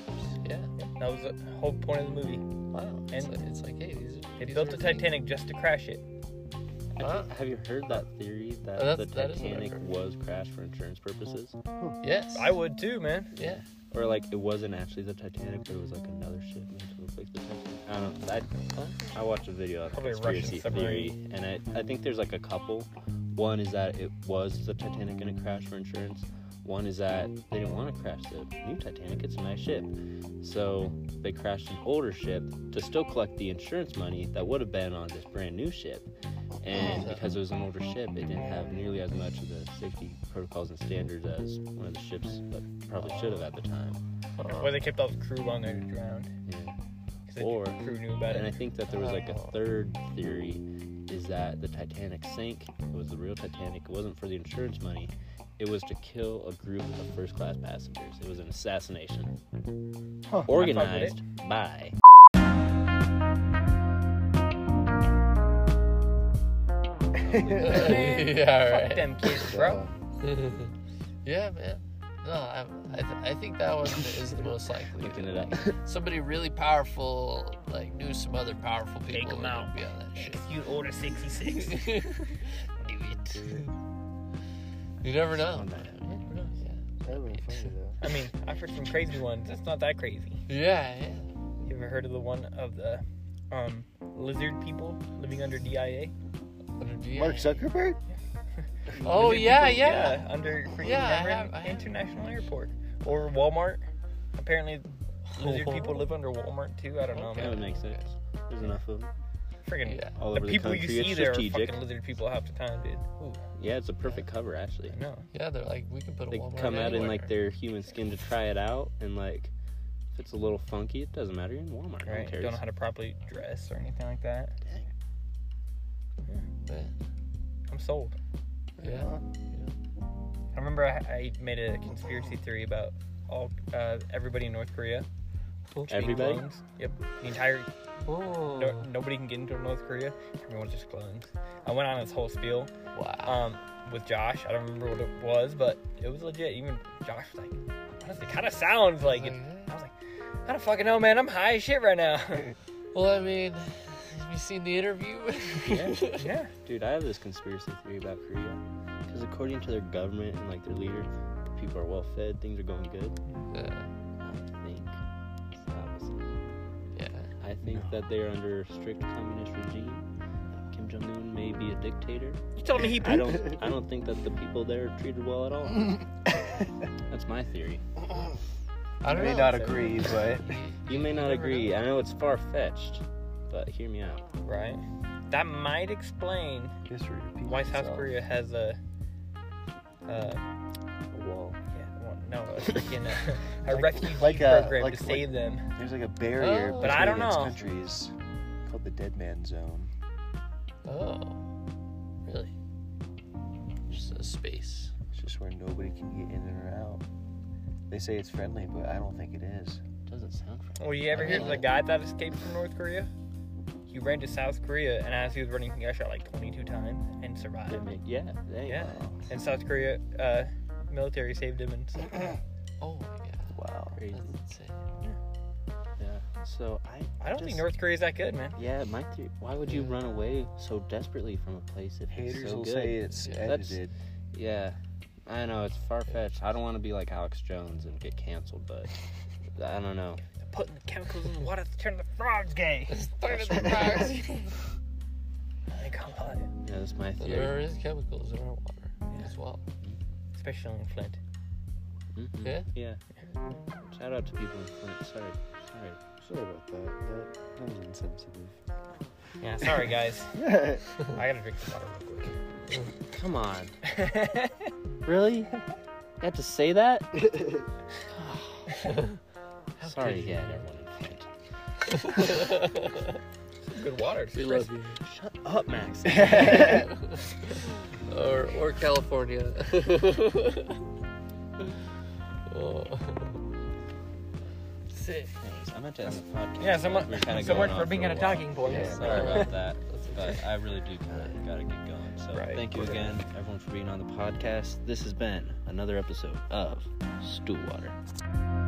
Speaker 6: Yeah.
Speaker 2: That was the whole point of the movie.
Speaker 6: Wow. it's,
Speaker 2: And-
Speaker 6: like, it's like, hey, these are.
Speaker 2: They
Speaker 6: these
Speaker 2: built
Speaker 6: are
Speaker 2: the
Speaker 6: things.
Speaker 2: Titanic just to crash it.
Speaker 6: Huh?
Speaker 4: Have you heard that theory that
Speaker 6: Oh, that's-
Speaker 4: the
Speaker 6: that is what I've
Speaker 4: Titanic
Speaker 6: heard.
Speaker 4: was crashed for insurance purposes?
Speaker 6: Yes.
Speaker 2: I would too, man.
Speaker 6: Yeah.
Speaker 4: or like it wasn't actually the Titanic, but it was like another ship made to look like the Titanic. I don't know. I, I watched a video of
Speaker 2: Probably a
Speaker 4: conspiracy
Speaker 2: Russian
Speaker 4: theory, and I, I think there's like a couple. One is that it was the Titanic in a crash for insurance. One is that they didn't want to crash the new Titanic. It's a nice ship, so they crashed an older ship to still collect the insurance money that would have been on this brand new ship. And because it was an older ship, it didn't have nearly as much of the safety protocols and standards as one of the ships that probably should have at the time.
Speaker 2: Where they kept all the crew on there to drown.
Speaker 4: Yeah.
Speaker 2: Because the
Speaker 4: Or-
Speaker 2: crew knew about
Speaker 4: And I
Speaker 2: it.
Speaker 4: think that there was like a third theory is that the Titanic sank. It was the real Titanic. It wasn't for the insurance money. It was to kill a group of first class passengers. It was an assassination organized by.
Speaker 6: yeah, all
Speaker 2: Fuck
Speaker 6: right.
Speaker 2: them kids, bro.
Speaker 6: yeah, man. No, I, I, th- I think that one is the most likely.
Speaker 4: Looking it up.
Speaker 6: Somebody really powerful, like, knew some other powerful people.
Speaker 2: Take 'em
Speaker 6: and
Speaker 2: out.
Speaker 6: Be on that shit.
Speaker 2: You order 66.
Speaker 6: Do it. You never know.
Speaker 2: I mean, I've heard some crazy ones. It's not that crazy.
Speaker 6: Yeah, yeah.
Speaker 2: You ever heard of the one of the um lizard people living under DIA.
Speaker 6: Under DIA.
Speaker 5: Mark Zuckerberg?
Speaker 6: Oh
Speaker 2: Lizard
Speaker 6: yeah,
Speaker 2: people,
Speaker 6: yeah,
Speaker 2: Under freaking
Speaker 6: Yeah, I
Speaker 2: Denver
Speaker 6: have- I have.
Speaker 2: International Airport or Walmart. Apparently, lizard people live under Walmart too. I don't know,
Speaker 6: Okay.
Speaker 4: That
Speaker 2: man.
Speaker 4: would make sense. There's enough of them
Speaker 2: Freaking
Speaker 6: yeah.
Speaker 4: all
Speaker 2: the
Speaker 4: over the
Speaker 2: people
Speaker 4: country.
Speaker 2: you see
Speaker 4: it's
Speaker 2: there are
Speaker 4: strategic.
Speaker 2: fucking lizard people half the time, dude. Ooh,
Speaker 4: Yeah, it's a perfect cover actually.
Speaker 2: I know.
Speaker 6: Yeah, they're like we can put a
Speaker 4: They
Speaker 6: Walmart
Speaker 4: come out in
Speaker 6: anywhere.
Speaker 4: like their human skin to try it out, and like if it's a little funky, it doesn't matter. You're in Walmart.
Speaker 2: Right?
Speaker 4: Who cares?
Speaker 2: Don't know how to properly dress or anything like that.
Speaker 6: But,
Speaker 2: I'm sold.
Speaker 6: yeah.
Speaker 2: I remember I, I made a conspiracy theory about all uh, everybody in North Korea. being
Speaker 4: Everybody?
Speaker 2: clones. Yep. The entire
Speaker 6: Whoa.
Speaker 2: no, nobody can get into North Korea. Everyone's just clones. I went on this whole spiel
Speaker 6: Wow.
Speaker 2: um, with Josh. I don't remember what it was, but it was legit. Even Josh was like, honestly, kind of sounds like it. I was like, I don't fucking know, man. I'm high as shit right now.
Speaker 6: Well, I mean, have you seen the interview?
Speaker 4: Yeah.
Speaker 2: yeah.
Speaker 4: Dude, I have this conspiracy theory about Korea. Because according to their government and like their leader, people are well fed, things are going good.
Speaker 6: yeah.
Speaker 4: I think it's the opposite.
Speaker 6: Yeah.
Speaker 4: I think that they are under a strict communist regime. Kim Jong Un may be a dictator.
Speaker 2: You telling me he
Speaker 4: I don't. I don't think that the people there are treated well at all. That's my theory.
Speaker 6: I don't
Speaker 5: may
Speaker 6: know.
Speaker 5: not agree, but
Speaker 4: You may not
Speaker 6: never
Speaker 4: agree. I know it's far fetched, but hear me out.
Speaker 2: Right. That might explain
Speaker 5: history repeats
Speaker 2: why South
Speaker 5: itself.
Speaker 2: Korea has a. Uh,
Speaker 4: A wall.
Speaker 2: Yeah, well, no, a freaking uh, a refugee
Speaker 5: like a-
Speaker 2: program
Speaker 5: like-
Speaker 2: to save them.
Speaker 5: There's like a barrier
Speaker 6: Oh.
Speaker 5: between
Speaker 2: But I don't
Speaker 5: its
Speaker 2: know.
Speaker 5: countries called the Dead Man Zone.
Speaker 6: Oh. Really? Just a space.
Speaker 5: It's just where nobody can get in and out. They say it's friendly, but I don't think it is.
Speaker 4: Doesn't sound friendly.
Speaker 2: Well, you ever hear of the guy that escaped from North Korea? He ran to South Korea, and as he was running, he got shot like 22 times and survived.
Speaker 4: They make- Yeah. They,
Speaker 2: Yeah, and South Korea uh, military saved him. And stuff.
Speaker 6: Oh my god.
Speaker 5: Wow.
Speaker 4: Crazy.
Speaker 6: That's insane.
Speaker 4: Yeah. So I.
Speaker 2: I don't think
Speaker 4: just-
Speaker 2: North Korea's that good, man.
Speaker 4: Yeah, my theory. Why would you run away so desperately from a place if
Speaker 5: Haters
Speaker 4: it's so
Speaker 5: will
Speaker 4: good?
Speaker 5: say it's
Speaker 6: Yeah,
Speaker 4: that's-
Speaker 5: edited.
Speaker 4: Yeah, I know it's far fetched. I don't want to be like Alex Jones and get canceled, but I don't know.
Speaker 2: Putting the chemicals in the water to turn the frogs gay.
Speaker 6: Third of the frogs.
Speaker 2: I can't buy it.
Speaker 4: Yeah, that's my theory.
Speaker 6: There is chemicals in our water as well.
Speaker 2: Especially in Flint.
Speaker 4: Mhm.
Speaker 6: Yeah?
Speaker 4: Yeah. Shout out to people in Flint. Sorry, sorry.
Speaker 5: Sorry about that. That, that was insensitive.
Speaker 2: Yeah, sorry guys. I gotta drink some water real quick.
Speaker 4: Come on. really? You had to say that? sorry, yeah, everyone in Flint.
Speaker 2: Good water.
Speaker 6: We love you.
Speaker 4: Shut up, Max.
Speaker 6: Or, or California. oh. Sick.
Speaker 4: Anyways, Oh, I meant to end the podcast.
Speaker 2: Yeah, so much,
Speaker 4: We were kinda
Speaker 2: so
Speaker 4: going
Speaker 2: much
Speaker 4: on
Speaker 2: for being at a
Speaker 4: while.
Speaker 2: talking point.
Speaker 4: Yeah, sorry about that. But I really do kind of got to get going. So
Speaker 2: Right.
Speaker 4: thank you again, everyone, for being on the podcast. This has been another episode of Stoolwater.